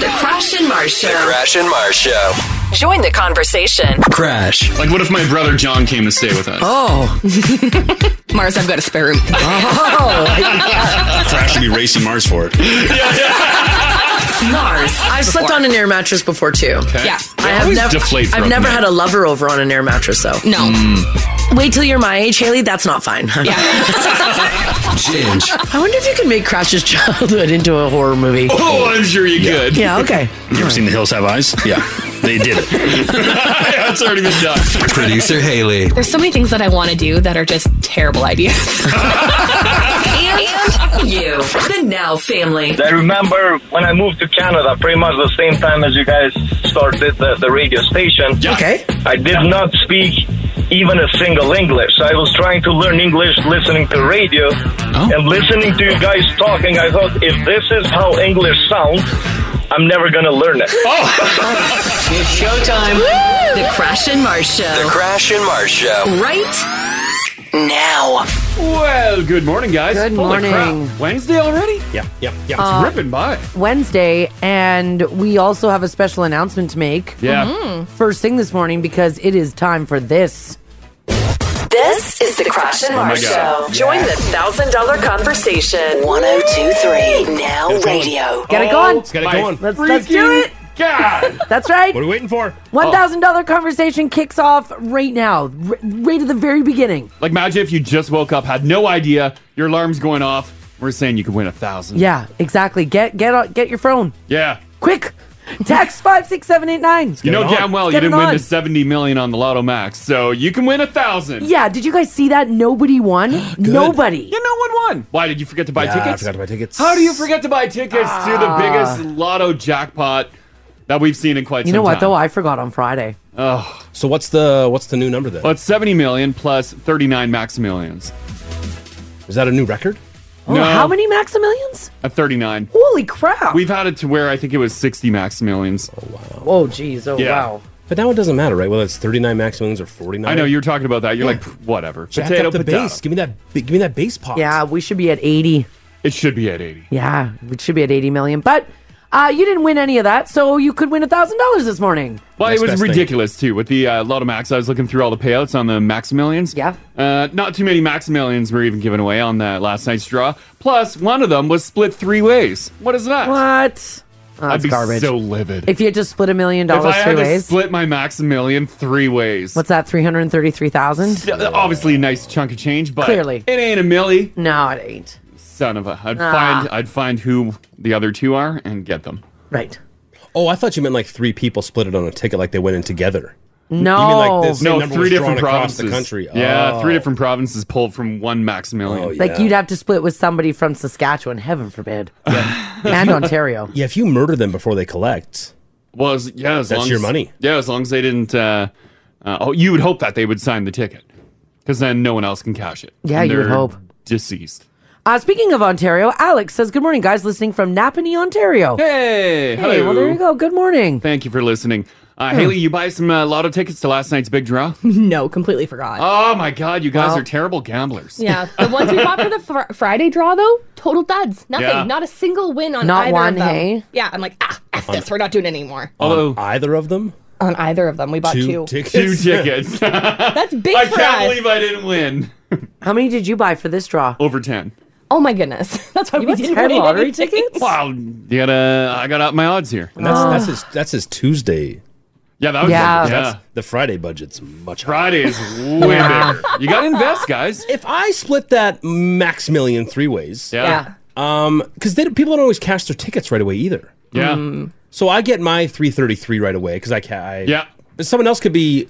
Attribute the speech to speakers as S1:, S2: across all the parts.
S1: and Marsha.
S2: The Crash and Mars Show.
S3: Join the conversation.
S2: Crash.
S4: Like, what if my brother John came to stay with us?
S1: Oh,
S5: Mars, I've got a spare room.
S6: Crash should be racing Mars for it.
S5: Mars.
S1: I've slept on an air mattress before too.
S5: Yeah.
S1: I have
S4: always
S1: never,
S4: deflate for
S1: I've
S4: open
S1: never
S4: air.
S1: had a lover over on an air mattress though.
S5: No.
S1: Wait till you're my age, Haley. That's not fine.
S2: Ginge.
S1: I wonder if you could make Crash's childhood into a horror movie.
S4: Oh, I'm sure you could.
S1: Yeah. Okay.
S6: You ever seen The Hills Have Eyes? Yeah, they did it.
S4: That's already been done.
S2: Producer Haley.
S5: There's so many things that I want to do that are just terrible ideas.
S3: And you, the Now family.
S7: I remember when I moved to Canada, pretty much the same time as you guys started the, the radio station.
S1: Okay.
S7: I did not speak even a single English. I was trying to learn English listening to radio and listening to you guys talking. I thought, if this is how English sounds, I'm never going to learn it.
S2: It's showtime.
S3: Oh. The Crash and Mars Show.
S2: The Crash and Mars Show.
S3: Right now.
S4: Well, good morning, guys.
S8: Good
S4: Holy crap.
S8: morning. Uh,
S4: Wednesday already? It's
S6: Yeah, yeah, yeah.
S1: Uh,
S4: ripping by.
S8: Wednesday, and we also have a special announcement to make
S4: Yeah.
S1: Mm-hmm.
S8: first thing this morning because it is time for this.
S3: This is the Crash and Mars Show.
S4: God.
S3: Join the thousand dollar conversation. 1023 Now Radio.
S8: Get it going.
S6: It's got it going.
S8: Let's, let's do it.
S4: God.
S8: That's right.
S6: What are we waiting for?
S4: Oh.
S8: $1,000 conversation kicks off right now, r- right at the very beginning.
S4: like, imagine if you just woke up, had no idea, your alarm's going off. We're saying you could win a thousand.
S8: Yeah, exactly. Get get on, get your phone.
S4: Yeah.
S8: Quick. Text 56789.
S4: You know
S6: it on.
S4: damn well
S8: Let's
S4: you
S8: get it
S4: didn't win
S8: on.
S4: the 70 million on the Lotto Max, so you can win a thousand.
S8: Yeah, did you guys see that? Nobody won. Nobody.
S4: Yeah, no one won. Why did you forget to buy
S6: Yeah, I
S4: tickets?
S6: forgot to buy tickets.
S4: How do you forget to buy tickets to
S8: Ah.
S4: the biggest lotto jackpot that we've seen in quite
S8: You
S4: some time?
S8: know what though? I forgot on Friday.
S6: So what's the what's the new number then?
S4: Well, it's 70 million plus 39 maximilians.
S6: Is that a new record?
S8: Oh,
S4: No.
S8: how many Maximilians?
S4: A 39.
S8: Holy crap.
S4: We've had it to where I think it was 60 maximilians.
S8: oh geez. Oh
S4: Yeah.
S8: wow.
S6: But now it doesn't matter, right? Whether it's 39 maximums or 49.
S4: I know you're talking about that. You're
S6: Yeah.
S4: like, "Pff, whatever.
S6: Jack
S4: potato,
S6: up the
S4: potato.
S6: bass. Give me that. Give me that bass pop.
S8: Yeah, we should be at 80.
S4: It should be at 80.
S8: Yeah, it should be at 80 million. But uh, you didn't win any of that, so you could win $1,000 this morning.
S4: Well,
S6: Next
S4: it was
S6: best thing.
S4: ridiculous too with the uh, Lotto Max. I was looking through all the payouts on the Maximilians.
S8: Yeah.
S4: Uh, not too many Maximilians were even given away on that last night's draw. Plus, one of them was split three ways. What is that?
S8: What? Oh,
S4: I'd
S8: that's
S4: be
S8: garbage.
S4: so livid.
S8: if you had to split a million
S4: If I
S8: dollars
S4: had
S8: three
S4: to
S8: ways,
S4: split my Maximilian three ways.
S8: what's that, 333000
S4: Yeah, obviously a nice chunk of change, but
S8: Clearly.
S4: it ain't a milli.
S8: No, it ain't.
S4: Son of a, I'd
S8: Ah.
S4: find I'd find who the other two are and get them.
S8: Right.
S6: Oh, I thought you meant like three people split it on a ticket, like they went in together.
S8: No.
S6: You mean like this?
S4: No,
S6: number
S4: three
S6: was drawn
S4: different
S6: across
S4: provinces.
S6: the country.
S4: Yeah,
S6: Oh.
S4: three different provinces pulled from one Maximilian.
S6: Oh, yeah.
S8: Like you'd have to split with somebody from Saskatchewan, heaven forbid, and Ontario.
S6: Yeah, if you murder them before they collect,
S4: Well, as, yeah, as
S6: That's
S4: long
S6: your
S4: as,
S6: money.
S4: Yeah, as long as they didn't. Uh, uh, oh, you would hope that they would sign the ticket, because then no one else can cash it.
S8: Yeah,
S4: And
S8: you would
S4: they're
S8: hope.
S4: Deceased.
S8: Uh, speaking of Ontario, Alex says, Good morning, guys, listening from Napanee, Ontario.
S4: Hey,
S8: Oh. Hey, well, there you go. Good morning. Hmm.
S4: Thank you for listening, uh, Haley. You buy some uh, lotto tickets to last night's big draw.
S5: no, completely forgot.
S4: oh my God, you guys are terrible gamblers.
S5: yeah, the ones we bought for the fr- Friday draw though, total duds. Nothing,
S4: Yeah.
S5: not a single win on
S8: Not
S5: either
S8: one,
S5: of them.
S8: hey?
S5: Yeah, I'm like, ah, f this, we're not doing it anymore.
S4: Although
S6: either of them,
S5: On either of them, we bought
S6: two,
S5: two.
S6: tickets.
S4: two tickets, I
S5: That's big
S4: can't
S5: for us.
S4: believe I didn't win.
S8: How many did you buy for this draw?
S4: Over ten.
S5: oh my goodness, that's why we didn't
S8: Ten
S5: win any
S8: lottery
S5: tickets.
S8: tickets?
S4: Wow, you gotta. I got out my odds here.
S6: And that's, that's his. That's his Tuesday.
S4: Yeah, that was
S8: Uh. Yeah.
S4: yeah.
S6: The Friday budget's much higher.
S4: Friday's way better. You gotta invest, guys.
S6: If I split that max million three ways,
S4: Yeah.
S5: Yeah.
S6: um, because people don't always cash their tickets right away either.
S4: Yeah.
S8: Mm.
S6: So I get my three thirty three right away because I can. I,
S4: Yeah.
S6: But someone else could be.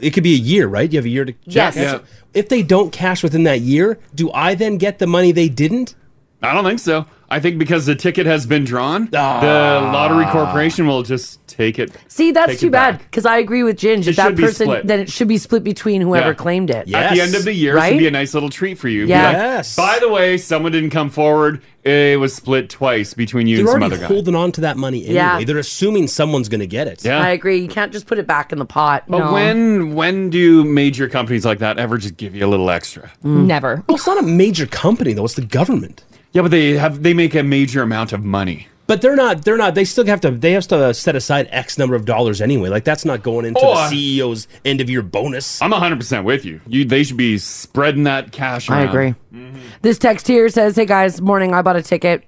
S6: It could be a year, right? You have a year to.
S8: Yes.
S4: Yeah.
S6: If they don't cash within that year, do I then get the money they didn't?
S4: I don't think so. I think because the ticket has been drawn, the
S6: Ah.
S4: lottery corporation will just take it.
S8: See, that's
S4: Take
S8: too
S4: it
S8: bad
S4: back.
S8: because I agree with Ginge. If
S4: It
S8: that
S4: should be
S8: person,
S4: split.
S8: then it should be split between whoever
S4: Yeah.
S8: claimed it.
S6: Yeah.
S4: At the
S6: Yes.
S4: end of the year,
S8: Right?
S4: should be a nice little treat for you. Be
S8: Yeah.
S6: Yes.
S4: By the way, someone didn't come forward. It was split twice between you
S6: They're
S4: and some
S6: already
S4: other guy.
S6: holding on to that money anyway.
S8: Yeah.
S6: They're assuming someone's going to get it.
S4: yeah.
S8: I agree. You can't just put it back in the pot.
S4: but when when do major companies like that ever just give you a little extra?
S5: Never.
S8: Mm.
S4: Oh,
S6: Well, it's not a major company though; it's the government.
S4: Yeah, but they have they make a major amount of money.
S6: But they're not. They're not. They still have to. They have to set aside X number of dollars anyway. Like that's not going into
S4: Oh,
S6: the
S4: I-
S6: CEO's end of year bonus.
S4: I'm 100 percent with you. You they should be spreading that cash.
S8: I
S4: around.
S8: agree. This text here says, "Hey guys, morning. I bought a ticket.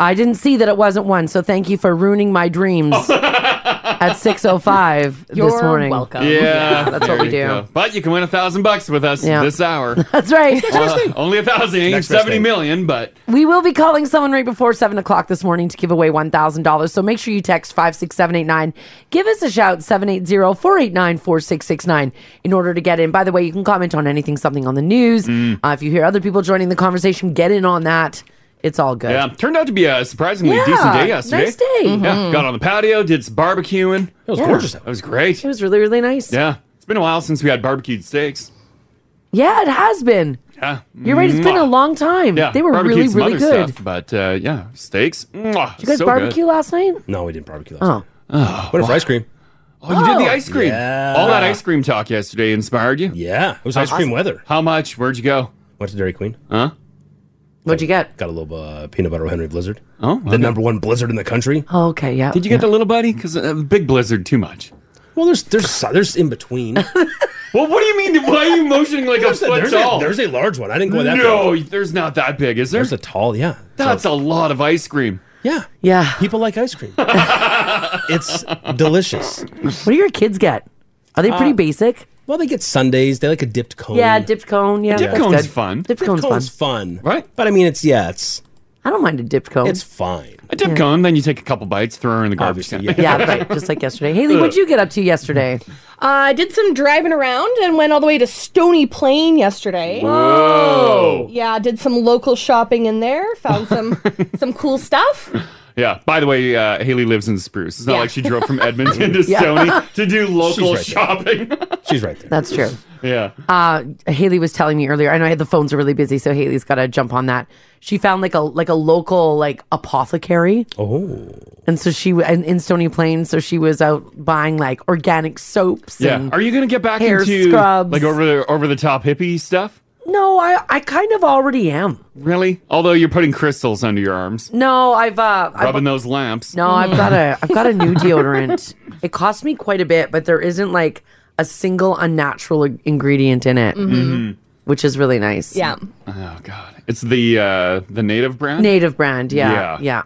S8: I didn't see that it wasn't one, so thank you for ruining my dreams at 6:05 this
S4: You're
S8: morning.
S4: welcome. Yeah,
S8: that's what
S4: there
S8: we
S4: you
S8: do.
S4: go. But you can win a thousand bucks with us
S8: Yeah.
S4: this hour.
S8: That's right.
S4: Uh, only a thousand, ain't
S8: Next best
S4: seventy
S8: thing.
S4: million, but
S8: We will be calling someone right before 7 o'clock this morning to give away $1,000. So make sure you text 56789. Give us a shout, 780 489 4669, in order to get in. By the way, you can comment on anything, something on the news.
S4: Mm.
S8: Uh, if you hear other people joining the conversation, get in on that. It's all good.
S4: yeah, turned out to be a surprisingly
S8: Yeah,
S4: decent day yesterday.
S8: nice day.
S4: Yeah,
S8: Mhm.
S4: got on the patio, did some barbecuing. It
S8: was Yeah. gorgeous.
S4: That was great. It
S8: was really really nice.
S4: Yeah, it's been a while since we had barbecued steaks.
S8: Yeah, it has been.
S4: Yeah,
S8: You're right. It's been a
S4: Mwah.
S8: long time.
S4: Yeah,
S8: they were
S4: barbecued
S8: really,
S4: some
S8: really
S4: other
S8: good.
S4: Stuff, but uh, yeah, steaks. Mwah,
S8: Did you guys
S4: so good.
S8: barbecue last night?
S6: No, we didn't barbecue last
S8: Oh.
S4: Oh,
S6: What if ice cream?
S4: Oh, you did the
S6: Oh.
S4: ice cream.
S6: Yeah.
S4: All that ice cream talk yesterday inspired you.
S6: Yeah, it was ice cream weather.
S4: How much? Where'd you go?
S6: Went to Dairy Queen.
S4: Huh?
S8: What'd you get?
S6: Got a little uh, peanut butter Henry Blizzard.
S4: Oh,
S6: the number one blizzard in the country.
S8: Oh, okay, yeah.
S4: Did you get the little buddy? Because uh, big blizzard, too much.
S6: Well, there's there's there's in between.
S4: Well, what do you mean? Why are you motioning like a
S6: There's a-
S4: foot
S6: there's a-
S4: tall?
S6: there's a large one. I didn't go that
S4: No,
S6: big.
S4: there's not that big, is there? There's
S6: a tall, yeah.
S4: That's a lot of ice cream.
S6: Yeah.
S8: Yeah.
S6: People like ice cream. it's delicious.
S8: What do your kids get? Are they pretty
S6: Uh,
S8: basic?
S6: Well, they get Sundays. They like a dipped cone.
S8: Yeah, dipped cone. Yeah,
S6: Dipped
S8: that's
S6: cone's
S8: good.
S6: fun.
S8: Dipped
S6: Dipped
S8: cone's,
S6: cone's
S4: fun. Right?
S6: But I mean, it's yeah, it's.
S8: I don't mind a dipped cone.
S6: It's fine.
S4: A dip cone, then you take a couple bites, throw her in the garbage can.
S8: fun. yeah, right. Just like yesterday. Haley, what'd you get up to yesterday?
S5: I Uh, did some driving around and went all the way to Stony Plain yesterday.
S4: Whoa.
S5: Yeah, did some local shopping in there. Found some some cool stuff.
S4: Yeah. By the way, uh, Haley lives in Spruce. It's not like she drove from Edmonton to
S5: Yeah.
S4: Stony to do local
S5: right there.
S4: shopping.
S6: She's right there.
S8: That's true.
S4: Yeah.
S8: Uh, Haley was telling me earlier. I know I had the phones are really busy, so Haley's got to jump on that. She found like a like a local like apothecary.
S6: Oh,
S8: and so she w- and in Stony Plain, so she was out buying like organic soaps.
S4: Yeah.
S8: and
S4: Are you going to get back
S8: hair
S4: into
S8: scrubs?
S4: like over the over the top hippie stuff?
S8: no, I I kind of already am.
S4: Really? Although you're putting crystals under your arms,
S8: No, I've uh, I've,
S4: rubbing those lamps.
S8: no, I've got a I've got a new deodorant. It cost me quite a bit, but there isn't like a single unnatural i- ingredient in it,
S4: Mhm.
S8: which is really nice.
S5: Yeah,
S4: Oh God. It's the uh the native brand.
S8: native brand. Yeah, yeah,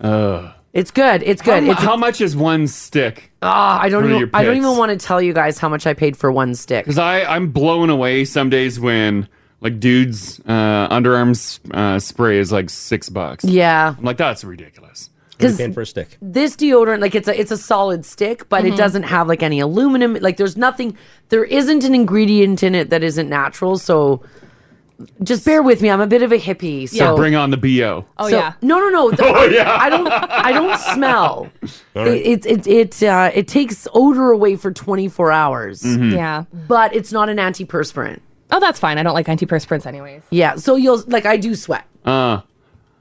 S4: Ugh.
S8: it's good. It's
S4: How
S8: good.
S4: mu-
S8: it's
S4: how much is one stick?
S8: Ah, I don't
S4: For your
S8: even, I don't
S4: picks.
S8: even want to tell you guys how much I paid for one stick.
S4: Because I I'm blown away some days when like dudes uh, underarms uh, spray is like six bucks.
S8: Yeah.
S4: I'm like that's ridiculous.
S8: 'Cause- paying
S6: for a stick.
S8: this deodorant like it's a it's a solid stick but it
S4: Mhm.
S8: doesn't have like any aluminum like there's nothing there isn't an ingredient in it that isn't natural so just bear with me i'm a bit of a hippie so,
S4: So bring on the bo.
S8: so- no no no the-
S4: Oh, yeah.
S8: i don't i don't smell
S4: All right.
S8: it it it, it, uh, it takes odor away for 24 hours
S4: Mm-hmm.
S5: Mhm. Yeah.
S8: but it's not an antiperspirant
S5: oh, that's fine. I don't like antiperspirants anyways.
S8: yeah so you'll like i do sweat
S4: Uh,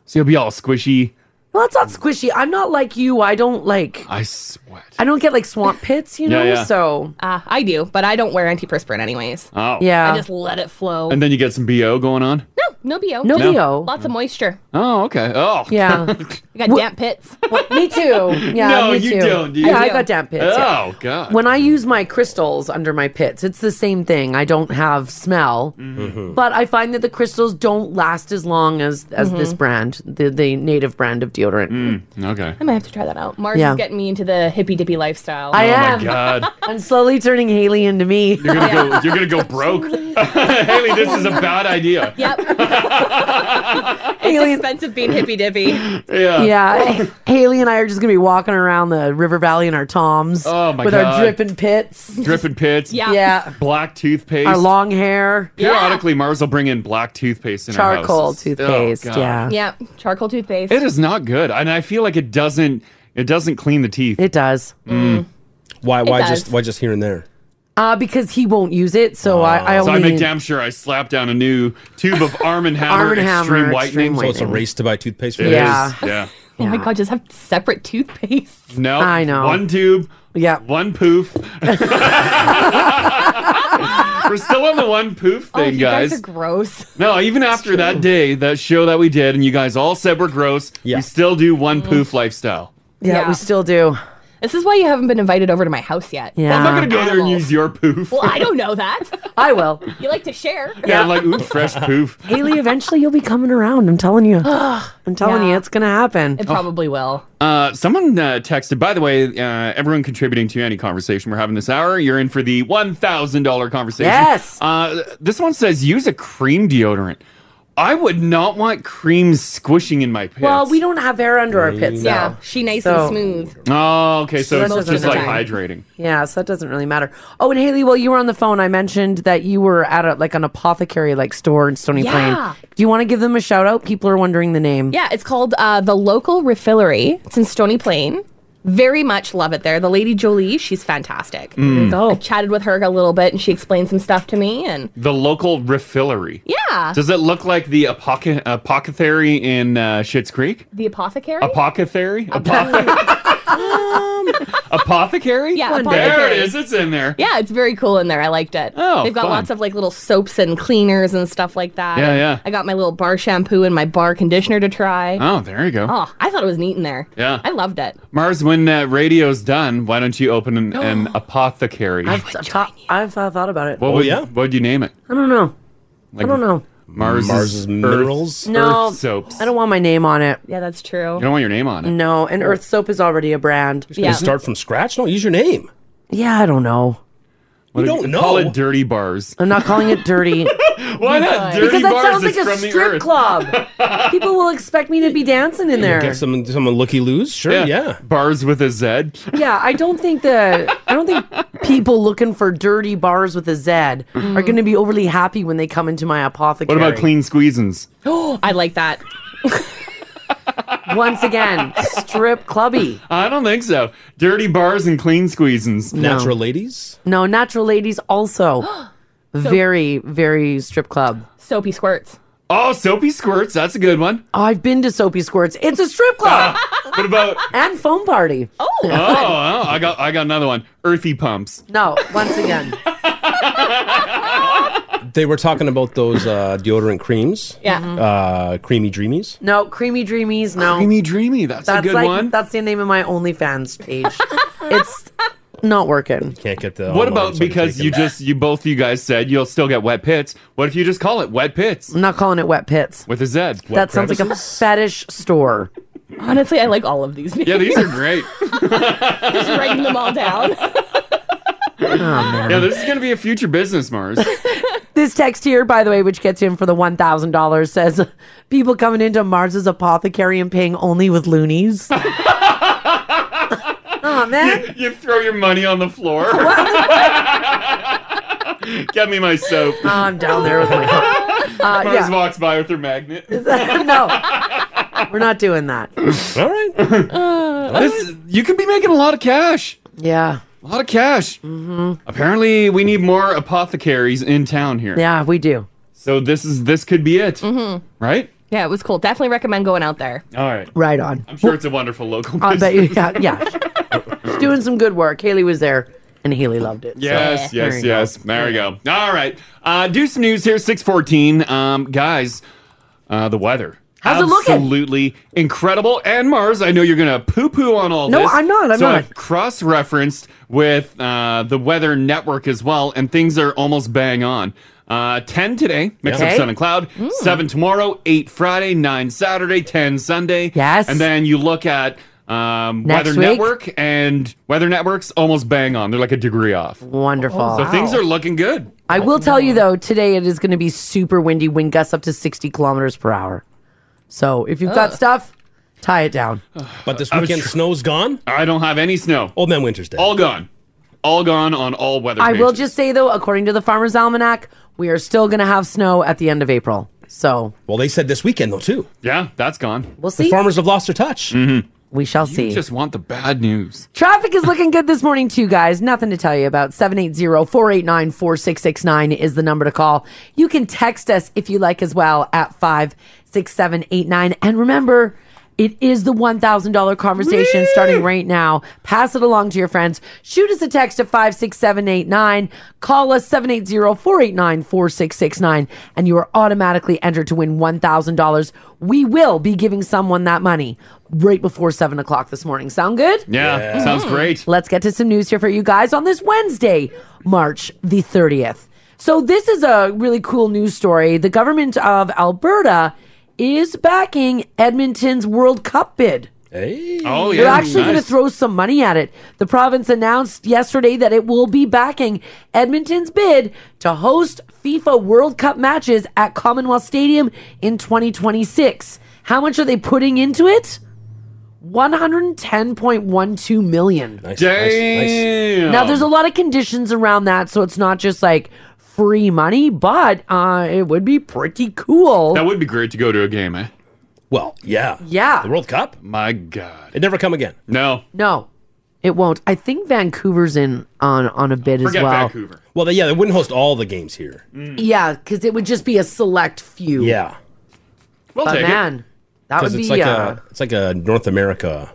S4: so you'll be all squishy.
S8: well it's not squishy i'm not like you i don't like
S4: I sweat.
S8: i don't get like swamp pits you
S4: Yeah,
S8: know
S4: yeah.
S8: so
S5: uh, i do but i don't wear antiperspirant anyways
S4: Oh.
S5: I just let it flow.
S4: And then you get some bo going on.
S5: no, no bo.
S4: No No? BO.
S5: Lots of moisture.
S4: Oh, okay. Oh,
S8: Yeah.
S5: I got damp pits.
S8: me
S5: Oh,
S8: too. Yeah,
S4: no,
S8: me
S4: you
S8: too.
S4: don't. Do you?
S8: Yeah, I got damp pits.
S4: Oh
S8: yeah.
S4: God.
S8: When I use my crystals under my pits, it's the same thing. I don't have smell,
S4: Mhm.
S8: but I find that the crystals don't last as long as as this
S5: Mhm.
S8: brand, the the native brand of deodorant.
S4: Mm, okay.
S5: I might have to try that out. Mars
S8: Yeah.
S5: is getting me into the hippy dippy lifestyle.
S8: I am. I'm slowly turning Haley into me.
S4: Oh You're gonna go. You're gonna go broke, Haley. This is a bad idea.
S5: It's expensive being hippy dippy.
S4: Yeah. Oh.
S8: Yeah, Haley and I are just gonna be walking around the River Valley in our toms
S4: Oh, my
S8: with
S4: God.
S8: our dripping pits,
S4: Dripping pits.
S8: Yeah. Yeah.
S4: Black toothpaste.
S8: our long hair.
S4: Periodically, Mars will bring in black toothpaste in our house.
S8: Charcoal
S4: It's- oh,
S8: toothpaste,
S4: God.
S8: yeah.
S5: Yeah, charcoal toothpaste.
S4: It is not good, and I feel like it doesn't. It doesn't clean the teeth. Mm.
S8: It does.
S9: Mm.
S6: Why?
S8: It
S6: Why
S8: does.
S6: just? Why just here and there?
S8: Uh, because he won't use it, so I, I
S4: Oh. so
S8: only
S4: I make damn sure I slap down a new tube of Arm and Hammer
S8: Arm and
S4: Extreme
S8: Hammer
S4: Whitening.
S8: Extreme
S6: So it's a race to buy toothpaste. For
S4: It
S6: the
S4: is,
S6: kids?
S4: Yeah.
S5: Oh my god, just have separate toothpaste.
S4: No.
S8: I know.
S4: One tube,
S8: Yeah.
S4: One poof. We're still on the one poof
S9: Oh,
S4: thing,
S9: you
S4: guys.
S9: guys are gross.
S4: no, even after that day, that show that we did, and you guys all said we're gross, we still do
S8: Mm.
S4: one poof lifestyle.
S8: Yeah, we still do.
S9: This is why you haven't been invited over to my house yet.
S4: Well, I'm not going to go there and use your poof.
S9: Well, I don't know that.
S8: I will.
S9: You like to share.
S4: Yeah, I'm like, ooh, fresh poof.
S8: Haley, eventually you'll be coming around. I'm telling you. I'm telling you, it's going to happen.
S9: It probably will.
S4: Uh, someone uh, texted, by the way, uh, everyone contributing to any conversation we're having this hour, you're in for the $1,000 conversation.
S8: Yes.
S4: Uh, this one says use a cream deodorant. I would not want cream squishing in my pits.
S8: Well, we don't have hair under our pits.
S5: Yeah,
S8: though.
S5: she nice
S8: So-
S5: and smooth.
S4: Oh, okay. So
S8: So
S4: it's
S8: that's
S4: just
S8: what
S4: like
S8: I'm
S4: hydrating.
S8: Yeah, so that doesn't really matter. Oh, and Haley, while you were on the phone, I mentioned that you were at a, like an apothecary like store in Stony
S9: Yeah.
S8: Plain. Do you want to give them a shout out? People are wondering the name.
S9: Yeah, it's called uh, The Local Refillery. It's in Stony Plain. Very much love it there. The lady Jolie, she's fantastic.
S4: Mm.
S9: I chatted with her a little bit and she explained some stuff to me and
S4: The local refillery.
S9: yeah.
S4: Does it look like the apoc- apothecary in uh, Schitt's Creek?
S9: the apothecary?
S4: Apothecary?
S8: Um.
S4: apothecary?
S9: Yeah, One day.
S4: There it
S9: apothecary.
S4: is. It's in there.
S9: yeah, it's very cool in there. I liked it.
S4: Oh,
S9: They've got
S4: fun.
S9: lots of like little soaps and cleaners and stuff like that.
S4: Yeah, yeah.
S9: I got my little bar shampoo and my bar conditioner to try.
S4: Oh, there you go.
S9: Oh, I thought it was neat in there.
S4: Yeah.
S9: I loved it.
S4: Mars, when uh, radio's done, why don't you open an, an apothecary?
S8: I've, I've, thought, I've uh, thought about it.
S4: what would,
S6: Oh, yeah?
S4: What would you name it?
S8: I don't know.
S4: Like
S8: I don't know.
S4: Mars
S6: Mars's minerals?
S8: No.
S4: Earth soaps.
S8: I don't want my name on it.
S9: Yeah, that's true.
S4: You don't want your name on it.
S8: No, and Earth Soap is already a brand.
S9: Yeah.
S6: Start from scratch? No, use your name.
S8: Yeah, I don't know.
S4: What
S6: don't
S4: do- Call
S6: know.
S4: it dirty bars.
S8: I'm not calling it dirty
S4: Why not? Dirty
S8: because that
S4: bars
S8: sounds
S4: is
S8: like a
S4: from the
S8: strip
S4: earth.
S8: club. People will expect me to be dancing in there.
S6: Get some someone looky loos. Sure, yeah.
S4: Bars with a Z.
S8: Yeah, I don't think the I don't think people looking for dirty bars with a Z are going to be overly happy when they come into my
S4: What
S8: apothecary.
S4: about clean squeezins?
S9: I like that.
S8: Once again, strip clubby.
S4: I don't think so. Dirty bars and clean squeezins.
S6: Natural ladies.
S8: No, natural ladies also very very strip club.
S9: Soapy squirts.
S4: Oh, soapy squirts. That's a good one.
S8: Oh, I've been to Soapy Squirts. It's a strip club
S4: What about?
S8: and foam party.
S4: oh, oh, I got, I got another one. Earthy pumps.
S8: No, once again.
S6: They were talking about those uh, deodorant creams.
S9: Yeah.
S6: Uh, creamy dreamies.
S8: No, creamy dreamies. No.
S4: Dreamy, dreamy. That's,
S8: that's
S4: a good
S8: like
S4: one.
S8: that's the name of my OnlyFans page. it's not working.
S6: Can't get the.
S4: What
S6: online,
S4: about
S6: so I can
S4: because
S6: take
S4: you
S6: them.
S4: just you both you guys said you'll still get wet pits? What if you just call it wet pits
S8: I'm not calling it wet pits.
S4: with a Z?
S8: that sounds like a fetish store.
S9: Honestly, I like all of these.
S4: yeah, these are great.
S9: Just writing them all down.
S6: Oh,
S4: yeah, this is gonna be a future business, Mars.
S8: This text here, by the way, which gets you in for the one thousand dollars, says people coming into Mars's apothecary and paying only with loonies. Uh, oh man,
S4: you throw your money on the floor. get me my soap.
S8: Oh, I'm down there with my. Uh,
S4: Mars
S8: yeah,
S4: walks by with her magnet.
S8: no, we're not doing that.
S6: All right.
S8: Uh,
S4: This, you could be making a lot of cash.
S8: Yeah, Mm-hmm.
S4: A lot of cash. Apparently, we need more apothecaries in town here.
S8: yeah, we do. Mm-hmm.
S4: So this is this could be it, right?
S9: yeah, it was cool. Definitely recommend going out there.
S4: All right.
S8: Right on.
S4: I'm sure it's a wonderful local.
S8: I
S4: business.
S8: bet you, yeah, yeah. doing some good work. Haley was there, and Haley loved it. so.
S4: Yes,
S8: Yeah.
S4: yes,
S8: There you
S4: yes. There we go. All right. Uh, do some news here. Six fourteen. Um, guys, uh, the weather.
S8: How's it looking?
S4: Absolutely incredible. And Mars, I know you're gonna poo-poo on all
S8: No,
S4: this.
S8: I'm not, I'm
S4: so
S8: not.
S4: I've cross-referenced with uh, the weather network as well, and things are almost bang on. Uh, 10 today, mix
S8: Okay.
S4: of sun and cloud. 7 tomorrow, 8 Friday, 9 Saturday, 10 Sunday.
S8: Yes.
S4: And then you look at um,
S8: Next
S4: Weather
S8: week.
S4: Network, and Weather Network's almost bang on. They're like a degree off.
S8: Wonderful.
S4: So things are looking good.
S8: I will tell you though, today it is going to be super windy, wind gusts up to 60 kilometers per hour. So if you've got stuff, tie it down.
S6: But this
S4: was
S6: weekend,
S4: tr-
S6: snow's gone.
S4: I don't have any snow.
S6: Old Man Winter's Day.
S4: All gone. All gone on all weather.
S8: I will
S4: pages.
S8: just say though, according to the Farmer's Almanac, we are still going to have snow at the end of April. So
S6: well, they said this weekend though too.
S4: Yeah, that's gone. Mm-hmm.
S8: we'll
S6: The
S8: see.
S6: farmers have lost their touch.
S8: we shall see.
S4: You just want the bad news.
S8: Traffic is looking good this morning, too, guys. Nothing to tell you about. 780 489 4669 is the number to call. You can text us if you like as well at 56789. And remember, It is the $1,000 conversation starting right now. Pass it along to your friends. Shoot us a text at 56789. Call us 780-489-4669 and you are automatically entered to win $1,000. We will be giving someone that money right before 7 o'clock this morning. Sound good? Hmm.
S4: Yeah, Yeah. sounds great.
S8: Let's get to some news here for you guys on this Wednesday, March the 30th. So, this is a really cool news story. The government of Alberta is backing Edmonton's World Cup bid.
S6: Hey.
S4: Oh,
S8: They're
S4: yeah,
S8: actually going to
S4: nice.
S8: throw some money at it. The province announced yesterday that it will be backing Edmonton's bid to host FIFA World Cup matches at Commonwealth Stadium in 2026. How much are they putting into it? 110.12 million.
S4: Damn.
S8: Now there's a lot of conditions around that, so it's not just like free money, but uh, it would be pretty cool.
S4: That would be great to go to a game, eh?
S6: Well, yeah.
S8: Yeah. The
S6: World Cup?
S4: My God.
S6: It never come again.
S4: No.
S8: no, it won't. I think Vancouver's in on on a bid as well. Mm.
S6: Well, they, yeah, they wouldn't host all the games here.
S8: Hmm. Yeah, because it would just be a select few.
S6: Yeah.
S8: We'll but
S6: take it.
S8: man, that would
S6: Because
S8: be
S6: it's like
S8: uh,
S6: a it's like a North America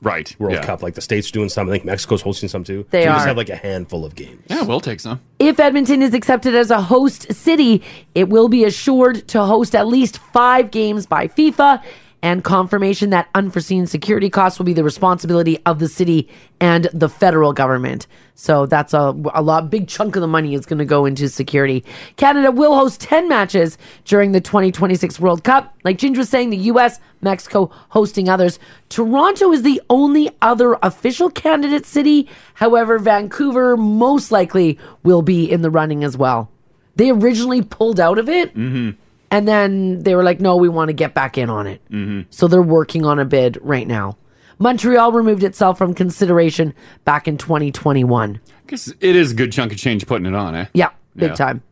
S4: right
S6: World
S8: yeah.
S6: Cup. Like the states doing some. I think Mexico's hosting some too.
S8: They
S6: so We just
S8: are.
S6: have like a handful of games.
S4: Yeah, we'll take some.
S8: If Edmonton is accepted as a host city, it will be assured to host at least five games by FIFA, and confirmation that unforeseen security costs will be the responsibility of the city and the federal government. So that's a, a lot, big chunk of the money is going to go into security. Canada will host 10 matches during the 2026 World Cup. Like Ginger was saying, the U.S., Mexico hosting others. Toronto is the only other official candidate city. However, Vancouver most likely will be in the running as well. They originally pulled out of it,
S4: Mm
S8: and then they were like, no, we want to get back in on it. hmm.
S4: Mm-hmm.
S8: Mm So they're working on a bid right now. Montreal removed itself from consideration back in 2021.
S4: hmm. It is a good chunk of change putting it on, eh?
S8: Yeah, big time.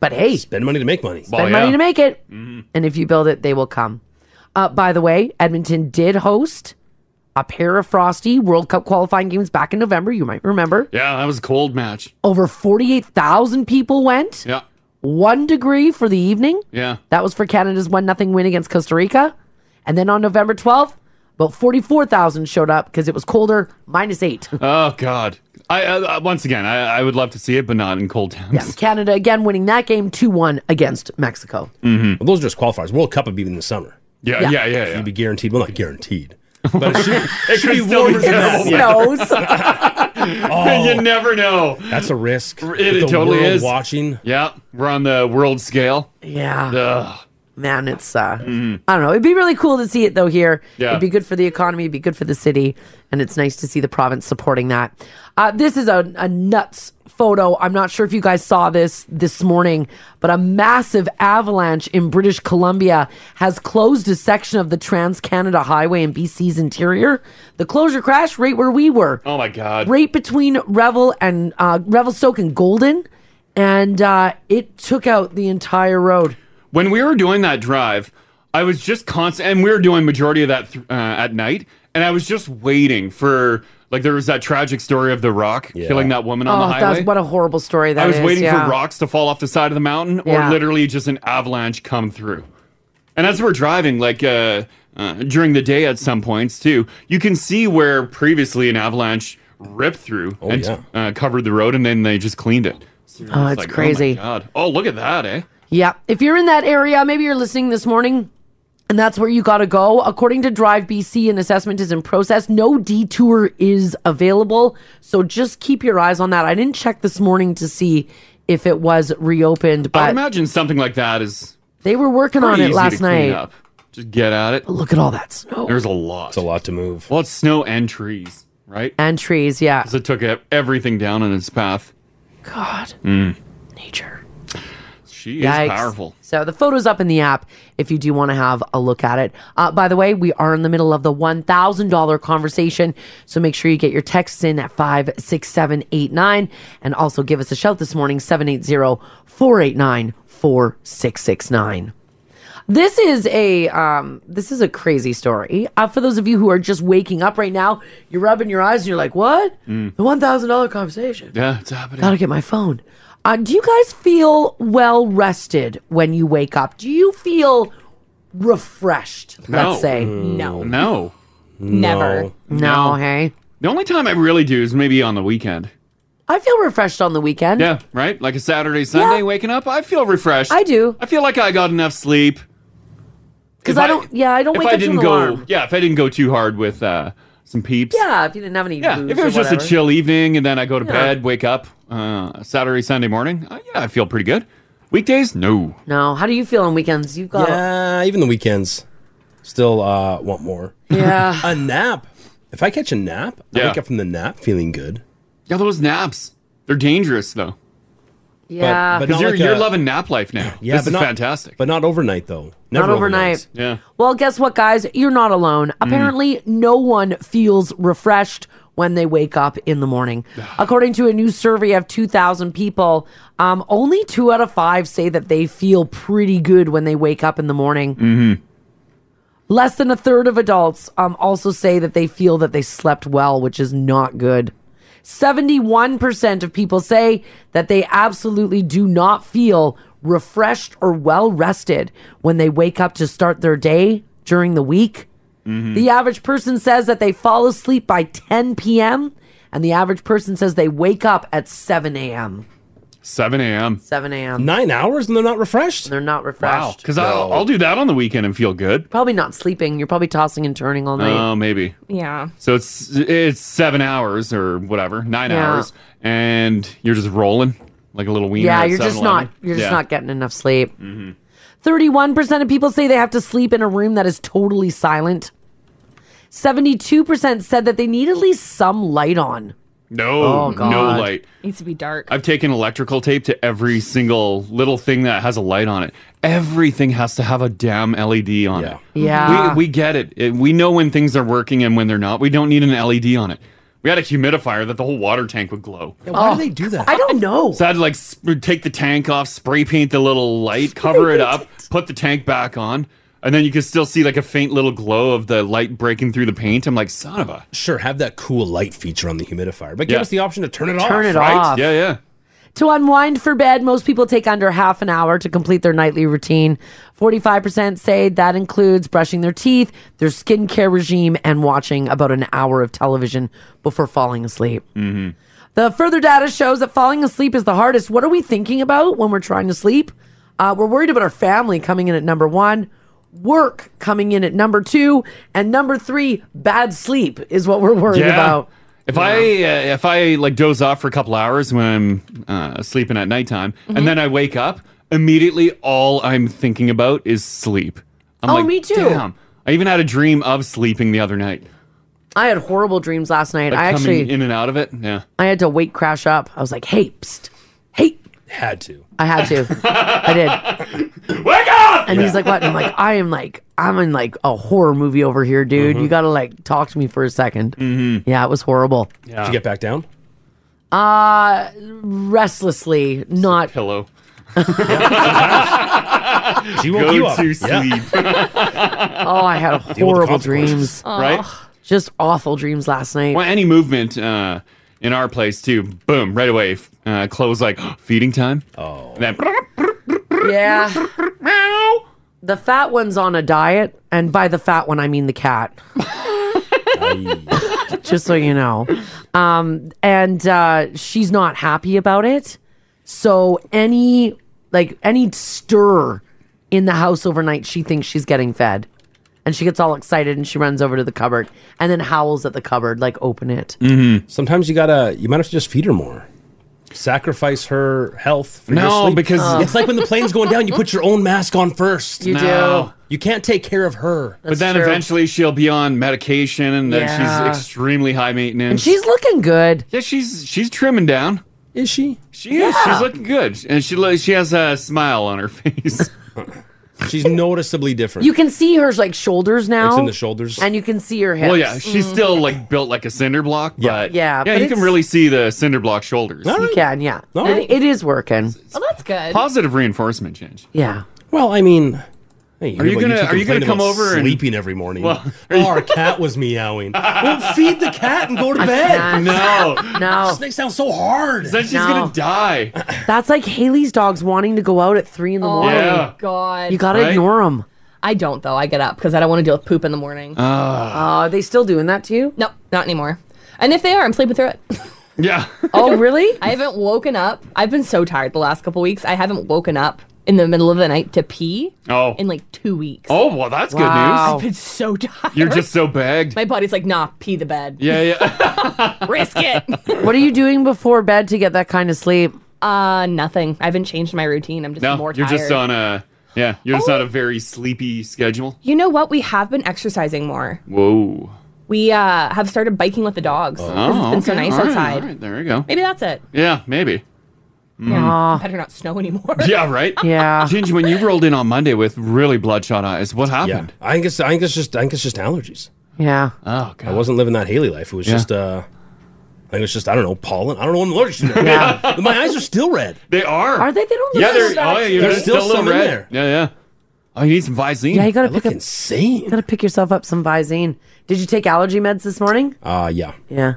S8: But hey,
S6: spend money to make money.
S8: Spend
S4: Oh,
S8: money to make it.
S4: Mm-hmm.
S8: And if you build it, they will come. Uh, by the way, Edmonton did host a pair of Frosty World Cup qualifying games back in November. You might remember.
S4: Yeah, that was a cold match.
S8: Over 48,000 people went.
S4: Yeah.
S8: One degree for the evening.
S4: Yeah.
S8: That was for Canada's 1 0 win against Costa Rica. And then on November 12th, about 44,000 showed up because it was colder, minus eight.
S4: Oh God! I, I I- once again, I, I would love to see it, but not in cold times.
S8: Yeah, Canada again winning that game 2 1 against Mexico.
S6: Mm-hmm. Well, those are just qualifiers. World Cup would be in the summer.
S4: Yeah, yeah, yeah. yeah,
S6: You'd be guaranteed. Well, not guaranteed.
S4: It could still be terrible. you never know.
S6: That's a risk. Oh.
S4: It,
S6: With
S4: it
S6: the
S4: totally
S6: world
S4: is.
S6: Watching.
S4: Yeah, we're on the world scale.
S8: Yeah.
S4: Ugh. Mm-hmm.
S8: Man, it's uh I don't know. It'd be really cool to see it though here.
S4: Yeah.
S8: It'd be good for the economy, it'd be good for the city, and it's nice to see the province supporting that. Uh, this is a, a nuts photo. I'm not sure if you guys saw this this morning, but a massive avalanche in British Columbia has closed a section of the Trans Canada Highway in BC's interior. The closure crashed right where we were.
S4: Oh my God!
S8: Right between Revel and uh, Revelstoke and Golden, and uh, it took out the entire road.
S4: When we were doing that drive, I was just constant, and we were doing majority of that th- uh, at night, and I was just waiting for like there was that tragic story of the Rock killing that woman on
S8: oh,
S4: the highway.
S8: That's, what a horrible story that
S4: I was
S8: is,
S4: waiting
S8: yeah.
S4: for rocks to fall off the side of the mountain, or
S8: Yeah.
S4: literally just an avalanche come through. And as we're driving, like uh, uh, during the day at some points too, you can see where previously an avalanche ripped through and
S8: yeah.
S4: uh, covered the road, and then they just cleaned it. So you're
S8: Oh,
S4: just
S8: it's crazy.
S4: Oh, my God. oh, look at that, eh?
S8: Yeah. If you're in that area, maybe you're listening this morning and that's where you got to go. According to Drive BC, an assessment is in process. No detour is available. So just keep your eyes on that. I didn't check this morning to see if it was reopened,
S4: I would
S8: but
S4: imagine something like that is
S8: they were working on it
S4: pretty easy to
S8: last
S4: clean
S8: night.
S4: Up. Just get at it.
S8: look at all that snow.
S4: There's a lot. It's a
S6: lot to move.
S4: Well, it's snow and trees, right?
S8: And trees, yeah. Because
S4: it took e- everything down in its path.
S8: God.
S4: Mm.
S8: Nature.
S4: She
S8: Yikes.
S4: is powerful.
S8: So the photo's up in the app if you do want to have a look at it. Uh, by the way, we are in the middle of the $1,000 conversation. So make sure you get your texts in at 56789 and also give us a shout this morning, 780 489 4669. This is a um, this is a crazy story. Uh, for those of you who are just waking up right now, you're rubbing your eyes and you're like, "What?
S4: Mm.
S8: The one thousand dollar conversation?
S4: Yeah, it's happening.
S8: Gotta get my phone. Uh, do you guys feel well rested when you wake up? Do you feel refreshed, let's say.
S4: No. No.
S8: Never. No, hey.
S4: The only time I really do is maybe on the weekend.
S8: I feel refreshed on the weekend.
S4: Yeah, right? Like a Saturday, Sunday, waking up, I feel refreshed.
S8: I do.
S4: I feel like I got enough sleep.
S8: Because
S4: If
S8: I don't, yeah, I don't
S4: if
S8: wake
S4: I
S8: up to an
S4: didn't go,
S8: alarm.
S4: yeah, if I didn't go too hard with uh, some peeps.
S8: Yeah, if you didn't have any
S4: Yeah,
S8: booze
S4: if it
S8: or
S4: was just a
S8: whatever.
S4: chill evening and then I go to
S8: Yeah.
S4: bed, wake up uh, Saturday, Sunday morning, uh, yeah, I feel pretty good. Weekdays, no.
S8: No, how do you feel on weekends? You've got
S6: yeah, even the weekends. Still uh, want more.
S8: Yeah.
S6: a nap. If I catch a nap, I wake up from the nap feeling good.
S4: Yeah, those naps, they're dangerous though.
S8: Yeah.
S4: because you're, you're loving nap life now.
S6: Yeah,
S4: this
S6: but
S4: is
S6: not-
S4: fantastic.
S6: But not overnight though.
S8: Not overnight.
S4: Yeah.
S8: Well, guess what, guys? You're not alone. Apparently, no one feels refreshed when they wake up in the morning. According to a new survey of 2,000 people, um, only two out of five say that they feel pretty good when they wake up in the morning.
S10: Mm-hmm.
S8: Less than a third of adults um, also say that they feel that they slept well, which is not good. 71% of people say that they absolutely do not feel refreshed or well rested when they wake up to start their day during the week.
S6: Hmm.
S4: Mm-hmm.
S8: The average person says that they fall asleep by 10 p.m., and the average person says they wake up at 7 a.m.
S4: 7 a.m.
S8: 7 a.m.
S6: Nine hours and they're not refreshed?
S8: They're not
S4: Wow.
S8: refreshed.
S4: Because I'll, I'll do that on the weekend and feel good.
S8: Probably not sleeping. You're probably tossing and turning all night.
S4: Oh, maybe.
S9: yeah.
S4: So it's it's seven hours or whatever, nine
S8: Yeah.
S4: hours, and you're just rolling like a little wiener.
S8: yeah,
S4: at
S8: you're just
S4: 7-Eleven.
S8: not you're just
S4: Yeah. Mm-hmm.
S8: not getting enough sleep. 31% of people say they have to sleep in a room that is totally silent. 72% said that they need at least some light on.
S4: No,
S8: Oh,
S4: no
S8: God.
S4: light.
S9: Needs to be dark.
S4: I've taken electrical tape to every single little thing that has a light on it. Everything has to have a damn LED on it.
S8: Yeah.
S4: We, we get it. It- We know when things are working and when they're not. We don't need an LED on it. We had a humidifier that the whole water tank would glow.
S6: why do they do that?
S8: Oh. I don't know.
S4: So I had to like sp- take the tank off, spray paint the little light, cover it up, put the tank back on, and then you could still see like a faint little glow of the light breaking through the paint. I'm like, son of a.
S6: Sure, have that cool light feature on the humidifier, but give
S4: Yeah.
S6: us the option to turn it
S8: Turn
S6: off.
S8: it Right? off.
S4: Yeah, yeah.
S8: To unwind for bed, most people take under half an hour to complete their nightly routine. 45% say that includes brushing their teeth, their skincare regime, and watching about an hour of television before falling asleep.
S10: Mm-hmm.
S8: The further data shows that falling asleep is the hardest. What are we thinking about when we're trying to sleep? Uh, we're worried about our family coming in at number one, work coming in at number two, and number three, bad sleep is what we're worried
S4: yeah.
S8: about.
S4: If I uh, if I like doze off for a couple hours when I'm uh, sleeping at nighttime,
S8: Mhm.
S4: and then I wake up, immediately all I'm thinking about is sleep. I'm
S8: Oh, me too.
S4: Damn. I even had a dream of sleeping the other night.
S8: I had horrible dreams last night.
S4: Like
S8: I
S4: coming
S8: actually,
S4: in and out of it. Yeah.
S8: I had to wake crash up. I was like, hey, psst, hey.
S6: Had to. Mm-hmm.
S8: I had to. I did.
S4: Wake up!
S8: And he's like, what? And I'm like, I am like, I'm in like a horror movie over here, dude. You got to like talk to me for a 2nd Mm-hmm. Yeah, it was horrible.
S6: Did you get back down?
S8: Uh restlessly, not
S4: pillow.
S6: She
S8: woke
S4: Go
S8: you up.
S4: to
S8: Yeah.
S4: sleep.
S8: oh, I had
S4: Deal with the
S8: horrible dreams.
S4: consequences. Right?
S8: Just awful dreams last night.
S4: Well, any movement uh, in our place too. Boom, right away. f- Uh, clothes like feeding time. Oh. And then,
S8: Yeah. The fat one's on a diet, and by the fat one I mean the cat. Just so you know. Um, and uh, she's not happy about it. So any like any stir in the house overnight, she thinks she's getting fed. And she gets all excited and she runs over to the cupboard and then howls at the cupboard, like open it.
S6: Mm-hmm. Sometimes you gotta. You might have to just feed her more. Sacrifice her health for your
S4: No,
S6: sleep.
S4: because- Oh.
S6: it's like when the plane's going down, you put your own mask on first.
S4: You No.
S6: You can't take care of her.
S4: but then eventually she'll be on medication, and then
S8: Yeah.
S4: she's extremely high maintenance.
S8: And she's looking good.
S4: Yeah, she's she's trimming down.
S6: Is she?
S4: She is. She's looking good, and she lo- she has a smile on her face.
S6: she's noticeably different.
S8: You can see her like shoulders now.
S4: It's in the shoulders.
S8: And you can see her hips.
S4: Well, yeah, she's
S8: Mm.
S4: still like built like a cinder block, but
S8: Yeah,
S4: yeah,
S8: but
S4: you can
S8: it's-
S4: really see the cinder block shoulders.
S8: You can, yeah.
S4: All
S8: It-
S4: right.
S8: it is working.
S9: Well, that's good.
S4: Positive reinforcement change.
S8: Yeah.
S6: Well, I mean, hey,
S4: Are you
S6: heard about
S4: gonna-
S6: two
S4: are you gonna
S6: complaining
S4: come
S6: about
S4: over and-
S6: sleeping every morning? Oh,
S4: Well,
S6: our cat was meowing. well, feed the cat and go to
S8: I
S6: bed.
S8: can't. No. No.
S6: This thing sounds so hard.
S4: Then she's gonna die.
S8: That's like Haley's dogs wanting to go out at three in the
S9: Oh
S8: morning.
S9: my god.
S8: You gotta ignore them.
S9: I don't though. I get up because I don't want to deal with poop in the morning.
S8: Ah.
S9: are they still doing that to you? No, not anymore. And if they are, I'm sleeping through it.
S4: Yeah.
S9: oh, really? I haven't woken up. I've been so tired the last couple weeks. I haven't woken up in the middle of the night to pee
S4: Oh.
S9: in like two weeks.
S4: Oh, well, that's good news.
S9: I've been so tired.
S4: You're just so bagged.
S9: My body's like, nah, pee the bed.
S4: Yeah, yeah.
S9: Risk it.
S8: what are you doing before bed to get that kind of sleep?
S9: Uh, nothing. I haven't changed my routine. I'm just
S4: no,
S9: more
S4: you're
S9: tired.
S4: just on a yeah, you're just on a very sleepy schedule.
S9: You know what? We have been exercising more.
S4: Whoa.
S9: We uh, have started biking with the dogs. 'cause it's been so
S4: Oh, okay.
S9: nice
S4: All right,
S9: outside.
S4: all right, there you go.
S9: Maybe that's it.
S4: Yeah, maybe. Mm.
S9: Better not snow anymore.
S4: Yeah, right.
S8: Yeah.
S4: Ginge, when you rolled in on Monday with really bloodshot eyes, what happened?
S6: I think it's I think it's just I think it's just allergies.
S8: Yeah.
S4: Oh god.
S6: I wasn't living that Haley life. It was
S4: Yeah.
S6: just uh I think it's just I don't know, pollen. I don't know what I'm allergic to.
S4: Yeah.
S6: My eyes are still red.
S4: They are.
S8: Are they? They don't.
S4: Yeah,
S8: look
S4: they're,
S8: that
S4: oh, yeah,
S8: bad.
S4: you're
S6: There's
S4: still,
S6: still
S4: some
S6: some in
S4: red.
S6: there.
S4: Yeah, yeah. Oh, you need some Visine.
S8: Yeah, you gotta pick up.
S6: Insane.
S8: You gotta pick yourself up some Visine. Did you take allergy meds this morning?
S6: Uh yeah.
S8: Yeah.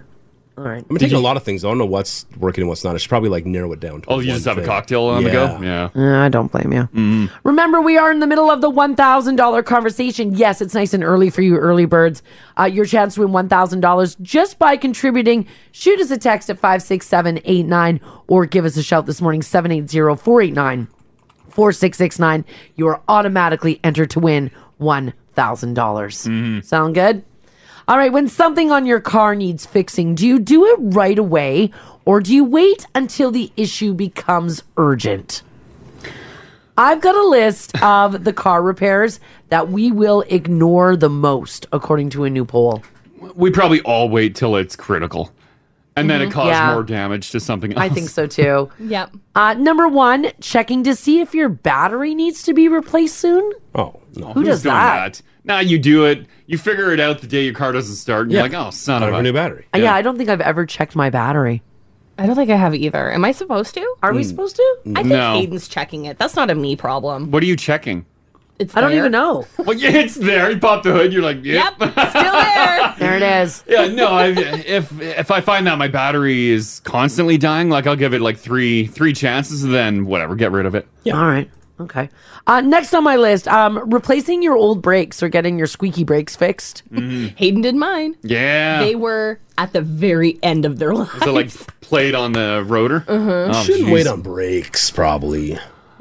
S8: All right.
S6: I'm taking a lot of things. I don't know what's working and what's not. I should probably like narrow it down. To
S4: Oh, you
S6: one
S4: just have a
S6: thing.
S4: cocktail on the go? Yeah.
S8: I don't blame you. Remember, we are in the middle of the $1,000 conversation. Yes, it's nice and early for you, early birds. Uh, your chance to win $1,000 just by contributing. Shoot us a text at 56789 or give us a shout this morning, 780 489 4669. You are automatically entered to win $1,000. dollars Sound good? All right, when something on your car needs fixing, do you do it right away or do you wait until the issue becomes urgent? I've got a list of the car repairs that we will ignore the most, according to a new poll.
S4: We probably all wait till it's critical. And then it
S9: Mm-hmm.
S8: Mhm.
S4: caused
S8: Yeah.
S4: more damage to something else.
S8: I think so too.
S9: Yep.
S8: Uh, number one, checking to see if your battery needs to be replaced soon.
S6: Oh, no.
S8: Who
S4: Who's
S8: does
S4: doing
S8: that?
S4: Nah, you do it. You figure it out the day your car doesn't start. And
S8: Yeah.
S4: You're like, oh, son
S6: Gotta
S4: of
S6: have a new battery.
S8: Uh, Yeah. I don't think I've ever checked my battery.
S9: I don't think I have either. Am I supposed to?
S8: Are we supposed to?
S9: I think
S4: Mm. No.
S9: Hayden's checking it. That's not a me problem.
S4: What are you checking?
S9: It's
S8: I don't
S9: there.
S8: even know.
S4: Well, yeah, it's there. You pop the hood. You're like, yep.
S8: There it is.
S4: yeah, no. I, if if I find that my battery is constantly dying, like I'll give it like three three chances, then whatever, get rid of it.
S6: Yeah.
S8: All right. Okay. Uh, next on my list, um, replacing your old brakes or getting your squeaky brakes fixed.
S4: Mm-hmm.
S9: Hayden did mine.
S4: Yeah.
S9: They were at the very end of their life.
S4: Is it like played on the rotor? Uh-huh.
S6: Shouldn't wait on brakes, probably.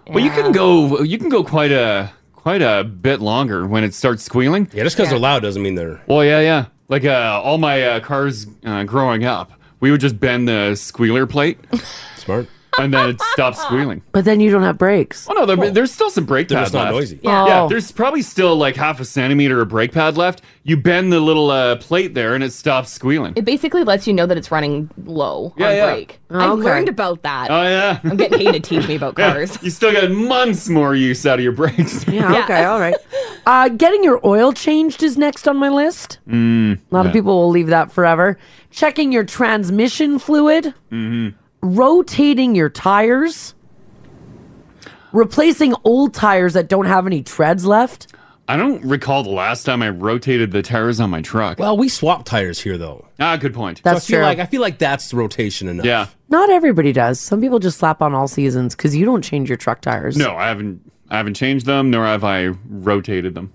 S4: Well, you can go. You can go quite a quite a bit longer when it starts squealing.
S6: Yeah, just because they're loud doesn't mean they're
S4: Well, yeah, yeah. Like uh, all my uh, cars uh, growing up, we would just bend the squealer plate,
S6: smart.
S4: and then it stops squealing.
S8: But then you don't have brakes.
S4: Oh no, there, there's still some brake
S6: They're
S4: pad
S6: just not
S4: left.
S6: noisy.
S8: Yeah.
S4: Yeah,
S8: Oh.
S4: there's probably still like half a centimeter of brake pad left. You bend the little uh, plate there, and it stops squealing.
S9: It basically lets you know that it's running low
S4: Yeah,
S9: on
S4: yeah.
S9: brake. I
S8: Okay.
S9: learned about that.
S4: Oh yeah.
S9: I'm getting Hayden to teach me about cars.
S4: You still got months more use out of your brakes.
S8: Yeah,
S9: Yeah.
S8: okay, all right. Uh, getting your oil changed is next on my list. a lot of
S4: yeah.
S8: people will leave that forever. Checking your transmission fluid, Mm-hmm. rotating your tires, replacing old tires that don't have any treads left.
S4: I don't recall the last time I rotated the tires on my truck.
S6: Well, we swap tires here though.
S4: ah, good point.
S8: That's
S6: so I feel
S8: true.
S6: like I feel like that's rotation enough.
S4: yeah.
S8: Not everybody does. Some people just slap on all seasons because you don't change your truck tires.
S4: No, I haven't. I haven't changed them, nor have I rotated them.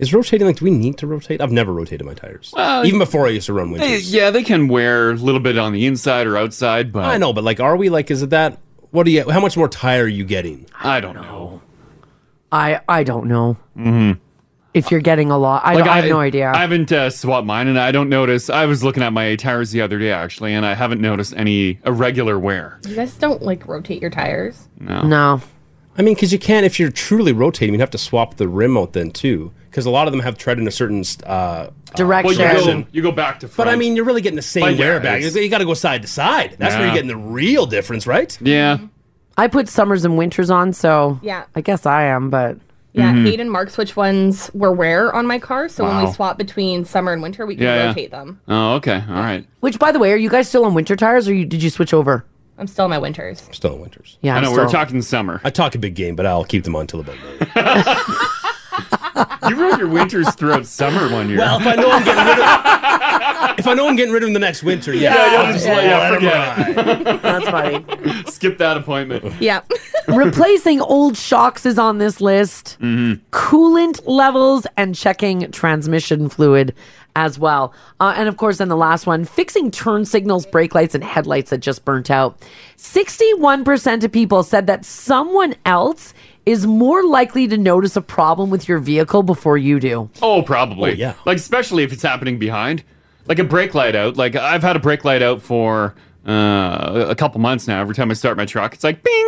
S6: Is rotating like do we need to rotate? I've never rotated my tires. Even before I used to run
S4: Eh,
S6: winters.
S4: yeah, they can wear a little bit on the inside or outside, but
S6: I know, but like are we like is it that what do you how much more tire are you getting?
S4: I don't know.
S8: I, I don't know. Mm-hmm. If you're getting a lot, I,
S4: Like,
S8: don't- I have no idea.
S4: I haven't uh, swapped mine, and I don't notice. I was looking at my tires the other day actually, and I haven't noticed any irregular wear.
S9: You guys don't like rotate your tires.
S8: no.
S6: I mean, because you can't if you're truly rotating, you'd have to swap the rim out then too. Because a lot of them have tread in a certain uh,
S4: Well,
S8: Direction.
S4: you go, you go back to front.
S6: But I mean, you're really getting the same
S4: But yeah,
S6: wear back.
S4: it's-
S6: You got to go side to side. That's where
S4: Yeah.
S6: you're getting the real difference, right?
S4: yeah,
S8: I put summers and winters on, so
S9: Yeah.
S8: I guess I am. But
S9: Yeah, Hayden marks which ones were where on my car. So when
S4: Mm-hmm. Wow.
S9: we swap between summer and winter, we can
S4: Yeah, yeah.
S9: rotate them.
S4: oh okay, all right.
S8: which, by the way, are you guys still on winter tires, or you, did you switch over?
S9: I'm still in my winters.
S6: Still in winters.
S8: Yeah,
S4: I
S8: I'm
S4: know we were
S8: still-
S4: talking summer.
S6: I talk a big game, but I'll keep them on till about noon.
S4: You rode your winters throughout summer one year.
S6: Well, if I know I'm getting rid of if I know I'm getting rid of him the next winter, Oh, yeah,
S4: Yeah, you'll just let- yeah,
S8: That's funny.
S4: Skip that appointment.
S9: Yeah.
S8: Replacing old shocks is on this list. Coolant levels and checking transmission fluid as well. Uh, and of course, then the last one fixing turn signals, brake lights, and headlights that just burnt out. 61% of people said that someone else is more likely to notice a problem with your vehicle before you do.
S4: Oh, probably. yeah. Like especially if it's happening behind, like a brake light out. Like I've had a brake light out for uh, a couple months now. Every time I start my truck, it's like bing.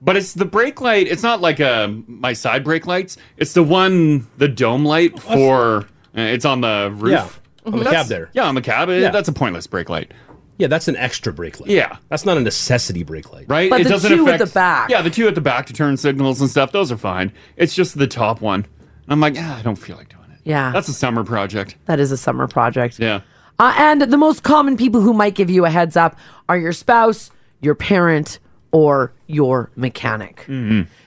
S4: But it's the brake light. It's not like uh, my side brake lights. It's the one, the dome light for. Uh, it's on the roof.
S6: Yeah, on the cab
S4: That's-
S6: there.
S4: Yeah, on the cab. It-
S6: Yeah.
S4: That's a pointless brake light.
S6: Yeah, that's an extra brake light.
S4: Yeah.
S6: That's not a necessity brake light.
S4: Right?
S6: But the two at the back.
S4: Yeah, the two at the back to turn signals and stuff. Those are fine. It's just the top one. And I'm like, ah, I don't feel like doing it.
S8: Yeah.
S4: That's a summer project.
S8: That is a summer project.
S4: Yeah.
S8: Uh, and the most common people who might give you a heads up are your spouse, your parent, or your mechanic.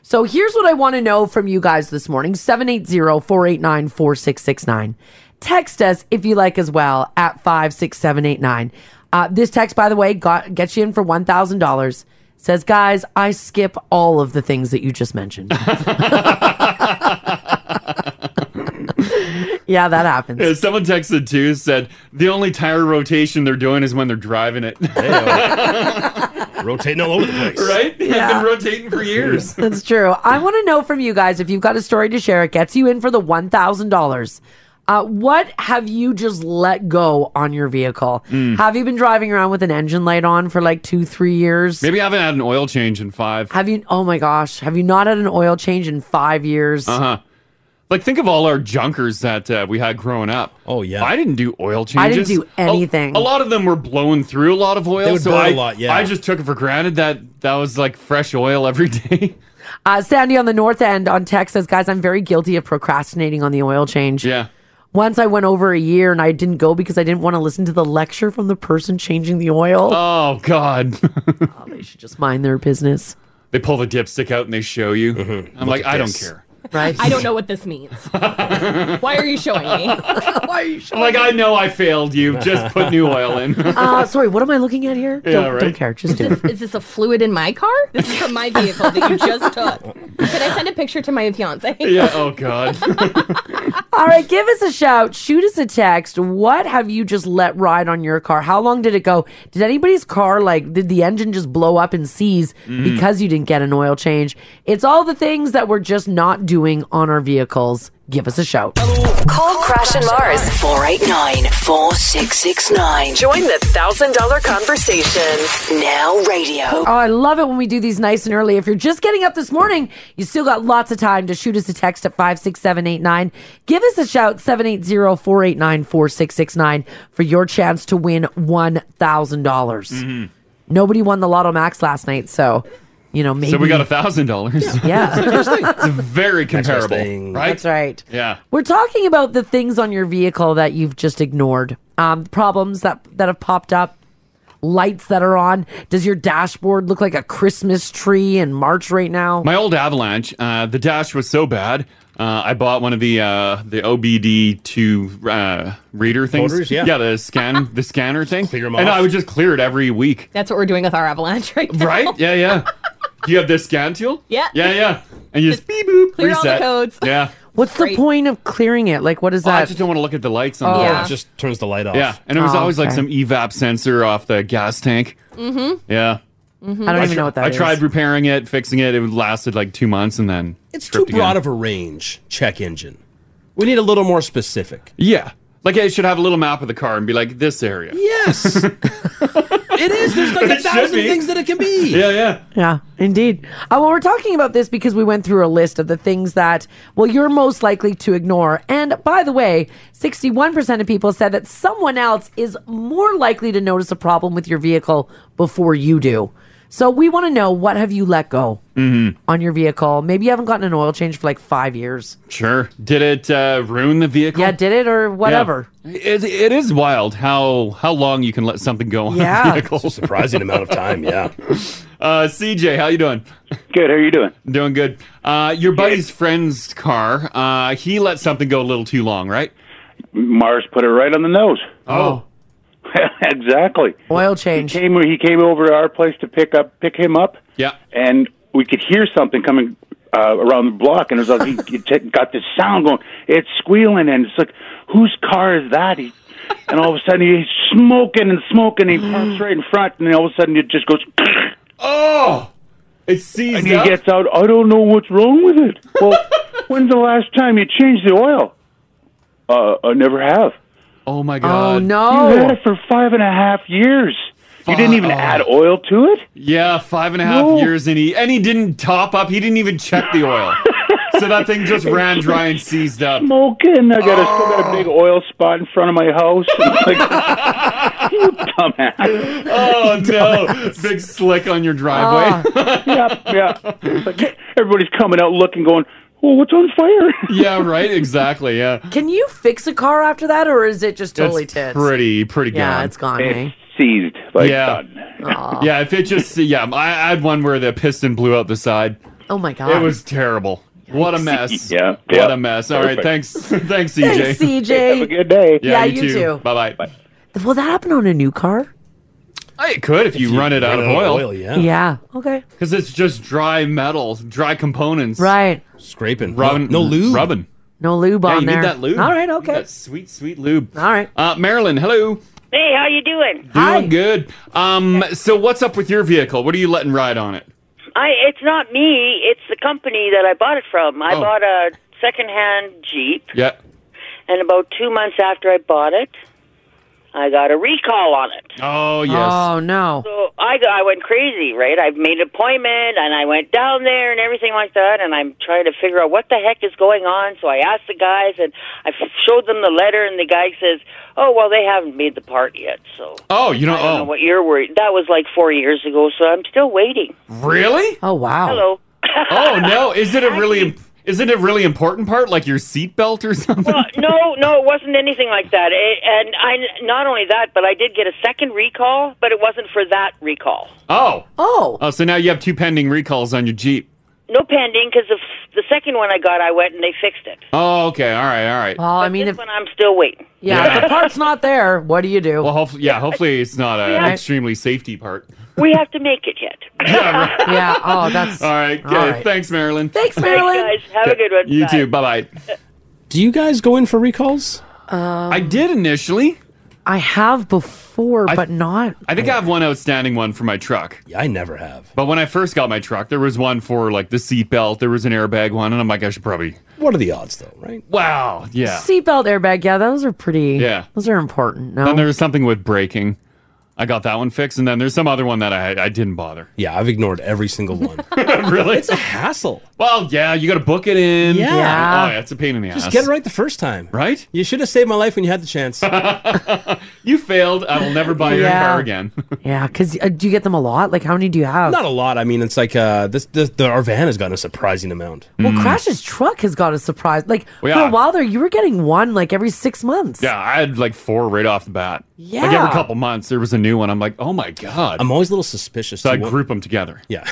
S8: So here's what I want to know from you guys this morning 780 489 4669. Text us if you like as well at 56789. Uh, this text, by the way, got, gets you in for $1,000. Says, guys, I skip all of the things that you just mentioned. yeah, that happens.
S4: Yeah, someone texted too, said the only tire rotation they're doing is when they're driving it.
S6: Rotating all over the place.
S4: Right? Yeah.
S8: Uh,
S4: I've been rotating for years.
S8: That's true. I want to know from you guys if you've got a story to share. It gets you in for the one thousand dollars. Uh, what have you just let go on your vehicle?
S4: Mm.
S8: Have you been driving around with an engine light on for like two, three years?
S4: Maybe I haven't had an oil change in five.
S8: Have you? Oh my gosh! Have you not had an oil change in five years?
S4: Uh huh. Like, think of all our junkers that uh, we had growing up. Oh, yeah. I didn't do oil changes.
S8: I didn't do anything.
S4: A, a lot of them were blowing through a lot of oil.
S8: They would
S4: so
S8: burn
S4: I,
S8: a lot, yeah.
S4: I just took it for granted that that was like fresh oil every day.
S8: Uh, Sandy on the north end on text says, "Guys, I'm very guilty of procrastinating on the oil change."
S4: Yeah.
S8: Once I went over a year and I didn't go because I didn't want to listen to the lecture from the person changing the oil.
S4: Oh, God.
S8: Oh, they should just mind their business.
S4: They pull the dipstick out and they show you. I'm
S8: Mm-hmm. Look
S4: like,
S8: at
S4: I don't
S8: this.
S4: care.
S8: Right.
S9: I don't know what this means. Why are you showing me?
S8: Why are you
S4: I'm like, I know I failed you. Just put new oil in.
S8: uh, sorry, what am I looking at here?
S4: Yeah,
S8: don't,
S4: right.
S8: don't care. Just do it.
S9: Is this a fluid in my car? This is from my vehicle that you just took. Can I send a picture to my fiance?
S4: yeah. Oh God.
S8: All right, give us a shout. Shoot us a text. What have you just let ride on your car? How long did it go? Did anybody's car, like, did the engine just blow up and seize
S10: Mm.
S8: because you didn't get an oil change? It's all the things that we're just not doing on our vehicles. Give us a shout.
S3: Call Crash and Mars 489 4669. Join the $1,000 conversation. Now
S8: Oh,
S3: radio.
S8: I love it when we do these nice and early. If you're just getting up this morning, you still got lots of time to shoot us a text at 56789. Give us a shout, 780-489-4669 for your chance to win $1,000. dollars
S4: Mm-hmm.
S8: Nobody won the Lotto Max last night, so, you know, maybe.
S4: So we got a thousand dollars.
S8: Yeah.
S4: It's very comparable,
S6: thing.
S4: right?
S8: That's right.
S4: Yeah.
S8: We're talking about the things on your vehicle that you've just ignored, um, problems that that have popped up, lights that are on. Does your dashboard look like a Christmas tree in March right now?
S4: My old Avalanche, uh, the dash was so bad. Uh, I bought one of the uh, the OBD two uh, reader things.
S6: Folders, yeah.
S4: the scan the scanner thing. Clear
S6: them
S4: and
S6: off.
S4: I would just clear it every week.
S9: That's what we're doing with our avalanche right now.
S4: Right? Yeah, yeah. Do you have this scan tool?
S9: Yeah.
S4: Yeah, yeah. And you just beep boop
S9: clear all
S4: reset.
S9: the codes.
S4: Yeah.
S8: What's the point of clearing it? Like, what is
S4: Oh, I
S8: that?
S4: just don't want to look at the lights on
S8: Oh.
S4: the
S8: Yeah.
S4: yeah.
S8: It
S6: just turns the light off.
S4: Yeah. And it was
S8: Oh,
S4: always like
S8: okay.
S4: some E evap sensor off the gas tank.
S9: Mm-hmm.
S4: Yeah.
S9: mm-hmm.
S4: tr- I tried repairing it, fixing it. It lasted like two months, and then
S6: It's too broad of a range. Check engine. We need a little more specific.
S4: Yeah, like it should have a little map of the car and be like this area.
S6: Yes. it is. There's like
S4: It
S6: a
S4: should
S6: thousand
S4: be.
S6: things that it can be.
S4: Yeah, yeah.
S8: Yeah, indeed. Uh, well, we're talking about this because we went through a list of the things that, well, you're most likely to ignore. And by the way, 61% of people said that someone else is more likely to notice a problem with your vehicle before you do. So we want to know what have you let go
S4: Mm-hmm.
S8: on your vehicle? Maybe you haven't gotten an oil change for like five years.
S4: Sure. Did it uh, ruin the vehicle?
S8: Yeah, did it or whatever?
S4: It, it is wild how how long you can let something go on
S8: Yeah.
S4: a vehicle.
S6: surprising amount of time. Yeah.
S4: Uh, CJ, how you doing?
S10: Good. How are you doing?
S4: Doing good. Uh, your buddy's friend's car. Uh, he let something go a little too long, right?
S10: Mars put it right on the nose.
S4: Oh.
S10: exactly.
S8: Oil change.
S10: He came, he came over to our place to pick up pick him up,
S4: Yeah.
S10: and we could hear something coming uh, around the block, and it was like he, he t- got this sound going. It's squealing, and it's like, whose car is that? He, and all of a sudden, he's smoking and smoking. And he parks right in front, and then all of a sudden, it just goes.
S4: Oh. It seized
S10: And he
S4: up.
S10: gets out. I don't know what's wrong with it. Well, when's the last time you changed the oil? Uh, I never have.
S4: oh my
S8: Oh,
S4: god.
S10: You had
S8: no.
S10: it for five and a half years. You didn't even add oil to it.
S4: Yeah, five and a half
S10: No.
S4: years, and he and he didn't top up. He didn't even check the oil, so that thing just ran dry and seized up.
S10: Smoking. I got a, still
S4: Oh.
S10: got a big oil spot in front of my house. like, you dumbass.
S4: Oh no! Big slick on your driveway.
S10: Yeah, yeah. Ah. It's Like, everybody's coming out looking, going, "Well, what's on fire?"
S4: yeah, right. Exactly. Yeah.
S8: Can you fix a car after that or is it just totally
S4: it's
S8: tits?
S4: pretty pretty
S8: yeah,
S4: gone.
S8: it's gone. eh?
S10: It's seized. Like,
S4: Yeah.
S10: done.
S4: Yeah, if it just yeah, I, I had one where the piston blew out the side.
S8: Oh my god.
S4: It was terrible. What a mess.
S10: Yeah,
S4: What
S10: yeah.
S4: a mess. All right, Thanks. Thanks, CJ.
S8: Thanks,
S10: Have a
S8: CJ.
S10: good day.
S8: Yeah, you too.
S4: Bye bye.
S8: Will that happen on a new car?
S4: It could if you, run it out of oil
S6: yeah.
S8: Yeah. Okay.
S4: because it's just dry metal, dry components.
S8: Right.
S6: Scraping.
S4: Rubbing.
S6: No, no lube.
S4: Rubbing.
S8: No lube
S4: Yeah,
S8: on
S4: you
S8: there.
S4: need that lube.
S8: All right.
S4: You need
S8: Okay.
S4: that sweet, sweet lube.
S8: All right.
S4: Uh, Marilyn, hello.
S11: Hey, how you doing?
S4: Doing
S8: Hi.
S4: good. Um, so what's up with your vehicle? What are you letting ride on it?
S11: I it's not me, it's the company that I bought it from. I
S4: Oh.
S11: bought a secondhand Jeep
S4: Yeah.
S11: and about 2 months after I bought it, I got a recall on it.
S4: Oh yes.
S8: Oh no.
S11: So I go- I went crazy, right? I made an appointment and I went down there and everything like that, and I'm trying to figure out what the heck is going on. So I asked the guys and I f- showed them the letter, and the guy says, "Oh well, they haven't made the part yet." So
S4: oh, you don't.
S11: I don't know
S4: Oh,
S11: what you're worried. That was like four years ago, so I'm still waiting.
S4: really?
S8: Oh wow.
S11: Hello.
S4: Oh no! Is it a really? Is it a really important part, like your seatbelt or something?
S11: Well, no, no, it wasn't anything like that. It, and I not only that, but I did get a second recall, but it wasn't for that recall.
S4: Oh,
S8: Oh.
S4: oh! So now you have two pending recalls on your Jeep.
S11: No pending because the, f- the second one I got, I went and they fixed it.
S4: Oh, okay. All right, all right.
S8: Well, Oh, I mean,
S11: this
S8: if
S11: one I'm still waiting.
S8: yeah, if the part's not there, what do you do?
S4: Well, hopefully, yeah. Hopefully, it's not a, an
S11: Yeah.
S4: extremely safety part.
S11: We have to make it yet.
S8: yeah. Oh, that's
S4: All right. Okay.
S8: All right.
S4: Thanks, Marilyn.
S8: Thanks, Marilyn.
S11: Guys, have a good one.
S4: You
S11: Bye.
S4: too. Bye bye.
S6: Do you guys go in for recalls?
S4: I did initially.
S8: Um, I have before,
S4: I-
S8: but not.
S4: I think I have one outstanding one for my truck.
S6: Yeah, I never have.
S4: But when I first got my truck, there was one for like the seatbelt. There was an airbag one, and I'm like, I should probably.
S6: What are the odds, though? Right?
S4: Wow. Yeah.
S8: Seatbelt airbag. Yeah, those are pretty.
S4: Yeah.
S8: Those are important. No.
S4: And there was something with braking. I got that one fixed, and then there's some other one that I I didn't bother.
S6: Yeah, I've ignored every single one.
S4: really?
S6: it's a hassle.
S4: Well, yeah, you got to book it in.
S6: Yeah.
S8: Yeah.
S4: Oh, yeah, it's a pain in the ass.
S6: Just get it right the first time.
S4: Right?
S6: You should have saved my life when you had the chance.
S4: You failed. I will never buy your
S8: Yeah.
S4: car again.
S8: yeah, because uh, do you get them a lot? Like, how many do you have?
S6: Not a lot. I mean, it's like uh, this, this the our van has gotten a surprising amount.
S8: well,
S4: Hmm.
S8: Crash's truck has got a surprise. Like
S4: Well,
S8: for
S4: yeah.
S8: a while there, you were getting one like every six months.
S4: yeah, I had like four right off the bat. Like every
S8: Yeah.
S4: couple months, there was a new one. I'm like, oh my God.
S6: I'm always a little suspicious.
S4: so I
S6: too. One-
S4: group them together. Hmm.
S6: Yeah.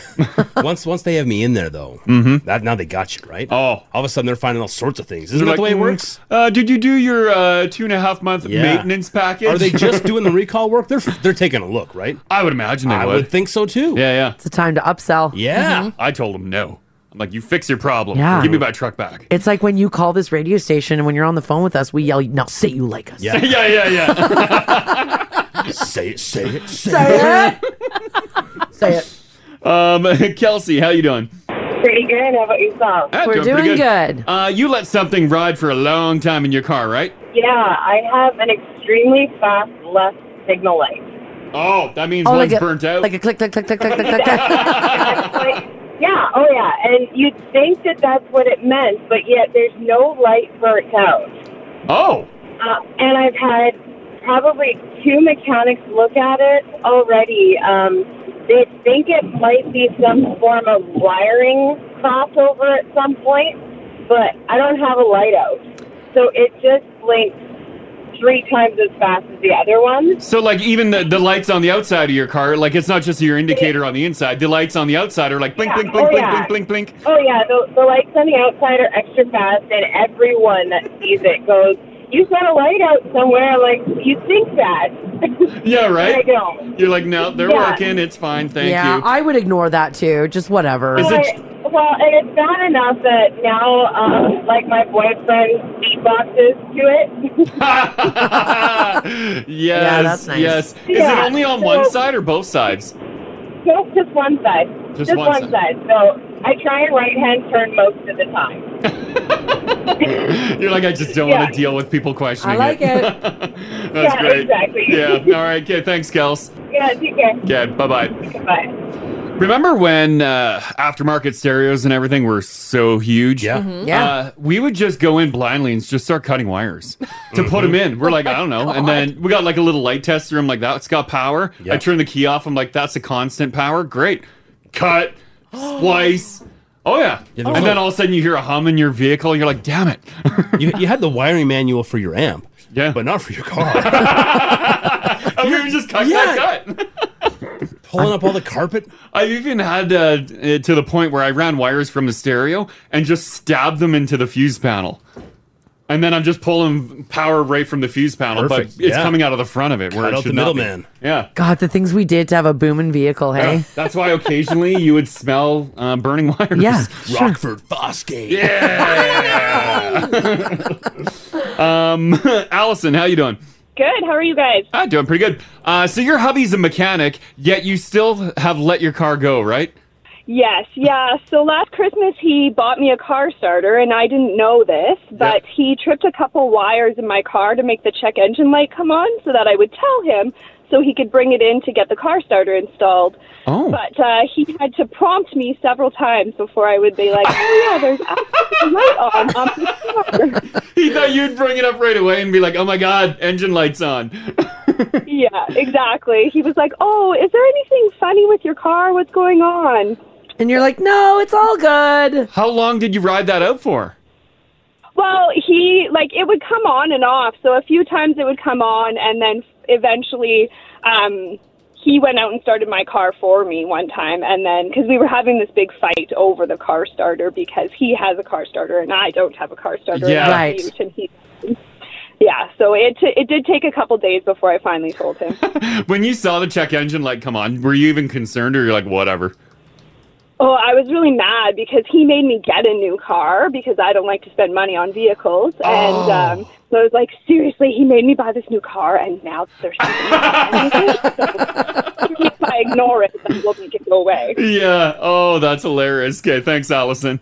S6: once once they have me in there though, mm-hmm. that now they got you right.
S4: Oh.
S6: all of a sudden they're finding all sorts of things. Isn't that
S4: They're
S6: the
S4: like,
S6: way it
S4: "Mm,
S6: works?
S4: Uh, did you do your uh, two and a half month
S6: Yeah.
S4: maintenance package?
S6: Are they just doing the recall work? They're they're taking a look, right?
S4: I would imagine they
S6: I
S4: would.
S6: would think so too.
S4: yeah, yeah.
S8: It's a time to upsell. Mm-hmm.
S6: Yeah.
S4: I told them no. I'm like, you fix your problem.
S8: Yeah.
S4: Give me my truck back.
S8: It's like when you call this radio station and when you're on the phone with us, we yell, "Now say you like us."
S6: Yeah.
S4: yeah, yeah, yeah.
S6: say it, say it, say it.
S8: Say it. say it.
S4: um, Kelsey, how you doing?
S11: Pretty good. How about yourself?
S4: Ah,
S8: We're
S4: pretty
S8: doing good.
S4: Uh, you let something ride for a long time in your car, right?
S11: Yeah, I have an extremely fast left signal light.
S4: Oh, that means one's
S8: like a,
S4: burnt out.
S8: Like a click, click, click, click, click, click, click. click.
S11: Yeah, oh yeah, and you'd think that that's what it meant, but yet there's no light burnt out.
S4: oh,
S11: Uh, and I've had probably two mechanics look at it already. Um,
S12: They think it might be some form of wiring crossover at some point, but I don't have a light out. So it just blinks three times as fast as the other one.
S4: So like even the, the lights on the outside of your car, like it's not just your indicator on the inside. The lights on the outside are like blink, blink, blink,
S12: oh,
S4: blink,
S12: yeah.
S4: blink, blink, blink.
S12: Oh, yeah, the, the lights on the outside are extra fast, and everyone that sees it goes, You've got a light out somewhere. I'm Like, you think that.
S4: Yeah, right.
S12: I don't.
S4: You're like, no, they're
S12: Yeah.
S4: working. It's fine. Thank
S8: yeah,
S4: you.
S8: I would ignore that too. Just whatever.
S12: Well, I- well, and it's bad enough that now, um, like, my boyfriend beatboxes to it.
S4: yes. Yes. Is it
S12: Yeah,
S4: only on one
S12: so-
S4: side or both sides?
S12: just, just one side.
S4: Just one
S12: one side. So I try and right hand turn most of the time.
S4: You're like, I just don't want to deal with people questioning
S12: it.
S4: That's
S12: Yeah,
S4: great.
S12: exactly.
S4: Yeah. All right. Okay. Thanks, Kels.
S12: yeah, take care.
S4: Okay. Bye bye.
S12: Goodbye.
S4: Remember when uh, aftermarket stereos and everything were so huge? Yeah.
S12: Mhm. Yeah.
S4: Uh, we would just go in blindly and just start cutting wires to put them in. We're like, I don't know. And then we got like a little light tester. I'm like, that's got power. I turn the key off. I'm like, that's a constant power. Great. Cut, splice. Oh, yeah.
S6: there was
S4: and
S6: no-
S4: then all of a sudden you hear a hum in your vehicle. And you're like, damn it.
S6: you, you had the wiring manual for your amp,
S4: yeah,
S6: but not for your car.
S4: we were just cut, cut, cut.
S6: Pulling up all the carpet.
S4: I even had uh, it to the point where I ran wires from the stereo and just stabbed them into the fuse panel. And then I'm just pulling power right from the fuse panel,
S6: Perfect,
S4: but it's
S6: yeah.
S4: coming out of the front of it where
S6: Cut
S4: it
S6: out
S4: should
S6: the
S4: not be.
S6: middleman.
S4: Yeah.
S8: God, the things we did to have a booming vehicle, hey?
S4: Yeah. That's why occasionally you would smell uh, burning wires.
S8: Yeah, sure.
S6: Rockford Fosgate.
S4: Yeah. um, Allison, how you doing?
S13: Good. How are you guys?
S4: I'm doing pretty good. Uh, so your hubby's a mechanic, yet you still have let your car go, right?
S13: Yes, yeah. So last Christmas, he bought me a car starter, and I didn't know this, but he tripped a couple wires in my car to make the check engine light come on so that I would tell him so he could bring it in to get the car starter installed.
S4: Oh.
S13: But uh, he had to prompt me several times before I would be like, oh, yeah, there's actually a light on. on the
S4: He thought you'd bring it up right away and be like, "Oh my God, engine lights on."
S13: yeah, exactly. He was like, "Oh, is there anything funny with your car? What's going on?"
S8: And you're like, "No, it's all good."
S4: How long did you ride that out for?
S13: Well, he like it would come on and off. So a few times it would come on, and then eventually, um, he went out and started my car for me one time, and then because we were having this big fight over the car starter because he has a car starter and I don't have a car starter.
S4: Yeah.
S13: and I
S4: Right.
S13: refuse, And he, yeah. So it t- it did take a couple days before I finally told him.
S4: When you saw the check engine light come on, were you even concerned, or you're like, "Whatever."
S13: Oh, I was really mad because he made me get a new car because I don't like to spend money on vehicles.
S4: Oh.
S13: And um, so I was like, seriously, he made me buy this new car and now there's something wrong with it? So, if I ignore it, then we'll make it go away.
S4: Yeah. Oh, that's hilarious. Okay, thanks, Allison.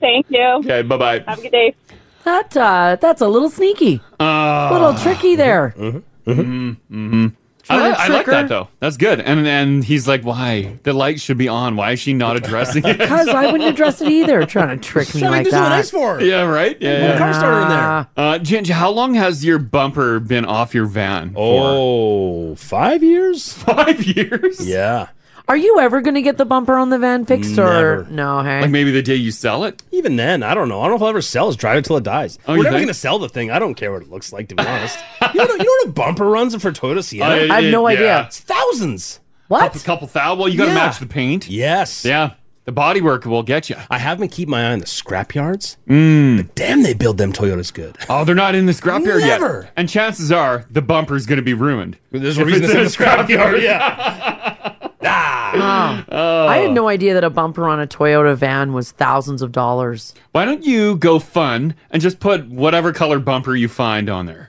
S13: Thank you.
S4: Okay, bye bye.
S13: Have a good day.
S8: That uh, that's a little sneaky,
S4: Uh,
S8: a
S6: Ah.
S8: little tricky there.
S6: Mm-hmm.
S4: Mm-hmm. I,
S8: Trying
S4: li-
S8: to
S4: I like
S8: trick her.
S4: that though. That's good. And and he's like, "Why the light should be on? Why is she not addressing it?"
S8: Because I wouldn't address it either. Trying to trick me
S4: Trying to
S8: like
S4: do something
S8: that.
S4: nice for her. Yeah, right. Yeah,
S8: Put a car starter in there.
S4: Uh, Ginger, how long has your bumper been off your van?
S6: Oh, five years.
S4: Five years.
S6: Yeah.
S8: Are you ever going to get the bumper on the van fixed or
S6: Never.
S8: no? Hey,
S4: Like maybe the day you sell it.
S6: Even then, I don't know. I don't know if I'll ever sell. Just drive it till it dies.
S4: Oh, you
S6: We're never
S4: think?
S6: going to sell the thing. I don't care what it looks like, to be honest. you, know, you know what a bumper runs for Toyota Sienna?
S4: I- I have no it- idea. Oh, yeah.
S6: It's thousands.
S8: What?
S4: Couple, couple thou. Well, you got to
S6: Yeah.
S4: match the paint.
S6: Yes.
S4: Yeah. The bodywork will get you.
S6: I have been keep my eye on the scrap yards.
S4: Mm.
S6: Damn, they build them Toyotas good.
S4: Oh, they're not in the scrapyard
S6: Never.
S4: yet. And chances are the bumper's going to be ruined.
S6: There's
S8: a reason it's in the scrapyard,
S6: Yeah.
S8: Wow. Oh.
S4: oh.
S8: I had no idea that a bumper on a Toyota van was thousands of dollars.
S4: Why don't you go fun and just put whatever color bumper you find on there?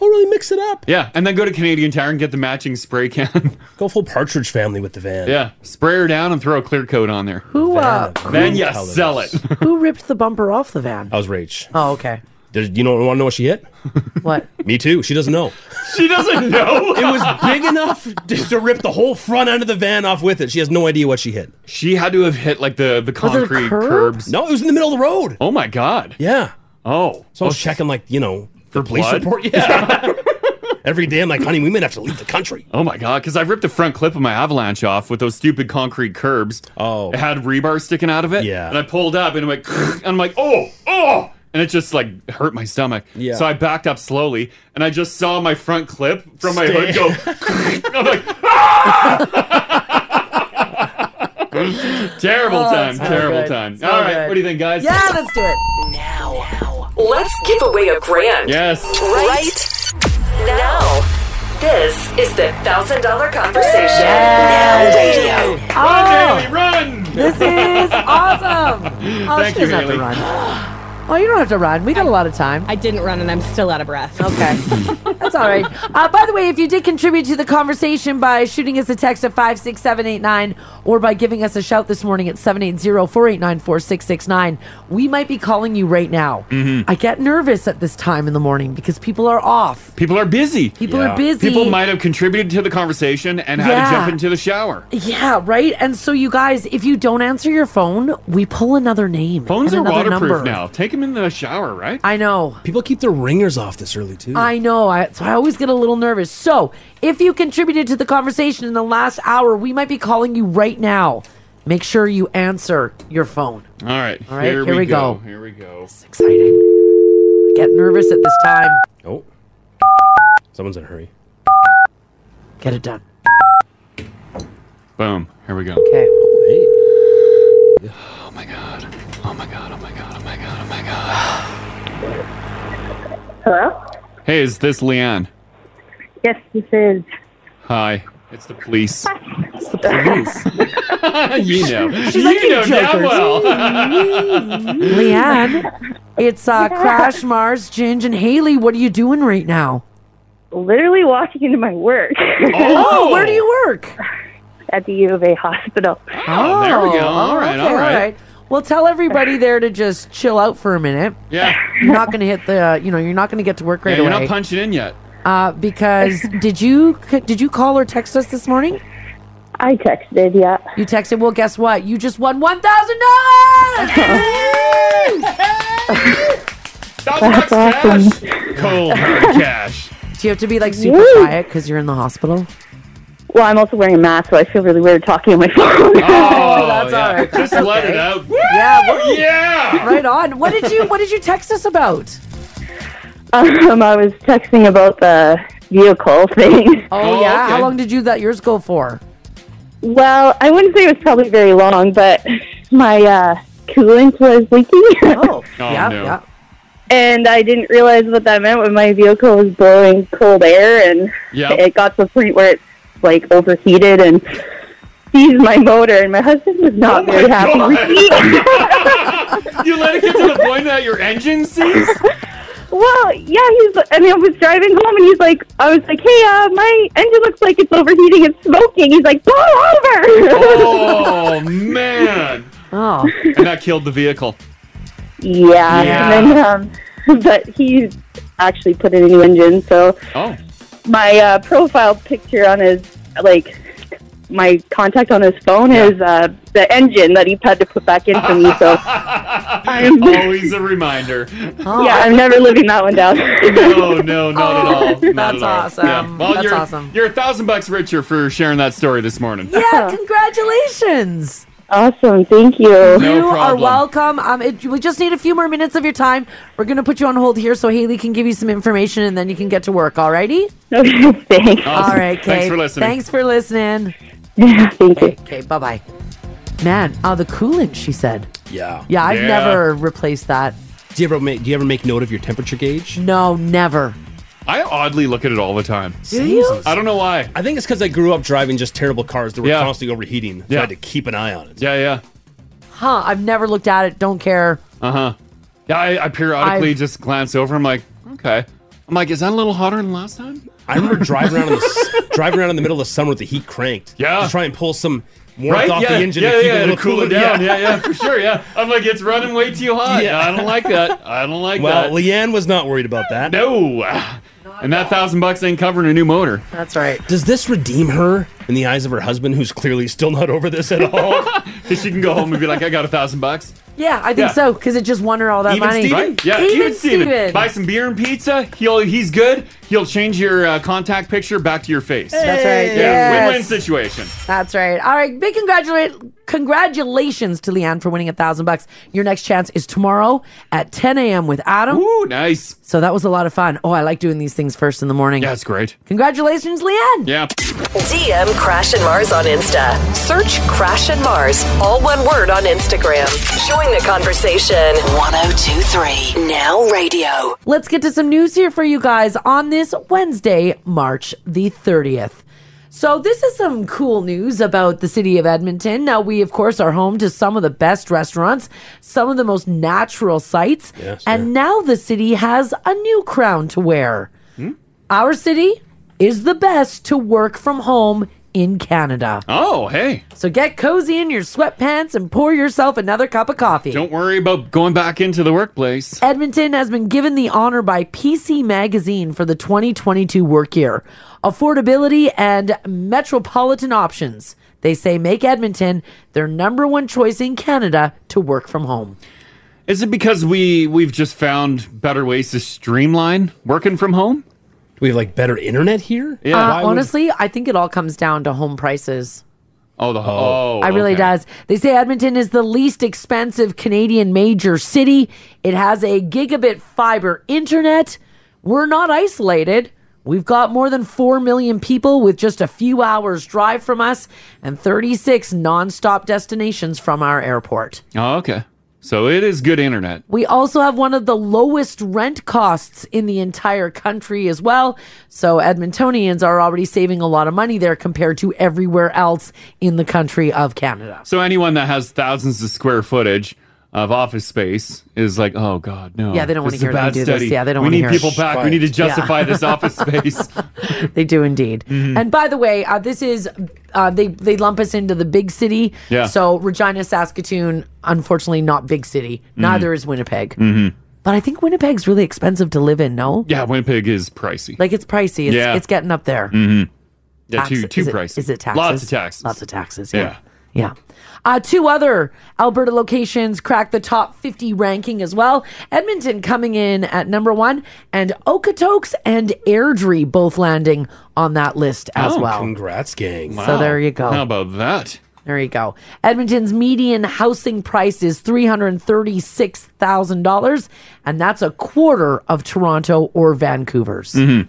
S6: I'll really mix it up.
S4: Yeah, and then go to Canadian Tire and get the matching spray can.
S6: Go full Partridge Family with the van.
S4: yeah, spray her down and throw a clear coat on there.
S8: Who uh,
S4: Then
S8: who-
S4: you sell it.
S8: who ripped the bumper off the van?
S6: I was rage.
S8: Oh, okay.
S6: There's, you don't want to know what she hit?
S8: What?
S6: Me too. She doesn't know.
S4: She doesn't know.
S6: it was big enough just to rip the whole front end of the van off with it. She has no idea what she hit.
S4: She had to have hit like the the
S6: Was it a
S4: concrete
S6: curb?
S4: curbs.
S6: No, it was in the middle of the road.
S4: Oh my god.
S6: Yeah.
S4: Oh.
S6: So I was checking like you know the
S4: For
S6: police
S4: blood?
S6: report. Yeah. every day. I'm like, honey, we might have to leave the country.
S4: Oh my god! Because I ripped the front clip of my Avalanche off with those stupid concrete curbs. Oh, it had rebar sticking out of it. Yeah, and I pulled up and it went, and I'm like, oh, oh, and it just like hurt my stomach.
S6: Yeah.
S4: So I backed up slowly, and I just saw my front clip from my hood go. terrible
S3: Oh,
S4: time,
S3: it's so
S4: terrible
S3: good.
S4: time.
S3: So
S4: All right,
S3: good.
S4: what do you think, guys?
S3: Yeah, let's do it. Now. Let's give away a grand.
S4: Yes.
S3: Right now. This is the $1,000 conversation. Now radio.
S8: Oh.
S4: run!
S8: This is awesome. Oh, she doesn't have to run. Oh, you don't have to run. We got a lot of time.
S9: I didn't run, and I'm still out of breath.
S8: Okay. That's all right. Uh, by the way, if you did contribute to the conversation by shooting us a text at 56789 or by giving us a shout this morning at 780-489-4669, we might be calling you right now.
S4: Mm-hmm.
S8: I get nervous at this time in the morning because people are off.
S4: People are busy.
S8: People are busy.
S4: People might have contributed to the conversation and had
S8: Yeah.
S4: to jump into the shower.
S8: Yeah, right. And so, you guys, if you don't answer your phone, we pull another name.
S4: Phones
S8: and
S4: are
S8: another
S4: waterproof
S8: number.
S4: now. Take them in the shower, right?
S8: I know.
S6: People keep their ringers off this early too.
S8: I know. I, so I always get a little nervous. So if you contributed to the conversation in the last hour, we might be calling you right now. Make sure you answer your phone.
S4: All right.
S8: All right, here we go.
S4: Here we go. It's
S8: exciting. I get nervous at this time.
S6: Oh. Someone's in a hurry.
S8: Get it done.
S4: Boom. Here we go.
S8: Okay.
S14: Hello?
S4: Hey, is this Leanne?
S14: Yes, this is.
S4: Hi. It's the police. It's the police. you know.
S8: She's
S4: you
S8: like, "You
S4: know damn
S8: jokers."
S4: well.
S8: Leanne, it's uh, Crash, Mars, Ginge, and Haley. What are you doing right now?
S14: Literally walking into my work.
S8: Oh, where do you work?
S14: At the U of A hospital.
S4: Oh, there we go. All right, all right.
S8: Well, tell everybody there to just chill out for a minute.
S4: Yeah.
S8: You're not going to hit the, uh, you know, you're not going to get to work right
S4: yeah, you're
S8: away.
S4: not punching in yet.
S8: uh, because did you did you call or text us this morning?
S14: I texted, yeah.
S8: You texted. Well, guess what? You just won one thousand dollars.
S4: That's awesome. Cold hard cash.
S8: Do you have to be like super
S14: Woo.
S8: quiet because you're in the hospital?
S14: Well, I'm also wearing a mask, so I feel really weird talking on my phone.
S4: Oh, that's all right. Just let it out.
S8: Yeah,
S4: woo. yeah.
S8: Right on. What did you What did you text us about?
S14: um, I was texting about the vehicle thing.
S8: Oh, yeah. How long did you let yours go for?
S14: Well, I wouldn't say it was probably very long, but my uh, coolant was leaking. Oh,
S8: yeah, yeah.
S14: And I didn't realize what that meant when my vehicle was blowing cold air, and
S4: Yeah.
S14: it got to the point where it's like overheated and seized my motor. And my husband was not
S4: Oh my
S14: very happy with me.
S4: God. you let it get to the point that your engine sees?
S14: Well, yeah, he's. I mean, I was driving home, and he's like, I was like, hey, uh, my engine looks like it's overheating and smoking. He's like, pull over.
S4: Oh man.
S8: Oh.
S4: And that killed the vehicle.
S14: Yeah. And then, um, but he actually put in a new engine. So
S4: Oh.
S14: my uh, profile picture on his, like, my contact on his phone is uh, the engine that he had to put back in for me. So
S4: Always a reminder.
S8: Oh.
S14: yeah, I'm never living that one down.
S4: No, no, not at all. Not
S14: Oh, That's
S4: at all.
S14: awesome.
S4: Well,
S14: That's
S4: you're,
S14: awesome.
S4: You're a thousand bucks richer for sharing that story this morning.
S8: Yeah, congratulations.
S14: Oh, Awesome. Thank you.
S8: You are
S4: problem.
S8: welcome. Um, it, we just need a few more minutes of your time. We're going to put you on hold here so Haley can give you some information and then you can get to work. All righty?
S14: Okay, thanks.
S8: All
S14: Awesome.
S8: right, Kate.
S14: Thanks for listening.
S8: Thanks for listening.
S14: Yeah, thank you.
S8: Okay, bye bye. Man, oh, the coolant, she said.
S6: Yeah.
S8: Yeah, I've never replaced that.
S6: Do you ever make Do you ever make note of your temperature gauge?
S8: No, never.
S4: I oddly look at it all the time.
S8: Do you?
S4: I don't know why.
S6: I think it's because I grew up driving just terrible cars that were
S4: Yeah.
S6: constantly overheating. So
S4: Yeah.
S6: I had to keep an eye on it.
S4: Yeah, yeah.
S8: Huh, I've never looked at it. Don't care.
S4: Uh huh. Yeah, I, I periodically
S8: I've-
S4: just glance over. I'm like, okay. I'm like, is that a little hotter than last time?
S6: I remember driving around in the s- driving around in the middle of summer with the heat cranked. Yeah. To try and pull some warmth
S4: Right?
S6: off
S4: yeah,
S6: the engine
S4: yeah,
S6: to keep
S4: yeah,
S6: it a little
S4: cool
S6: cooler.
S4: it down. Yeah. yeah, for sure. Yeah, I'm like, it's running way too hot.
S6: Yeah.
S4: I don't like that. I don't like
S6: Well,
S4: that.
S6: Leanne was not worried about that.
S4: No. And that thousand bucks ain't covering a new motor.
S8: That's right.
S6: Does this redeem her in the eyes of her husband, who's clearly still not over this at all?
S4: Because she can go home and be like, I got a thousand bucks.
S8: Yeah, I think
S4: Yeah.
S8: so because it just won her all that money.
S4: Steven? Yeah, even, Steven. Buy some beer and pizza. He'll he's good. he'll change your uh, contact picture back to your face.
S8: That's right.
S4: Yeah,
S8: Yes.
S4: win-win situation.
S8: That's right. All right. Big congratulate congratulations to Leanne for winning a thousand bucks. Your next chance is tomorrow at 10 a.m. with Adam.
S4: Ooh, nice.
S8: So that was a lot of fun. Oh, I like doing these things first in the morning. Yeah,
S4: that's great.
S8: Congratulations, Leanne.
S4: Yeah.
S3: DM Crash and Mars on Insta. Search Crash and Mars, all one word on Instagram. Join the conversation. 1023 Now Radio.
S8: Let's get to some news here for you guys on this Wednesday, March the 30th. So, this is some cool news about the city of Edmonton. Now, we, of course, are home to some of the best restaurants, some of the most natural sites.
S6: Yes,
S8: and now the city has a new crown to wear.
S4: Hmm?
S8: Our city is the best to work from home in Canada.
S4: Oh, hey.
S8: So, get cozy in your sweatpants and pour yourself another cup of coffee.
S4: Don't worry about going back into the workplace.
S8: Edmonton has been given the honor by PC Magazine for the 2022 work year. Affordability and metropolitan options, they say, make Edmonton their number one choice in Canada to work from home.
S4: Is it because we we've just found better ways to streamline working from home? Do
S6: we have like better internet here?
S8: Uh, honestly, I think it all comes down to home prices.
S4: Oh, the oh,
S8: I really
S4: okay.
S8: does. They say Edmonton is the least expensive Canadian major city. It has a gigabit fiber internet. We're not isolated. We've got more than 4 million people with just a few hours drive from us and 36 nonstop destinations from our airport.
S4: Oh, okay. So it is good internet.
S8: We also have one of the lowest rent costs in the entire country as well. So Edmontonians are already saving a lot of money there compared to everywhere else in the country of Canada.
S4: So anyone that has thousands of square footage of office space is like, oh god, no.
S8: Yeah, they don't wanna
S4: This is a
S8: hear them
S4: bad
S8: do this.
S4: study.
S8: Yeah, they don't
S4: We
S8: wanna
S4: need
S8: hear it.
S4: people back. We
S8: Quiet.
S4: need to
S8: Yeah.
S4: justify this office space. Mm-hmm.
S8: They do indeed. And by the way, uh, this is uh, they they lump us into the big city.
S4: Yeah.
S8: So Regina, Saskatoon, unfortunately not big city. Neither is Winnipeg.
S4: Mm-hmm.
S8: But I think Winnipeg's really expensive to live in. No,
S4: Yeah, Winnipeg is pricey.
S8: like it's pricey. It's,
S4: Yeah.
S8: it's getting up there.
S4: Mm-hmm. Yeah, too
S8: Taxes-
S4: too
S8: is it-
S4: pricey.
S8: is it taxes?
S4: Lots of taxes.
S8: Lots of taxes.
S4: yeah.
S8: Yeah. Uh, two other Alberta locations cracked the top 50 ranking as well. Edmonton coming in at number one, and Okotoks and Airdrie both landing on that list as
S6: Oh,
S8: well.
S6: Congrats, gang.
S8: So there you go.
S4: How about that?
S8: There you go. Edmonton's median housing price is $336,000, and that's a quarter of Toronto or Vancouver's.
S4: Mhm.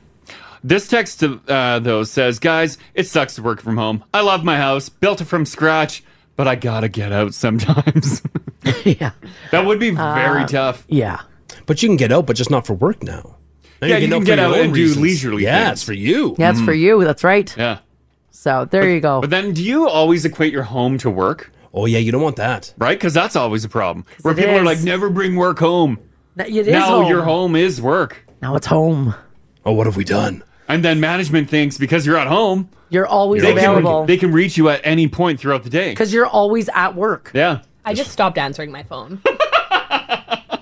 S4: This text uh, though says, guys, it sucks to work from home. I love my house, built it from scratch, but I gotta get out sometimes.
S8: yeah,
S4: that would be very
S6: Uh,
S4: tough.
S8: Yeah.
S6: But you can get out, but just not for work now. Now
S4: Yeah, you
S6: out
S4: can
S6: for
S4: get
S6: your
S4: out
S6: own
S4: and do
S6: reasons.
S4: leisurely
S6: Yeah,
S4: things.
S6: it's for you. Mm.
S8: That's for you. That's right.
S4: Yeah.
S8: So there you go.
S4: But then, do you always equate your home to work?
S6: Oh yeah, you don't want that,
S4: right? Because that's always a problem. Where
S8: it
S4: people are
S8: is.
S4: like, "Never bring work home."
S8: That- it is
S4: now
S8: home.
S4: your home is work.
S8: Now it's home.
S6: Oh, what have we done?
S4: And then management thinks because you're at home,
S8: You're always
S4: they can-
S8: available.
S4: they can reach you at any point throughout the day.
S8: Because you're always at work.
S4: Yeah.
S9: I just stopped answering my phone.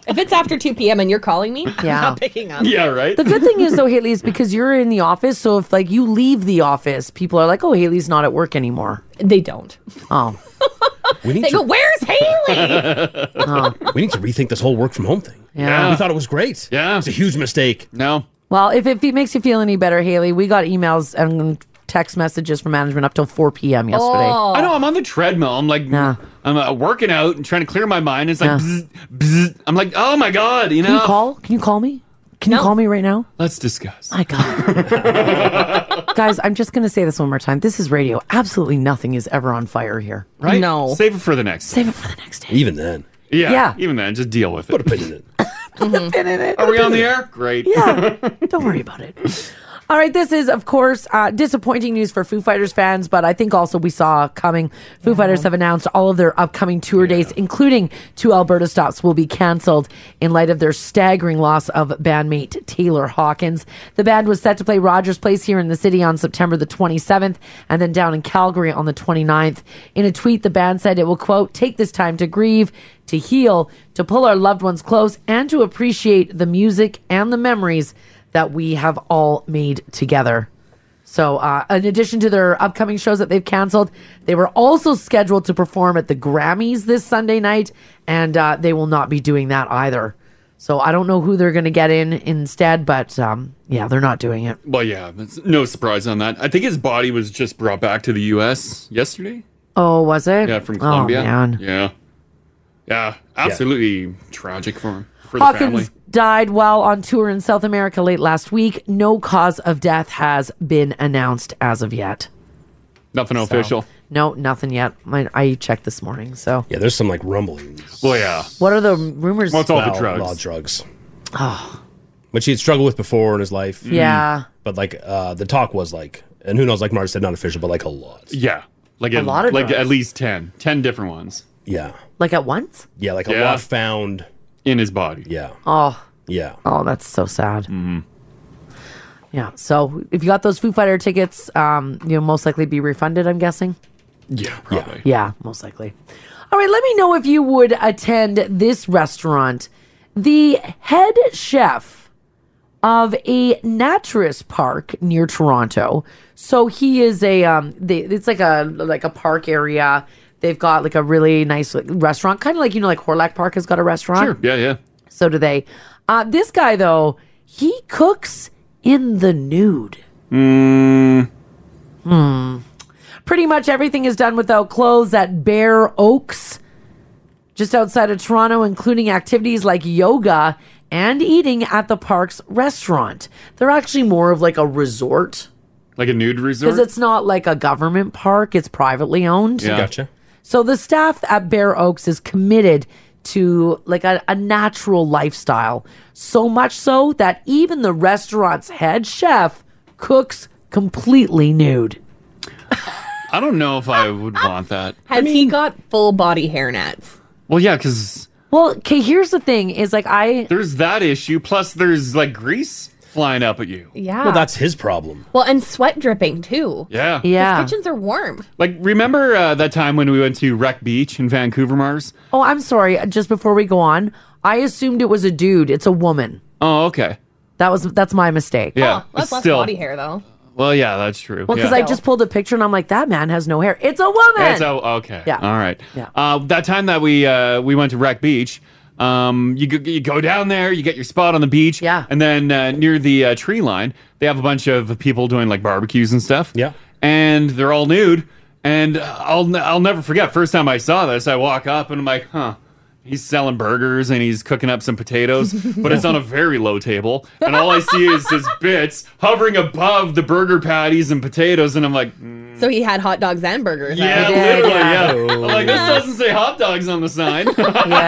S9: if it's after 2 p.m. and you're calling me, I'm
S8: Yeah.
S9: not picking up.
S4: right.
S8: The good thing is though, Haley, is because you're in the office. So if like you leave the office, people are like, "Oh, Haley's not at work anymore."
S9: They don't.
S8: Oh,
S6: We need
S9: They
S6: to.
S9: go, where's Haley?
S4: Oh.
S6: we need to rethink this whole work from home thing.
S8: Yeah.
S6: we thought it was great.
S4: Yeah,
S6: it's a huge mistake.
S4: No,
S8: well, if it, fe- makes you feel any better, Haley, we got emails and text messages from management up till 4 p.m. yesterday.
S6: Oh.
S4: I know I'm on the treadmill. I'm like, I'm uh, working out and trying to clear my mind. It's like, bzz, bzz. I'm like, oh my god, you know.
S8: Can you call? Can you call me? Can you call me right now?
S4: Let's discuss.
S8: My God. Guys, I'm just going to say this one more time. This is radio. Absolutely nothing is ever on fire here.
S4: Right? No. Save it for the next.
S8: Save it for the next day.
S6: Even then.
S4: Yeah.
S8: Yeah.
S4: Even then, just deal with it. Put
S6: a pin in it.
S4: Are we on the air? Great.
S8: Yeah. Don't worry about it. All right, this is, of course, uh, disappointing news for Foo Fighters fans, but I think also we saw coming. Foo Fighters have announced all of their upcoming tour dates, including two Alberta stops, will be canceled in light of their staggering loss of bandmate Taylor Hawkins. The band was set to play Rogers Place here in the city on September the 27th and then down in Calgary on the 29th. In a tweet, the band said it will, quote, take this time to grieve, to heal, to pull our loved ones close, and to appreciate the music and the memories that we have all made together. So, uh, in addition to their upcoming shows that they've canceled, they were also scheduled to perform at the Grammys this Sunday night, and uh, they will not be doing that either. So I don't know who they're going to get in instead, but um, yeah, they're not doing it.
S4: Well, yeah, that's no surprise on that. I think his body was just brought back to the U.S. yesterday.
S8: Oh, was it?
S4: Yeah, from Colombia.
S8: Oh, man.
S4: Yeah, yeah, absolutely tragic for him for the
S8: Hawkins
S4: family.
S8: died while on tour in South America late last week. No cause of death has been announced as of yet.
S4: Nothing
S8: So,
S4: official.
S8: No, nothing yet. I, I checked this morning. So
S6: Yeah, there's some like rumblings.
S4: Well, yeah.
S8: what are the rumors? Ah,
S6: Well, All drugs. Which he had struggled with before in his
S4: Mm.
S6: life.
S8: Yeah.
S6: But like uh, the talk was like, and who knows, like Martin said, not official, but like a lot.
S4: Yeah, like
S6: A
S4: at-
S6: lot of
S4: like
S6: drugs.
S4: at least 10. 10 different ones.
S6: Yeah,
S8: like at once?
S6: Yeah, like a lot found
S4: in his body.
S6: Yeah,
S8: Oh,
S6: yeah.
S8: Oh, that's so sad.
S4: Mm-hmm.
S8: yeah. So if you got those Foo Fighter tickets, um, you'll most likely be refunded. I'm guessing.
S4: Yeah, probably.
S8: Yeah, most likely. All right, let me know if you would attend this restaurant. The head chef of a naturist park near Toronto. So he is a um they, it's like a like a park area. They've got like a really nice like, restaurant, kind of like you know like Horlack Park has got a restaurant.
S4: Sure. Yeah, yeah.
S8: So do they. Uh, this guy though, he cooks in the nude.
S4: Mm,
S8: Hmm. Pretty much everything is done without clothes at Bear Oaks, just outside of Toronto, including activities like yoga and eating at the park's restaurant. They're actually more of like a resort
S4: like a nude resort.
S8: because it's not like a government park, it's privately owned.
S4: Yeah. Gotcha.
S8: So the staff at Bear Oaks is committed to like a, a natural lifestyle, so much so that even the restaurant's head chef cooks completely nude.
S4: I don't know if I would want that.
S9: Has he got full body hairnets?
S4: Well, yeah, because
S8: Well, okay, here's the thing is like I
S4: there's that issue. Plus, there's like grease flying up at you.
S9: Yeah. Well, that's
S6: his problem.
S9: Well, and sweat dripping too.
S4: Yeah.
S9: His kitchens are warm.
S4: Like, remember uh, that time when we went to Wreck Beach in Vancouver, Mars?
S8: Oh, I'm sorry, just before we go on, I assumed it was a dude, it's a woman.
S4: Oh, okay.
S8: That was that's my mistake.
S4: Yeah. still.
S8: hair though.
S4: Well, yeah, that's true.
S8: Well, because
S4: yeah.
S8: I just pulled a picture and I'm like, that man has no hair. It's a woman.
S4: That's how- okay.
S8: Yeah.
S4: All right. Yeah. Uh, that time that we uh, we went to Wreck Beach, um, you go, you go down there, you get your spot on the beach, yeah, and then uh, near the uh, tree line, they have a bunch of people doing like barbecues and stuff. Yeah. And they're all nude, and I'll I'll never forget. First time I saw this, I walk up and I'm like, huh. He's selling burgers and he's cooking up some potatoes, but it's on a very low table. And all I see is his bits hovering above the burger patties and potatoes. And I'm like,
S9: So he had hot dogs and burgers.
S4: yeah, literally, yeah. I'm like, this doesn't say hot dogs on the sign.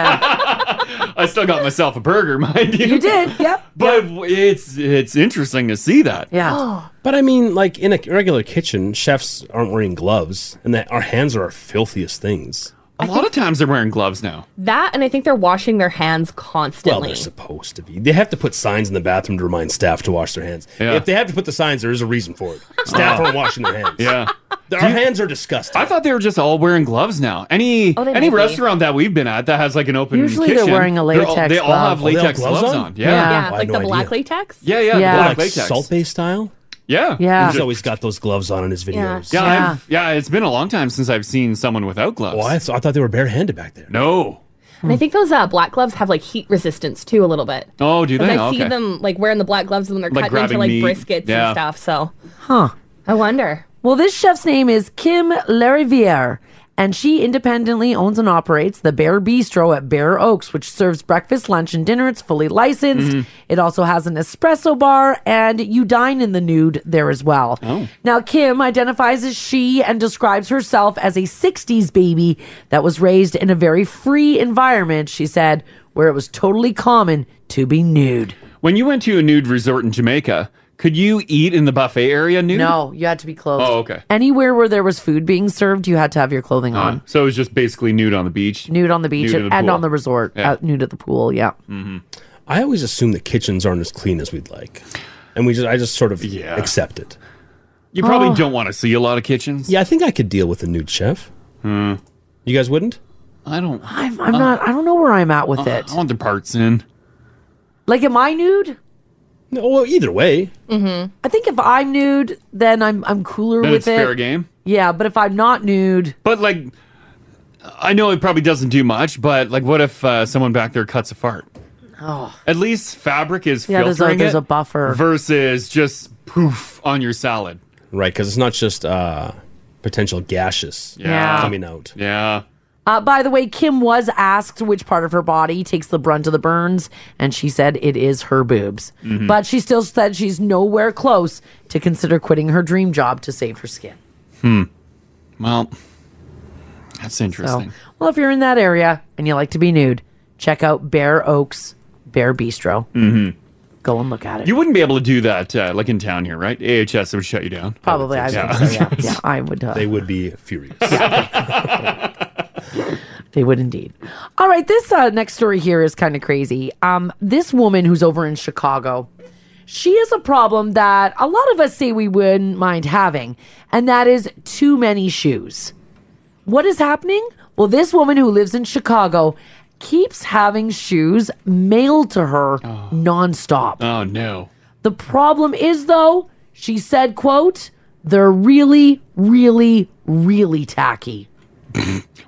S4: I still got myself a burger, mind you. You
S8: did, yep.
S4: But it's it's interesting to see that.
S8: Yeah.
S6: but I mean, like in a regular kitchen, chefs aren't wearing gloves, and that our hands are our filthiest things.
S4: A lot of times they're wearing gloves now.
S9: That and I think they're washing their hands
S6: Well,
S9: constantly.
S6: they're supposed to be. They have to put signs in the bathroom to remind staff to wash their hands. If they have to put the signs, there is a reason for it. Staff
S4: Oh.
S6: aren't washing their hands.
S4: Yeah.
S6: Our hands are disgusting.
S4: I thought they were just all wearing gloves now. Any
S6: Oh, they might
S4: any
S6: be.
S4: restaurant that we've been at that has like an open
S8: Usually they're
S4: kitchen,
S8: wearing a
S4: they're all-
S8: latex
S4: They all,
S8: glove.
S4: have
S8: Oh, they have
S4: latex
S6: gloves
S4: gloves
S6: on?
S4: on. Yeah.
S9: yeah,
S6: I
S9: like
S6: had
S9: the
S6: no
S9: black latex.
S4: Yeah, yeah, the
S6: They're
S4: black
S6: like
S4: latex.
S6: Salt Bay style?
S4: Yeah.
S8: Yeah.
S6: He's always got those gloves on in his videos.
S4: Yeah, I've- yeah, it's been a long time since I've seen someone without gloves.
S6: Oh, I, I thought they were barehanded back there.
S4: No.
S9: And I think those uh, black gloves have like heat resistance too a little bit.
S4: Oh, do
S9: 'Cause
S4: they?
S9: I see
S4: Okay.
S9: them like wearing the black gloves when they're
S4: Like
S9: cutting into
S4: grabbing
S9: like
S4: meat.
S9: briskets
S4: Yeah.
S9: and stuff. So
S8: Huh.
S9: I wonder.
S8: Well, this chef's name is Kim Lariviere, and she independently owns and operates the Bear Bistro at Bear Oaks, which serves breakfast, lunch, and dinner. It's fully licensed.
S4: Mm-hmm.
S15: Mhm.
S8: It also has an espresso bar, and you dine in the nude there as well.
S4: Oh.
S8: Now, Kim identifies as she and describes herself as a 60s baby that was raised in a very free environment, she said, where it was totally common to be nude.
S4: When you went to a nude resort in Jamaica, could you eat in the buffet area nude?
S8: No, you had to be clothed.
S4: Oh, okay.
S8: Anywhere where there was food being served, you had to have your clothing on.
S6: Mm.
S4: Uh, so it was just basically nude on the beach.
S8: nude on the beach
S4: Nude in
S8: and, and
S4: pool.
S8: on the resort,
S4: Yeah. Mm-hmm.
S8: out nude at the pool. Yeah.
S6: I always assume the kitchens aren't as clean as we'd like. And we just I just sort of accept it.
S4: You probably
S6: Oh.
S4: don't want to see a lot of kitchens. Hmm.
S6: Yeah, I think I could deal with a nude chef. You guys wouldn't?
S4: I don't.
S8: I'm, I'm not. I don't know where I'm at with it.
S4: Oh. Uh, I want their parts in.
S8: Like, am I nude?
S6: No. Well, either way,
S8: Mm-hmm. I think if I'm nude, then I'm I'm cooler
S4: Then
S8: with
S4: it's
S8: it.
S4: fair game.
S8: Yeah, but if I'm not nude,
S4: But like, I know it probably doesn't do much. But like, what if uh, someone back there cuts a fart?
S8: Oh.
S4: At least fabric is
S8: Yeah, there's a-
S4: filtering
S8: there's
S4: it
S8: a buffer.
S4: versus just poof on your salad.
S6: Right, because it's not just uh, potential gashes
S8: Yeah.
S6: coming out.
S4: Yeah.
S8: Uh, by the way, Kim was asked which part of her body takes the brunt of the burns, and she said it is her boobs.
S4: Mm-hmm.
S15: Mhm.
S8: But she still said she's nowhere close to consider quitting her dream job to save her skin.
S4: Hmm. Well, that's interesting.
S8: Well, if you're in that area and you like to be nude, check out Bear Oaks Bear Bistro.
S4: Mm-hmm.
S8: Go and look at it.
S4: You wouldn't be able to do that, uh, like in town here, right? AHS would shut you down.
S8: Probably, I would think so, yeah. Yeah, I would. Uh,
S6: They would be furious.
S8: They would indeed. All right, this uh, next story here is kind of crazy. Um, this woman who's over in Chicago, she has a problem that a lot of us say we wouldn't mind having, and that is too many shoes. What is happening? Well, this woman who lives in Chicago keeps having shoes mailed to her nonstop.
S4: Oh no.
S8: The problem is though, she said, quote, they're really, really, really tacky.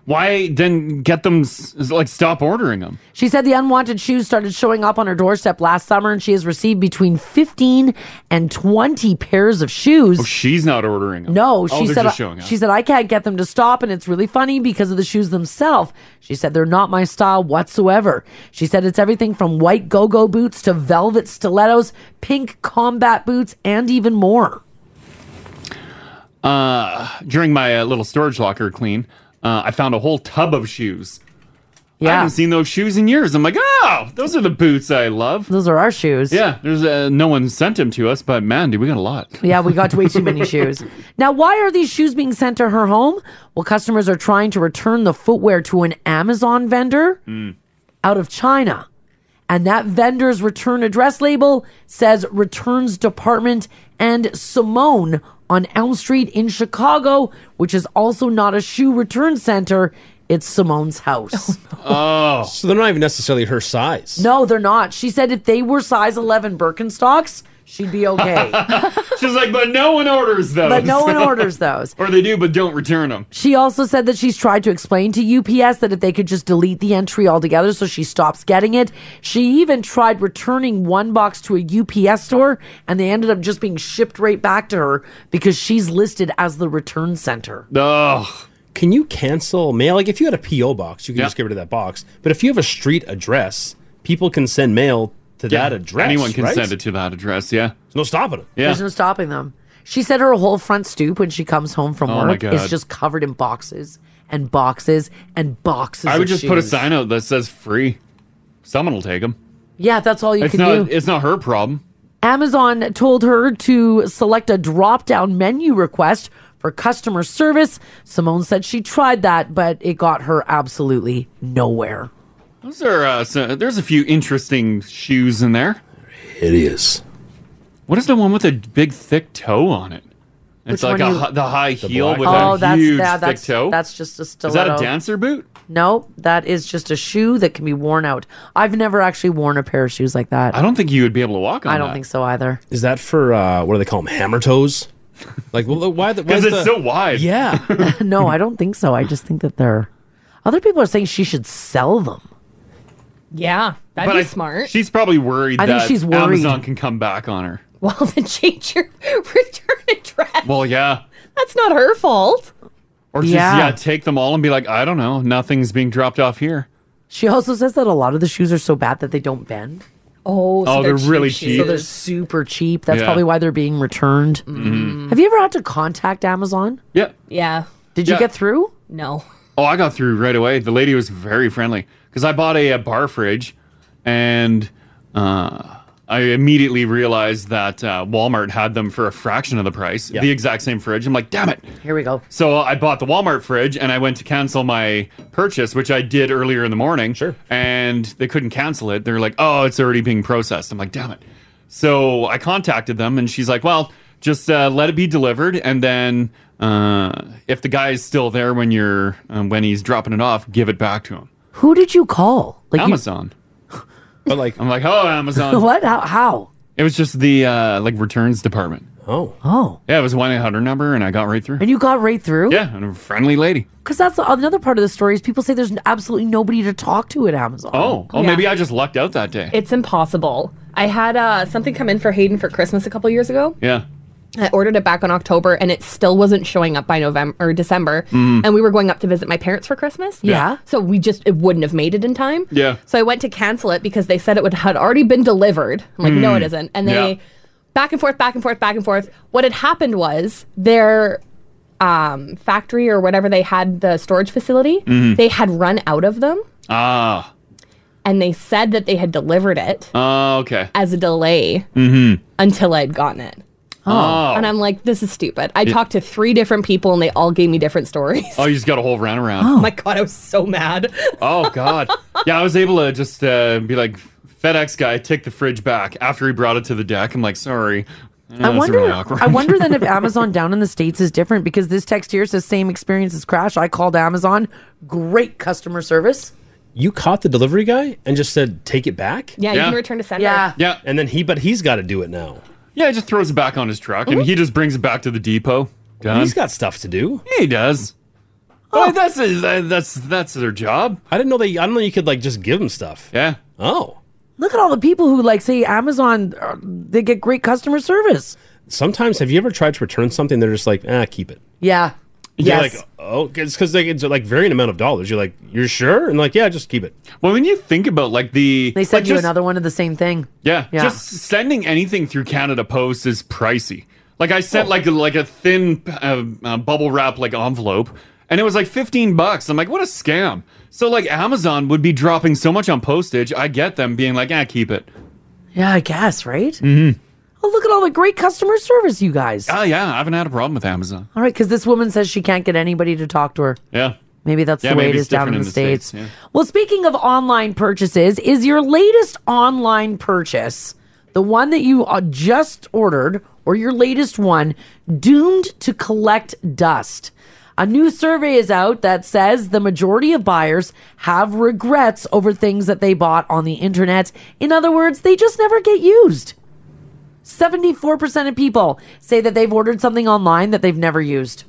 S4: Why then get them s- like stop ordering them?
S8: She said the unwanted shoes started showing up on her doorstep last summer, and she has received between 15 and 20 pairs of shoes.
S4: Oh, she's not ordering them.
S8: no,
S4: oh,
S8: she
S4: they're
S8: said.
S4: just showing up.
S8: She said I can't get them to stop, and it's really funny because of the shoes themselves. She said they're not my style whatsoever. She said it's everything from white go-go boots to velvet stilettos, pink combat boots, and even more.
S4: uh, during my uh, little storage locker clean, uh, I found a whole tub of shoes. I
S8: Yeah.
S4: haven't seen those shoes in years. I'm like, oh, those are the boots I love.
S8: Those are our shoes.
S4: Yeah, there's uh, no one sent them to us, but man, dude, we got a lot.
S8: Yeah, we got way too many shoes. Now, why are these shoes being sent to her home? Well, customers are trying to return the footwear to an Amazon vendor
S4: Mm.
S8: out of China. And that vendor's return address label says Returns Department and Simone on Elm Street in Chicago, which is also not a shoe return center. It's Simone's house.
S6: oh. So they're not even necessarily her size.
S8: No, they're not. She said if they were size 11 Birkenstocks, she'd be okay.
S4: She's like, but no one orders those.
S8: But no one orders those.
S4: or they do, but don't return them.
S8: She also said that she's tried to explain to UPS that if they could just delete the entry altogether so she stops getting it. She even tried returning one box to a UPS store and they ended up just being shipped right back to her because she's listed as the return center.
S4: Ugh.
S6: Can you cancel mail? Like, if you had a P.O. box, you can
S4: Yeah.
S6: just get rid of that box. But if you have a street address, people can send mail to
S4: Yeah,
S6: that address.
S4: Anyone can
S6: right?
S4: send it to that address. Yeah.
S6: no stopping it.
S4: Yeah.
S8: There's no stopping them. She said her whole front stoop when she comes home from
S4: Oh my
S8: work is
S4: God.
S8: just covered in boxes and boxes and boxes.
S4: I
S8: of
S4: would just put a
S8: shoes.
S4: sign out that says free. Someone will take them.
S8: Yeah, that's all you
S4: it's
S8: can
S4: not.
S8: do.
S4: It's not her problem.
S8: Amazon told her to select a drop down menu request for customer service. Simone said she tried that, but it got her absolutely nowhere.
S4: Those are. Uh, so, there's a few interesting shoes in there.
S6: Hideous.
S4: What is the one with a big thick toe on it?
S8: Which
S4: It's like
S8: one
S4: a
S8: you-
S4: hi- the high heel with
S8: oh,
S4: a
S8: that's,
S4: huge
S8: yeah,
S4: thick
S8: that's,
S4: toe.
S8: That's just a
S4: Is that
S8: stiletto.
S4: a dancer boot?
S8: No, that is just a shoe that can be worn out. I've never actually worn a pair of shoes like that.
S4: I don't think you would be able to walk on.
S8: I don't think so either.
S6: Is that for, uh, what do they call them? Hammer toes? Like, well, why the. why
S4: Because
S6: is
S4: it's
S6: the-
S4: so wide.
S6: Yeah.
S8: no, I don't think so. I just think that they're. Other people are saying she should sell them.
S9: Yeah, that'd
S4: But
S9: be
S4: I-
S9: smart.
S4: She's probably worried
S8: I think
S4: that
S8: she's worried.
S4: Amazon can come back on her.
S9: well, then change your return address.
S4: Well, yeah.
S9: That's not her fault.
S4: Or just
S9: Yeah.
S4: yeah. take them all and be like, I don't know, nothing's being dropped off here.
S8: She also says that a lot of the shoes are so bad that they don't bend.
S9: Oh,
S4: so Oh, they're they're really cheap cheap.
S8: So they're super cheap. That's
S4: Yeah.
S8: probably why they're being returned.
S4: Mhm.
S8: Have you ever had to contact Amazon?
S4: Yeah.
S9: Yeah.
S8: Did you
S4: Yeah.
S8: get through?
S9: No.
S4: Oh, I got through right away. The lady was very friendly because I bought a, uh bar fridge, and uh, I immediately realized that uh, Walmart had them for a fraction of the price, the exact same fridge. I'm like, damn it.
S8: Here we go.
S4: So I bought the Walmart fridge, and I went to cancel my purchase, which I did earlier in the morning. Sure. And they couldn't cancel it. They're like, oh, it's already being processed. I'm like, damn it. So I contacted them, and she's like, well, just uh, let it be delivered, and then uh, if the guy is still there when you're um, when he's dropping it off, give it back to him.
S8: Who did you call? you-
S4: Amazon.
S6: but like,
S4: I'm like, oh, Amazon.
S8: what? How? how?
S4: It was just the uh, like returns department. Oh.
S8: Oh.
S4: Yeah, it was one eight hundred number, and I got right through.
S8: And you got right through.
S4: Yeah, and a friendly lady.
S8: Because that's the- another part of the story is people say there's absolutely nobody to talk to at Amazon.
S4: Oh, oh, maybe I just lucked out that day.
S9: It's impossible. I had uh, something come in for Hayden for Christmas a couple years ago.
S4: Yeah.
S9: I ordered it back on October and it still wasn't showing up by November or December.
S15: Mm.
S9: And we were going up to visit my parents for Christmas.
S15: Yeah. Yeah.
S9: So we just, it wouldn't have made it in time.
S15: Yeah.
S9: So I went to cancel it because they said it would had already been delivered. I'm like, no,
S15: Mm.
S9: it isn't. And they
S15: Yeah.
S9: back and forth, back and forth, back and forth. What had happened was their um, factory or whatever they had the storage facility,
S4: Mhm.
S9: they had run out of them
S4: Ah.
S9: and they said that they had delivered it
S4: Oh, okay.
S9: as a delay
S4: Mm-hmm.
S9: until I'd gotten it.
S4: Oh.
S9: And I'm like, this is stupid. I
S4: Yeah.
S9: talked to three different people and they all gave me different stories.
S4: Oh, you just got a whole round around.
S9: Oh my God, I was so mad.
S4: Oh God. Yeah, I was able to just uh, be like FedEx guy, take the fridge back after he brought it to the deck. I'm like, sorry.
S8: I
S4: That's
S8: wonder.
S4: really awkward.
S8: I wonder then if Amazon down in the states is different because this text here says same experience as Crash. I called Amazon, great customer service.
S6: You caught the delivery guy and just said, "Take it back."
S9: Yeah, you can return to sender.
S8: Yeah.
S4: Yeah.
S6: And then he, but he's got to do it now. Mm-hmm.
S4: Yeah, he just throws it back on his truck and he just brings it back to the depot. Done.
S6: He's got stuff to do.
S4: Yeah, he does. Oh, that's that's that's their job.
S6: I didn't know they. I didn't know you could like just give them stuff.
S4: Yeah.
S6: Oh.
S8: Look at all the people who like say Amazon. uh, They get great customer service.
S6: Sometimes, have you ever tried to return something? They're just like, ah, keep it.
S8: Yeah.
S6: Yeah,
S8: Yes.
S6: like oh, it's because like it's like varying amount of dollars. You're like, you're sure, and like, yeah, just keep it.
S4: Well, when you think about like the
S8: They send
S4: like,
S8: you
S4: just-
S8: another one of the same thing.
S4: Yeah,
S8: Yeah.
S4: Just sending anything through Canada Post is pricey. Like I
S8: Oh.
S4: sent like a, like a thin uh, uh, bubble wrap like envelope, and it was like fifteen bucks. I'm like, what a scam! So like Amazon would be dropping so much on postage. I get them being like, ah, keep it.
S8: Yeah, I guess right.
S4: Mm-hmm.
S8: Oh, look at all the great customer service, you guys.
S4: Oh yeah, I haven't had a problem with Amazon.
S8: All right, because this woman says she can't get anybody to talk to her.
S4: Yeah,
S8: Maybe that's
S4: yeah,
S8: the way it
S4: maybe
S8: is
S4: it's
S8: down in
S4: different
S8: the, states.
S4: yeah.
S8: Well, speaking of online purchases, is your latest online purchase the one that you uh, just ordered or your latest one doomed to collect dust? A new survey is out that says the majority of buyers have regrets over things that they bought on the internet. In other words, they just never get used. 74% of people say that they've ordered something online that they've never used.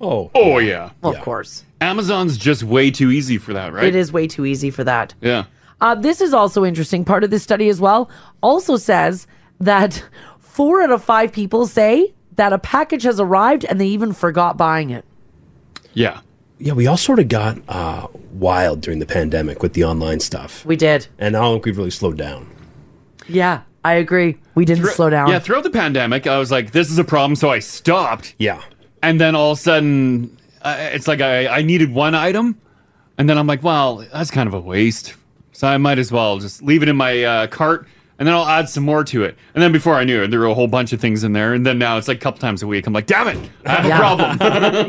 S6: Oh.
S4: Oh yeah.
S8: Of course.
S4: Amazon's just way too easy for that, right?
S8: It is way too easy for that.
S4: Yeah.
S8: Uh, this is also interesting. Part of this study as well also says that four out of five people say that a package has arrived and they even forgot buying it.
S4: Yeah.
S6: Yeah, we all sort of got uh, wild during the pandemic with the online stuff.
S8: We did.
S6: And I don't think we've really slowed down.
S8: Yeah, I agree. We didn't
S4: Thro-
S8: slow down.
S4: Yeah, throughout the pandemic, I was like, this is a problem, so I stopped.
S6: Yeah.
S4: And then all of a sudden, uh, it's like I, I needed one item, and then I'm like, well, that's kind of a waste. So I might as well just leave it in my uh, cart, and then I'll add some more to it. And then before I knew it, there were a whole bunch of things in there. And then now it's like a couple times a week. I'm like, damn it, I have a problem.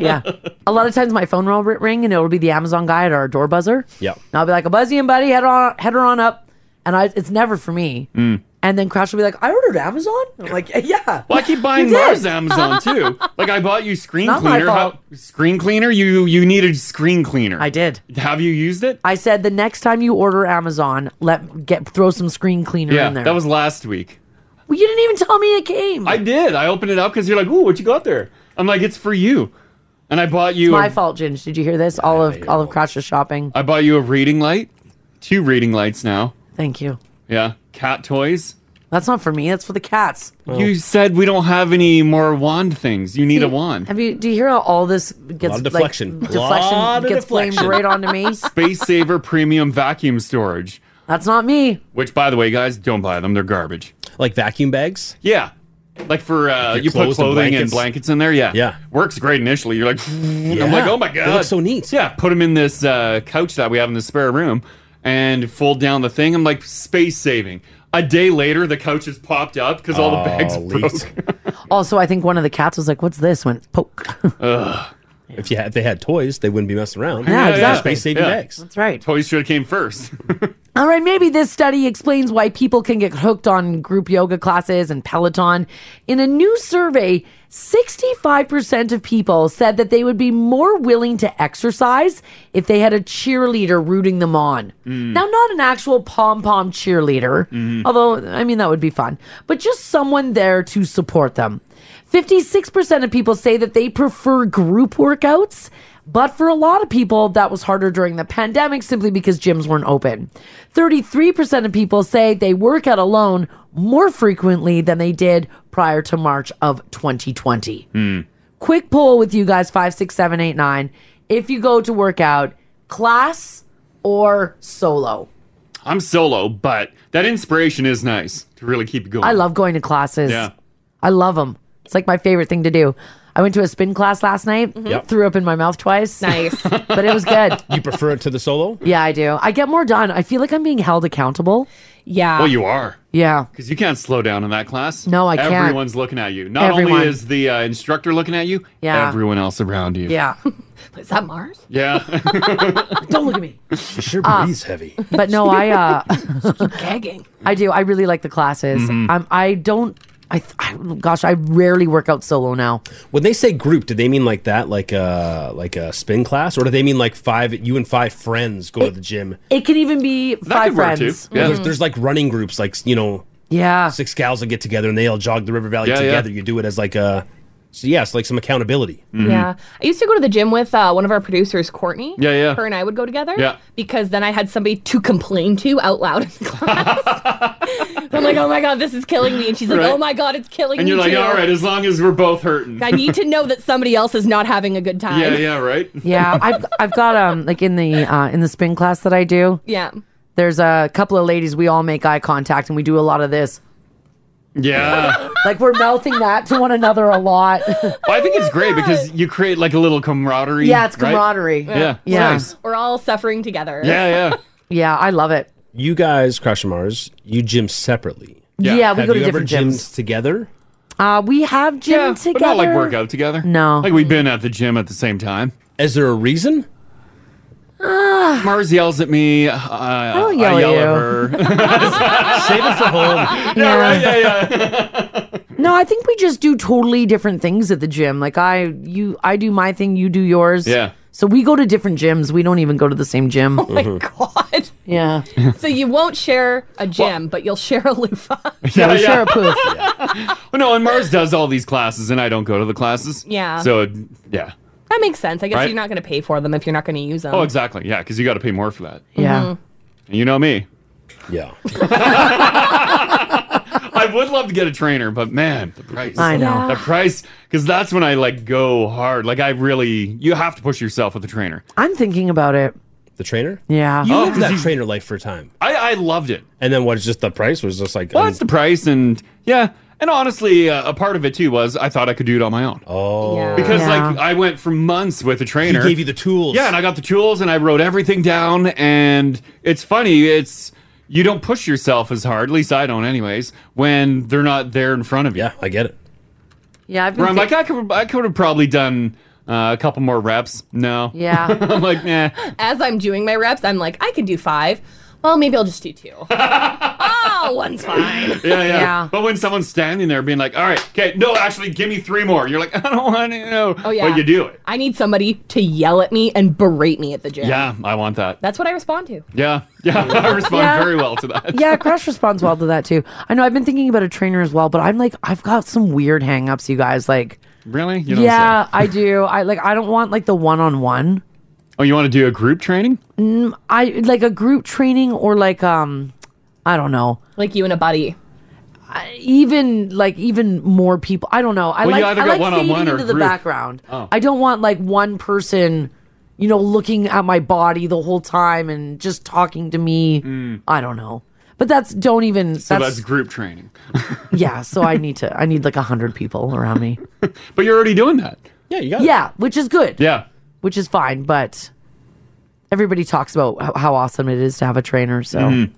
S8: yeah. A lot of times my phone will ri- ring and it'll be the Amazon guy at our door buzzer.
S6: Yeah.
S8: And I'll be like, a buzzy and buddy, head on, head her on up. And I, it's never for me.
S4: Mm.
S8: And then Crouch will be like, I ordered Amazon. And I'm like, yeah.
S4: Well, I keep buying Mars Amazon too. Like I bought you screen
S8: Not my
S4: cleaner. How-
S8: fault.
S4: screen cleaner? You you needed screen cleaner. I
S8: did.
S4: Have you used it?
S8: I said the next time you order Amazon, let get throw some screen cleaner
S4: yeah,
S8: in there.
S4: that was last week.
S8: well, you didn't even tell me it came.
S4: I did. I opened it up because you're like, "Ooh, what you got there?" I'm like, "It's for you," and I bought you.
S8: it's my
S4: a-
S8: fault, Ginge. Did you hear this? All of all of Crouch's shopping.
S4: I bought you a reading light, two reading lights now.
S8: Thank you.
S4: Yeah, cat toys.
S8: That's not for me. That's for the cats.
S4: You said we don't have any more wand things. You need a wand.
S8: Have you? Do you hear how all this gets
S4: of
S8: like,
S4: deflection.
S8: deflection
S4: Lot of
S8: gets blamed
S4: deflection.
S8: right onto me.
S4: Space Saver Premium Vacuum Storage.
S8: That's not me.
S4: Which, by the way, guys, don't buy them. They're garbage.
S6: Like vacuum bags?
S4: Yeah. Like for uh,
S6: your
S4: you put
S6: clothes and
S4: clothing and blankets.
S6: blankets.
S4: in there, yeah,
S6: Yeah.
S4: works great initially. You're like,
S6: Yeah.
S4: I'm like, oh my
S6: They look
S4: god,
S6: so
S4: neat. Yeah, put them in this uh, couch that we have in the spare room, and fold down the thing. I'm like, space saving. A day later, the couch has popped up because all the bags
S6: Oh,
S4: broke.
S8: Also, I think one of the cats was like, "What's this?" When poke.
S4: Ugh.
S6: If you had, if they had toys, they wouldn't be messing around.
S8: Yeah, Yeah, yeah. exactly.
S6: Space saving
S8: Yeah.
S6: bags.
S8: That's right.
S4: Toys should have came first.
S8: All right, maybe this study explains why people can get hooked on group yoga classes and Peloton. In a new survey, 65% of people said that they would be more willing to exercise if they had a cheerleader rooting them on. Now, not an actual pom pom cheerleader, although, I mean, that would be fun, but just someone there to support them. 56% of people say that they prefer group workouts, but for a lot of people, that was harder during the pandemic simply because gyms weren't open. 33% of people say they work out alone more frequently than they did prior to March of 2020. Quick poll with you guys 56789. If you go to workout, class or solo?
S4: I'm solo, but that inspiration is nice to really keep it going.
S8: I love going to classes.
S4: Yeah.
S8: I love them. It's like my favorite thing to do. I went to a spin class last night,
S6: Yep.
S8: threw up in my mouth twice. Nice. but it was good.
S6: You prefer it to the solo?
S8: Yeah, I do. I get more done. I feel like I'm being held accountable. Yeah.
S4: Well, you are.
S8: Ah. Yeah.
S4: Because you can't slow down in that class.
S8: No, I can't.
S4: Everyone's looking at you. Not
S8: Everyone.
S4: only is the uh, instructor looking at you,
S8: Yeah.
S4: everyone else around you.
S8: Yeah. Is that Mars?
S4: Yeah.
S8: Don't look at me.
S6: Sure,
S8: Uh,
S6: breathes heavy.
S8: But no, I uh,
S9: gagging.
S8: I do. I really like the classes.
S4: Mm-hmm.
S6: Mhm.
S8: Um, I don't. I, th- I gosh, I rarely work out solo now.
S6: When they say group, do they mean like that, like a like a spin class, or do they mean like five you and five friends go to the gym?
S8: It can even be five friends. Mm-hmm.
S6: Well, there's, there's like running groups, like you know,
S8: yeah,
S6: six gals will get together and they all jog the river valley
S4: Yeah, yeah.
S6: together. You do it as like a, so yes, like some accountability.
S4: Mm-hmm.
S9: Yeah. I used to go to the gym with uh, one of our producers, Courtney.
S6: Yeah, yeah.
S9: Her and I would go together.
S6: Yeah.
S9: Because then I had somebody to complain to out loud in class. I'm like, oh my God, this is killing me. And she's like,
S4: Right.
S9: oh my God, it's killing
S4: and
S9: me.
S4: you're like,
S9: too.
S4: all right, as long as we're both hurting.
S9: I need to know that somebody else is not having a good time.
S4: yeah, yeah, right?
S8: Yeah, I've I've got um like in the uh, in the spin class that I do.
S9: Yeah.
S8: There's a couple of ladies. We all make eye contact and we do a lot of this.
S4: Yeah.
S8: Like we're mouthing that to one another a lot.
S4: Well, I think it's great because you create like a little camaraderie.
S8: Oh Yeah, it's
S4: right?
S8: camaraderie.
S4: Yeah.
S8: Yeah.
S4: Nice.
S9: We're all suffering together.
S4: yeah.
S8: yeah, I love it.
S6: You guys, Crash and Mars, you gym separately.
S8: Yeah. Yeah, we
S6: Have
S8: go to
S6: you ever
S8: different gyms.
S6: gymmed together.
S8: Uh, we have gym together.
S4: But not like work out together.
S8: No.
S4: Like we've been at the gym at the same time.
S6: Is there a reason?
S4: Mars yells at me. Uh, I
S8: Ah. don't
S4: yell,
S8: yell at you.
S4: at her.
S6: Save it for home.
S4: Yeah, right. Yeah, yeah.
S8: No, I think we just do totally different things at the gym. Like I, you, I do my thing, you do yours.
S9: Yeah.
S8: So we go to different gyms. We don't even go to the same gym. Oh
S9: my God.
S8: Yeah.
S9: so you won't share a gym, but you'll share a loofah.
S4: Yeah,
S8: we share a poof.
S4: Well, no, and Mars does all these classes, and I don't go to the classes.
S9: Yeah.
S4: So, it- yeah.
S9: That makes sense. I guess
S4: Right?
S9: you're not going to pay for them if you're not going to use them.
S4: Oh, exactly. Yeah, because you got to pay more for that.
S9: Yeah. Mhm.
S4: And you know me.
S6: Yeah.
S4: I would love to get a trainer, but man, the price.
S8: I know.
S4: The price, because that's when I like go hard. Like, I really, you have to push yourself with a trainer.
S8: I'm thinking about it.
S6: The trainer?
S8: Yeah.
S9: Oh,
S6: You lived that trainer life for a time.
S4: Oh. I, I loved it.
S6: And then what is just the price was just like um,
S4: Well, that's the price, and yeah, and honestly, uh, a part of it too was I thought I could do it on my own.
S6: Oh,
S4: because
S6: Yeah.
S4: like I went for months with a trainer.
S6: gave you the tools.
S4: Yeah, and I got the tools, and I wrote everything down. And it's funny, it's you don't push yourself as hard. At least I don't, anyways. When they're not there in front of you.
S6: Yeah, I get it.
S8: Yeah, I've been.
S4: Where I'm
S8: think-
S4: like, I could, I could have probably done uh, a couple more reps. No.
S8: Yeah.
S4: I'm like, nah.
S9: As I'm doing my reps, I'm like, I can do five. Well, maybe I'll just do two. oh, one's fine.
S4: Yeah, yeah,
S9: Yeah.
S4: But when someone's standing there being like, all right, okay, no, actually, give me three more. You're like, I don't want to know.
S9: Oh, yeah.
S4: But you do it.
S9: I need somebody to yell at me and berate me at the gym.
S4: Yeah, I want that.
S9: That's what I respond to.
S4: Yeah, yeah, I respond
S8: Yeah.
S4: very well to that.
S8: yeah, Crash responds well to that too. I know I've been thinking about a trainer as well, but I'm like, I've got some weird hangups, you guys. Like,
S4: Really? You don't
S8: yeah,
S4: say.
S8: I do. I like, I don't want like the one on one.
S4: Oh, you want to do a group training?
S8: Mm, I like a group training or like um, I don't know,
S9: like you and a buddy.
S8: Even like even more people. I don't know. I
S4: Well, you
S8: like
S4: either
S8: I
S4: got
S8: like
S4: one-on-one
S8: fading
S4: or
S8: into the
S4: group.
S8: background.
S4: Oh.
S8: I don't want like one person, you know, looking at my body the whole time and just talking to me. I don't know. But that's don't even.
S4: Mm. So
S8: that's,
S4: that's group training.
S8: yeah. So I need to. I need like a hundred people around me.
S4: But you're already doing that.
S6: Yeah, you
S4: got it.
S8: Yeah, which is good.
S4: Yeah.
S8: Which is fine, but everybody talks about how- how awesome it is to have a trainer. So
S4: Mhm.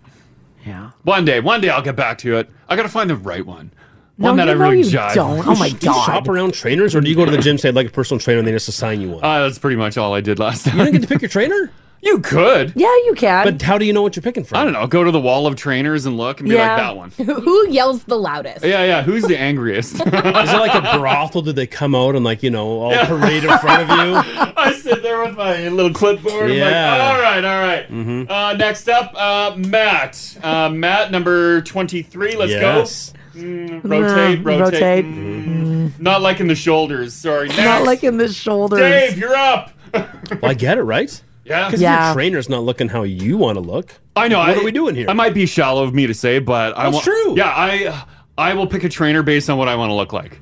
S8: Yeah.
S4: One day, one day I'll get back to it. I gotta find the right one.
S8: No,
S4: One that
S8: you
S4: I
S8: know
S4: really
S8: you
S4: jive.
S8: don't. Oh my
S6: Do you shop around trainers, or do you go to the gym say like a personal trainer and they just assign you one?
S4: Uh, that's pretty much all I did last time.
S6: You didn't get to pick your trainer?
S4: You could.
S8: Yeah, you can.
S4: But
S6: how do you know what you're picking from?
S4: I don't know. Go to the wall of trainers and look and be like that one.
S9: Who yells the loudest?
S4: Yeah, yeah. Who's the angriest? Is it
S6: like a brothel? Did they come out and like you know all parade in front of you?
S4: I sit there with my little clipboard. I'm
S6: Yeah. Mm-hmm.
S4: like, all right, all right. Uh, next up, uh, Matt. Uh, Matt, number 23. Let's
S6: Yes.
S4: go. Mm, rotate,
S8: Mm,
S4: rotate.
S8: rotate.
S4: Mm, Not liking the shoulders. Sorry. Next.
S8: Not like in the shoulders.
S4: Dave, you're up.
S6: Well, I get it, right?
S4: Yeah.
S6: Because
S4: Yeah.
S6: your trainer's not looking how you want to look.
S4: I know.
S6: What
S4: I-
S6: are we doing here?
S4: I might be shallow of me to say, but I
S6: That's
S4: want.
S6: true.
S4: Yeah, I uh, I will pick a trainer based on what I want to look like.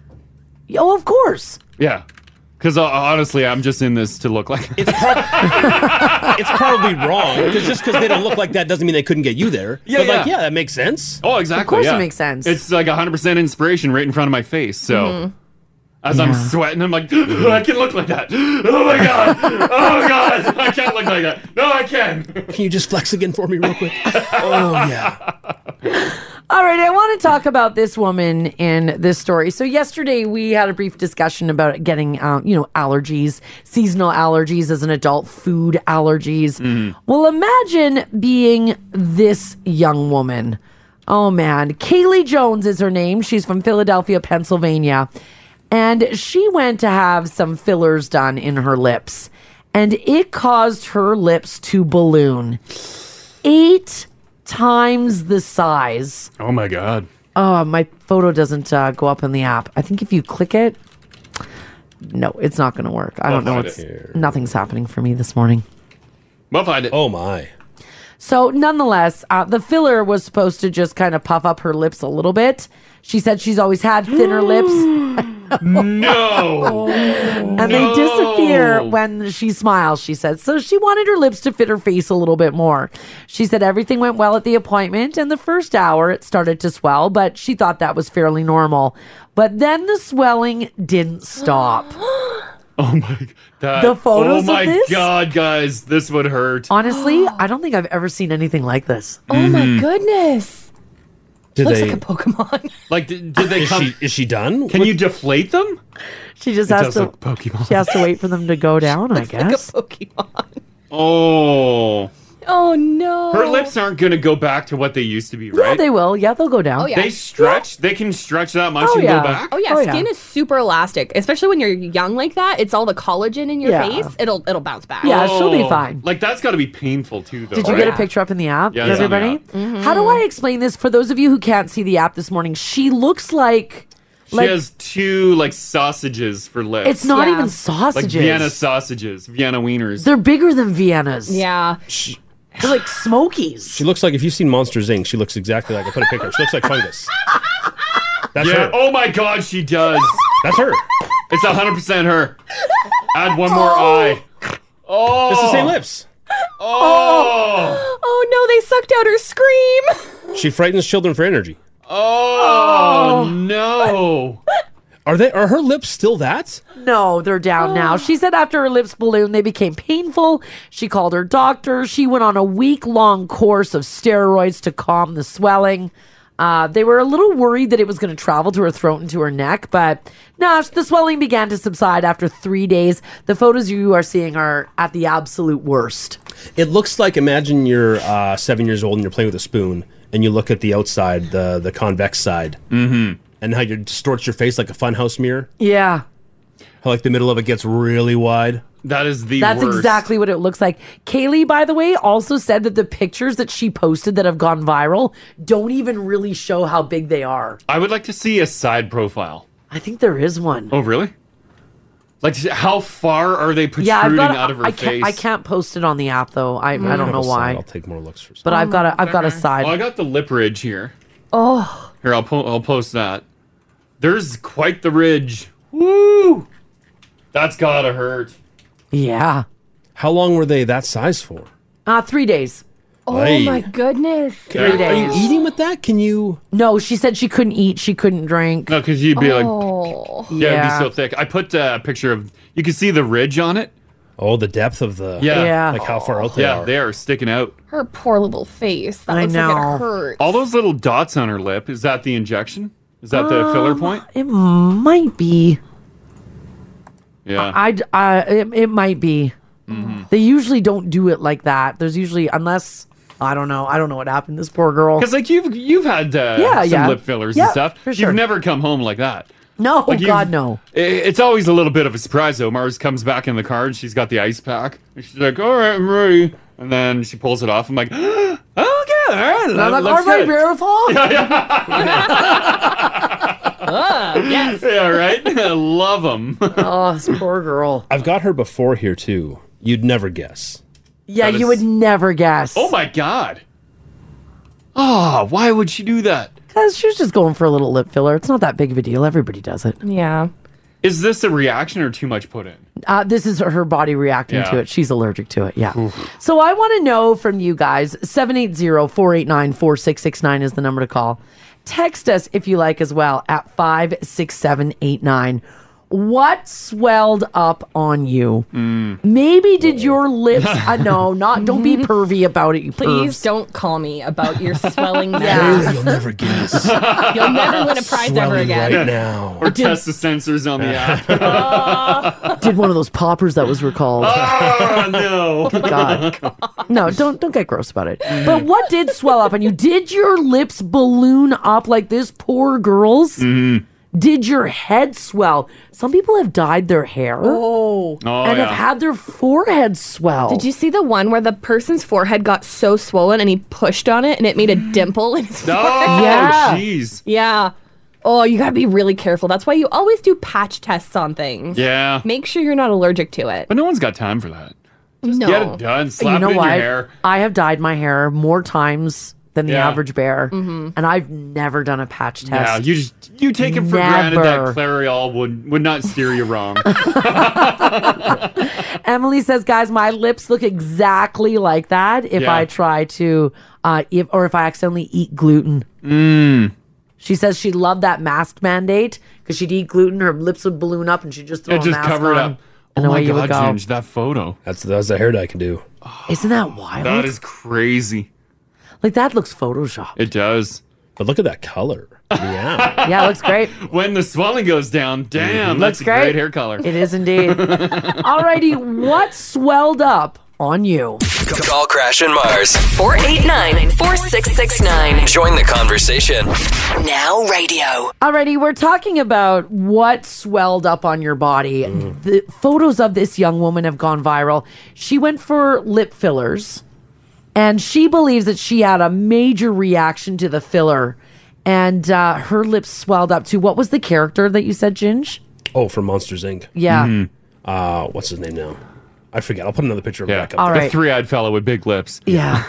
S8: Oh, of course.
S4: Yeah, because uh, honestly, I'm just in this to look like.
S6: it's probably wrong. 'cause just because they don't look like that doesn't mean they couldn't get you there.
S4: Yeah,
S6: but like,
S4: yeah.
S6: yeah, that makes sense.
S4: Oh, exactly. yeah. It's like 100 percent inspiration right in front of my face. So
S6: Mhm.
S4: as I'm sweating, I'm like, I can look like that. Oh my god. oh god. I can't look like that. No, I can.
S6: Can you just flex again for me real quick? oh yeah.
S8: All right, I want to talk about this woman in this story. So yesterday we had a brief discussion about getting, um, you know, allergies, seasonal allergies as an adult, food allergies. Well, imagine being this young woman. Oh man, Kaylee Jones is her name. She's from Philadelphia, Pennsylvania, and she went to have some fillers done in her lips, and it caused her lips to balloon eight times the size.
S4: Oh my god.
S8: Oh, my photo doesn't uh, go up in the app. I think if you click it, no, it's not going to work. I
S4: I'll
S8: don't know.
S4: find
S8: It's,
S4: it here.
S8: nothing's happening for me this morning.
S4: We'll find it.
S6: Oh my.
S8: So, nonetheless, uh, the filler was supposed to just kind of puff up her lips a little bit. She said she's always had thinner lips.
S4: No.
S8: and they disappear when she smiles, she says. So she wanted her lips to fit her face a little bit more. She said everything went well at the appointment, and the first hour it started to swell, but she thought that was fairly normal. But then the swelling didn't stop.
S4: That-
S8: The photos of
S4: Oh my
S8: this?
S4: god, guys, this would hurt.
S8: Honestly, I don't think I've ever seen anything like this. Oh
S4: Mhm.
S9: Goodness.
S4: Did
S9: Looks
S4: they-
S9: like a Pokemon.
S4: Like, did, did they
S6: Is
S4: come?
S6: she, is she done?
S4: Can you deflate them?
S8: She just
S4: It
S8: has
S4: does
S8: to
S4: look Pokemon.
S8: She has to wait for them to go down, I guess.
S4: Oh.
S9: Oh no.
S4: Her lips aren't gonna go back to what they used to be,
S8: Yeah,
S4: right?
S8: they will. Yeah, they'll go down.
S4: They stretch. They can stretch that much and go back.
S9: Oh yeah, skin is super elastic, especially when you're young like that. It's all the collagen in your
S4: Yeah.
S9: face. It'll it'll bounce back.
S4: Oh. Like that's got to be painful too, though.
S8: Did you
S4: right?
S8: get a picture up in the app,
S4: Yeah, it's on the
S8: everybody? How do I explain this for those of you who can't see the app this morning? She looks like,
S4: She
S8: like
S4: has two like sausages for lips.
S8: It's not Yeah. even sausages.
S4: Like Vienna sausages, Vienna wieners.
S8: they're bigger than Vienna's.
S9: Yeah,
S8: they're like Smokies.
S6: She looks like if you've seen Monsters Inc. She looks exactly like I put a picture. She looks like fungus. That's
S4: yeah.
S6: her.
S4: Oh my god, she does.
S6: That's her.
S4: It's hundred percent her. Add one more eye. Oh,
S6: It's the same lips.
S4: Oh.
S9: Oh no, they sucked out her scream.
S6: She frightens children for energy.
S4: Oh, no.
S6: Are they? Are her lips still that?
S8: No, they're down now. She said after her lips ballooned, they became painful. She called her doctor. She went on a week long course of steroids to calm the swelling. Uh, they were a little worried that it was going to travel to her throat and to her neck, but no, the swelling began to subside after three days. The photos you are seeing are at the absolute worst.
S6: It looks like imagine you're uh, seven years old and you're playing with a spoon, and you look at the outside, the the convex side, mm-hmm. and how it distorts your face like a funhouse mirror.
S8: Yeah.
S6: How like the middle of it gets really wide.
S4: That is the
S8: That's exactly what it looks like. Kaylee, by the way, also said that the pictures that she posted that have gone viral don't even really show how big they are.
S4: I would like to see a side profile.
S8: I think there is one.
S4: Oh really? Like how far are they protruding
S8: Yeah, I've got.
S4: out of her
S8: I
S4: face? Mm.
S8: can't. I can't post it on the app though. I,
S6: Mm.
S8: I don't know why.
S6: I'll take more looks for.
S8: But I've got a. I've got a side.
S4: Well, I got the lip ridge here.
S8: Oh,
S4: Here, I'll po- I'll post that. There's quite the ridge. Woo! That's gotta hurt.
S8: Yeah.
S6: How long were they that size for?
S8: uh, three days.
S6: Oh Hey. my
S9: goodness!
S6: Are you- are you eating with that? Can you?
S8: No, she said she couldn't eat. She couldn't drink.
S4: No, because you'd be like,
S9: Oh.
S4: yeah, it'd be so thick. I put uh, a picture of. You can see the ridge on it.
S6: Oh, the depth of the.
S4: Yeah.
S6: Yeah. Like how far out they
S4: yeah,
S6: are.
S4: they are sticking out.
S8: Oh.
S9: Her poor little face. That looks like it hurts.
S4: All those little dots on her lip. Is that the injection? Is that the filler
S8: Um,
S4: point?
S8: It might be.
S4: Yeah.
S8: I. I. It, it might be.
S4: Mm-hmm.
S8: They usually don't do it like that. There's usually unless I don't know. I don't know what happened. This poor girl.
S4: Because like you've you've had uh,
S8: Yeah,
S4: some
S8: yeah.
S4: lip fillers
S8: Yeah,
S4: and stuff.
S8: for sure.
S4: You've never come home like that.
S8: No,
S4: Like, you've-
S8: God, no.
S4: I- It's always a little bit of a surprise though. Mars comes back in the car and she's got the ice pack. And she's like, "All right, I'm ready." And then she pulls it off. I'm like, "Oh yeah, all right,
S8: And
S4: lo-
S8: I'm like, are
S4: looks
S8: we
S4: good."
S8: beautiful?
S9: Oh,
S4: yes. yeah, right. I love them.
S8: oh, this poor girl.
S6: I've got her before here too. You'd never guess.
S8: Yeah,
S6: That
S8: you
S6: is-
S8: would never guess.
S4: Oh my god. Oh, why would she do that?
S8: Because she was just going for a little lip filler. It's not that big of a deal. Everybody does it.
S9: Yeah.
S4: Is this a reaction or too much put in?
S8: Uh, this is her body reacting
S4: Yeah.
S8: to it. She's allergic to it. Yeah. So I want to know from you guys 780 489 4669 is the number to call. Text us if you like as well at 56789. What swelled up on you?
S4: Mm.
S8: Maybe did your lips? Uh, no, not. Don't be pervy about it. You
S9: Please
S8: pervs.
S9: don't call me about your swelling.
S8: Yeah.
S9: You'll never guess. You'll never win a prize ever
S8: Swelling
S9: again.
S8: right
S6: now.
S4: Or test the sensors on the app.
S8: did one of those poppers that was recalled.
S4: oh no.
S8: Good God. No, don't don't get gross about it. But what did swell up on you? Did your lips balloon up like this poor girl's?
S4: Mm-hmm.
S8: Did your head swell? Some people have dyed their hair.
S9: Oh. Oh,
S8: and have
S9: yeah.
S8: had their forehead swell.
S9: Did you see the one where the person's forehead got so swollen and he pushed on it and it made a dimple in his forehead?
S4: Oh, jeez.
S9: Yeah. Oh, you gotta be really careful. That's why you always do patch tests on things.
S4: Yeah.
S9: Make sure you're not allergic to it.
S4: But no one's got time for that.
S9: no.
S4: Get it done. Slap
S8: you know
S4: it in
S8: what?
S4: your hair.
S8: I have dyed my hair more times than the
S4: Yeah.
S8: average bear,
S9: Mhm.
S8: and I've never done a patch test.
S4: Yeah, you just you take it for granted
S8: Never.
S4: that Clariol would would not steer you wrong.
S8: Emily says, guys, my lips look exactly like that if
S4: Yeah.
S8: I try to, uh, if, or if I accidentally eat gluten.
S4: Mm.
S8: She says she loved that mask mandate because she'd eat gluten, her lips would balloon up, and she'd just throw
S4: And
S8: a
S4: just
S8: mask
S4: cover it
S8: on,
S4: up.
S8: And
S4: oh my
S8: away you would
S4: god,
S8: go.
S4: Ginge, that photo.
S6: That's that's the hair dye I can do.
S8: Isn't that wild?
S4: That is crazy.
S8: like that looks Photoshop.
S4: It does.
S6: But look at that color. Yeah.
S8: yeah, it looks great.
S4: When the swelling goes down, damn,
S8: Mhm.
S4: that's
S8: Looks
S4: a great.
S8: great.
S4: hair color.
S8: It is indeed. Alrighty, what swelled up on you?
S2: Call Crash and Mars.
S3: 489 4669.
S2: Join the conversation.
S3: Now radio.
S8: Alrighty, we're talking about what swelled up on your body. The photos of this young woman have gone viral. She went for lip fillers and she believes that she had a major reaction to the filler and uh, her lips swelled up to what was the character that you said, Ginge?
S6: Oh, from Monsters Inc.
S8: Yeah.
S4: Mm-hmm.
S8: Mhm.
S6: Uh, what's his name now? I forget. I'll put another picture of it
S4: Yeah.
S6: back up.
S8: All
S6: there.
S8: right.
S4: The three eyed fellow with big lips.
S8: Yeah.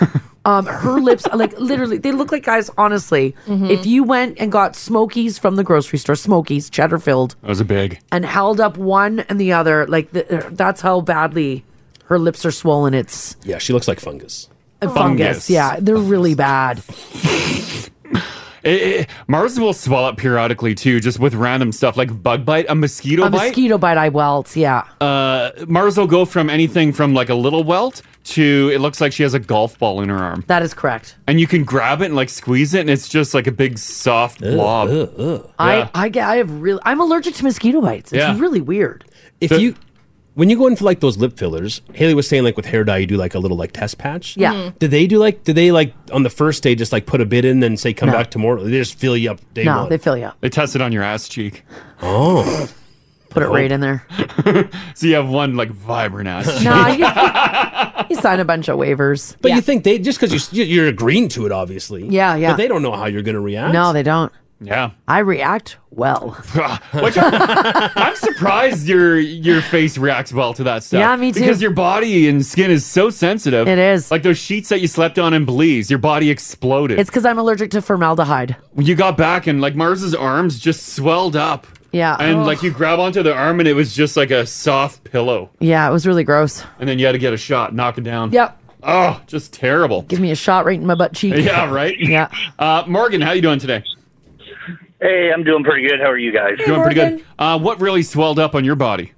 S8: Um, her lips, like literally, they look like guys. Honestly, if you went and got Smokies from the grocery store, Smokies, cheddar filled,
S4: That was a big.
S8: and held up one and the other. Like the, that's how badly her lips are swollen. It's
S6: Yeah, she looks like fungus.
S8: a fungus.
S4: Fungus.
S8: Yeah, they're really bad.
S4: It- it- Mars will swell up periodically too, just with random stuff like bug bite, a mosquito
S8: a
S4: bite.
S8: mosquito bite, I welt. Yeah,
S4: uh, Mars will go from anything from like a little welt to it looks like she has a golf ball in her arm.
S8: that is correct.
S4: And you can grab it and like squeeze it, and it's just like a big soft blob. Yeah.
S8: I I get I have really I'm allergic to mosquito bites. It's
S6: Yeah.
S8: really weird.
S6: If you when you go in for like those lip fillers, Haley was saying like with hair dye you do like a little like test patch.
S8: Yeah. Mhm.
S6: Did they do like did they like on the first day just like put a bit in then say come back tomorrow? They just fill you up day
S8: No,
S6: one.
S8: they fill you up.
S4: They test it on your ass cheek.
S6: Oh.
S8: Put it right in there.
S4: so you have one like vibrant ass cheek.
S8: Nah, you, you sign a bunch of waivers.
S6: But you think they just because you you're agreeing to it obviously.
S8: Yeah, yeah.
S6: But they don't know how you're gonna react.
S8: No, they don't.
S4: Yeah.
S8: I react well.
S4: Which I'm, I'm surprised your your face reacts well to that stuff.
S8: Yeah, me too.
S4: Because your body and skin is so sensitive.
S8: It is.
S4: Like those sheets that you slept on in Belize, your body exploded.
S8: It's because I'm allergic to formaldehyde.
S4: you got back and like Mars's arms just swelled up.
S8: Yeah.
S4: And like you grab onto the arm and it was just like a soft pillow.
S8: Yeah, it was really gross.
S4: And then you had to get a shot, knock it down.
S8: Yep.
S4: Oh, just terrible.
S8: Give me a shot right in my butt cheek.
S4: Yeah, right?
S8: Yeah.
S4: Uh, Morgan, how you doing today?
S15: Hey, I'm doing pretty good. How are you guys?
S4: doing pretty good. Uh, what really swelled up on your body?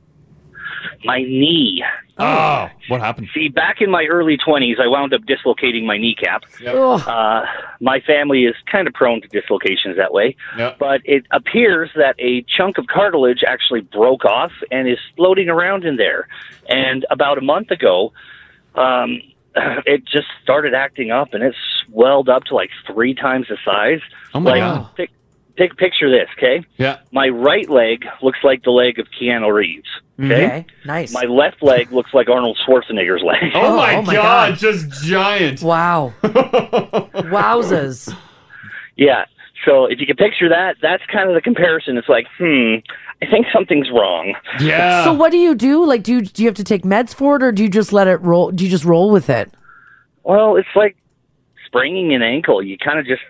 S15: my knee.
S4: Oh, what happened?
S15: See, back in my early 20s, I wound up dislocating my kneecap.
S4: Ugh.
S15: Uh, my family is kind of prone to dislocations that way.
S4: Yep.
S15: But it appears that a chunk of cartilage actually broke off and is floating around in there. And about a month ago, um, it just started acting up and it swelled up to like three times the size.
S4: Oh, my
S15: like,
S4: God.
S15: Pic- pic- picture this, okay?
S4: Yeah.
S15: My right leg looks like the leg of Keanu Reeves. Okay.
S4: Okay,
S8: nice.
S15: My left leg looks like Arnold Schwarzenegger's leg.
S4: Oh, my, god, just giant.
S8: Wow. Wowzers.
S15: Yeah. So if you can picture that, that's kind of the comparison. It's like, hmm, I think something's wrong.
S8: So what do you do? Like, do you do you have to take meds for it, or do you just let it roll? Do you just roll with it?
S15: Well, it's like spraining an ankle. You kind of just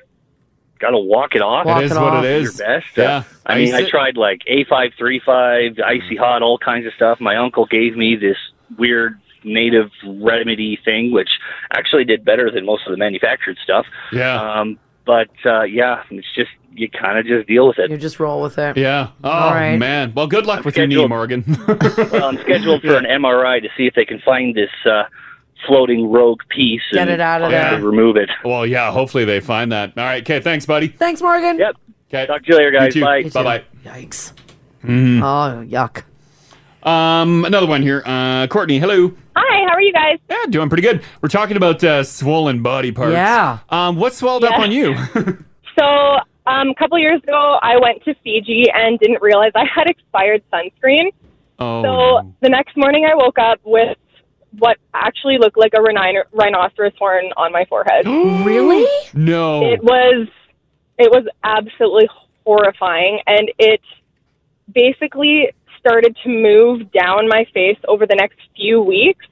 S15: got to walk it off.
S4: Walk It is it what off. it is.
S15: Your best.
S4: Yeah.
S15: I mean,
S4: Ice
S15: I
S4: it. Mm-hmm.
S15: tried like A535, Icy Hot, all kinds of stuff. My uncle gave me this weird native remedy thing, which actually did better than most of the manufactured stuff.
S4: Yeah.
S15: Um, but uh, yeah, it's just, you kind of just deal with it.
S8: You just roll with it.
S4: Yeah. Oh
S15: All right.
S4: man. Well, good luck with your knee, Morgan.
S15: well, I'm scheduled for an MRI to see if they can find this uh, floating rogue piece.
S8: Get it out of
S15: possibly
S8: there.
S15: Remove it.
S4: Well, yeah. Hopefully they find that. All right. Okay. Thanks, buddy.
S8: Thanks, Morgan.
S15: Yep.
S4: Okay.
S15: Talk to you later, guys. Bye.
S4: Bye. Bye.
S8: Yikes. Oh, yuck.
S4: Mm-hmm. Um, another one here. Uh, Courtney. Hello.
S12: Hi, how are you guys?
S4: Yeah, doing pretty good. We're talking about uh, swollen body parts.
S12: Yeah.
S4: Um, what swelled up
S12: Yeah.
S4: on you?
S12: So, um, a couple years ago, I went to Fiji and didn't realize I had expired sunscreen.
S4: oh.
S12: So, the next morning, I woke up with what actually looked like a rhino- rhinoceros horn on my forehead.
S8: really?
S4: No.
S6: Oh.
S12: It was it was absolutely horrifying and it basically started to move down my face over the next few weeks.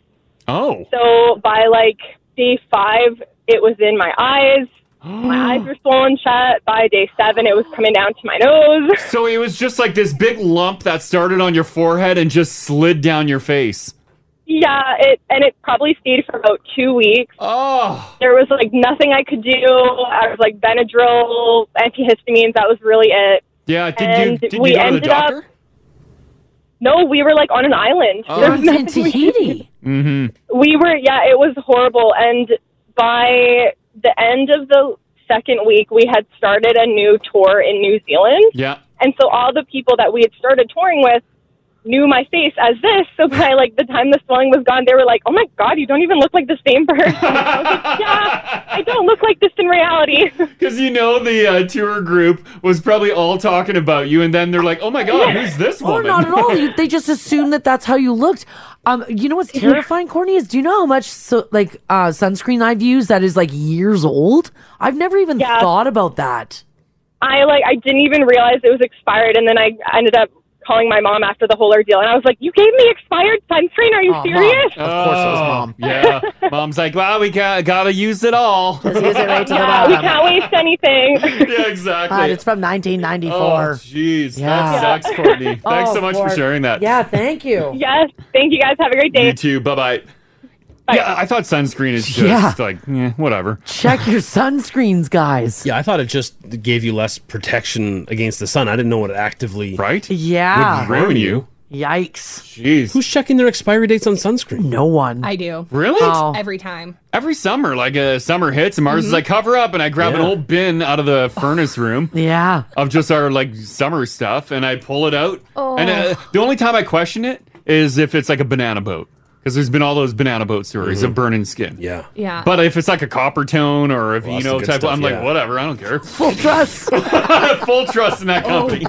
S4: Oh.
S12: So by like day five, it was in my eyes. My eyes were swollen shut. By day seven, it was coming down to my nose.
S4: So it was just like this big lump that started on your forehead and just slid down your face.
S12: Yeah, it and it probably stayed for about two weeks.
S4: Oh,
S12: there was like nothing I could do. I was like Benadryl, antihistamines. That was really it.
S4: Yeah, Uh, did you-
S12: and
S4: did you
S12: we
S4: go to the
S12: ended
S4: doctor?
S12: Up, no, we were like on an island.
S4: Oh.
S12: There was
S4: You're in
S12: nothing we could
S8: Tahiti.
S4: Mm-hmm.
S12: we were yeah it was horrible and by the end of the second week we had started a new tour in new zealand
S4: Yeah.
S12: and so all the people that we had started touring with knew my face as this so by like the time the swelling was gone they were like oh my god you don't even look like the same person i was like yeah i don't look like this in reality
S4: Because you know the uh, tour group was probably all talking about you, and then they're like, "Oh my God, who's this
S8: Or
S4: woman?"
S8: not at all. You, they just assume that that's how you looked. Um, you know what's terrifying, Courtney, is do you know how much so, like uh, sunscreen I've used that is like years old? I've never even thought about that.
S12: i like i didn't even realize it was expired and then i ended up calling my mom after the whole ordeal and i was like you gave me expired sunscreen
S8: Oh,
S12: are you serious
S4: Oh, Of course, it was mom. Oh, yeah, mom's like, "Well, we got gotta use it all." Let's
S8: use it right
S12: Yeah, we can't waste anything.
S4: yeah, exactly.
S8: God, it's from 1994.
S4: Oh, jeez.
S8: Yeah.
S4: That sucks, Courtney. Thanks
S8: Oh,
S4: so much for
S8: Court.
S4: sharing that.
S8: Yeah, thank you.
S12: yes, thank you guys. Have a great day.
S4: You too. Bye bye. Yeah, I thought sunscreen is just
S8: Yeah.
S4: like, eh, whatever.
S8: Check your sunscreens, guys.
S6: Yeah, I thought it just gave you less protection against the sun. I didn't know what actively
S4: right
S8: Yeah.
S6: would ruin you.
S8: Yikes!
S4: Jeez,
S6: who's checking their expiry dates on sunscreen?
S8: No one.
S9: I do.
S4: Really? Oh.
S9: Every time.
S4: Every summer, like uh, summer hits, and Mars is
S9: Mhm.
S4: like, cover up, and I grab an old bin out of the furnace room.
S8: Yeah.
S4: Of just our like summer stuff, and I pull it out. And uh,
S16: Oh.
S4: the only time I question it is if it's like a banana boat, because there's been all those banana boat stories of burning skin.
S6: Mm-hmm. Yeah.
S9: Yeah.
S4: But if it's like a copper tone or if
S6: Well,
S4: you
S6: that's the
S4: know
S6: good
S4: type,
S6: stuff,
S4: I'm
S6: yeah.
S4: like whatever, I don't care.
S8: Full trust.
S4: Full trust in that
S7: Oh.
S4: company.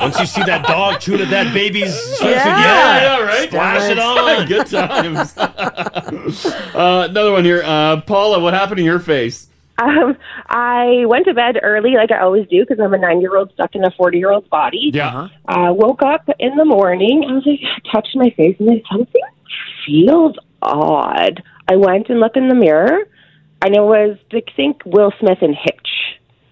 S6: Once you see that dog chewing at that baby's swimsuit,
S4: Yeah.
S6: yeah,
S4: Yeah, right?
S6: Splash it
S4: Splash.
S6: on.
S4: Good times. uh, another one here, uh, Paula. What happened to your face?
S10: Um, I went to bed early, like I always do, because I'm a nine year old stuck in a 40 year old's body.
S4: Yeah.
S10: Uh, woke up in the morning. I was like, I touched my face, and then something feels odd. I went and looked in the mirror, and it was, I think, Will Smith and Hitch.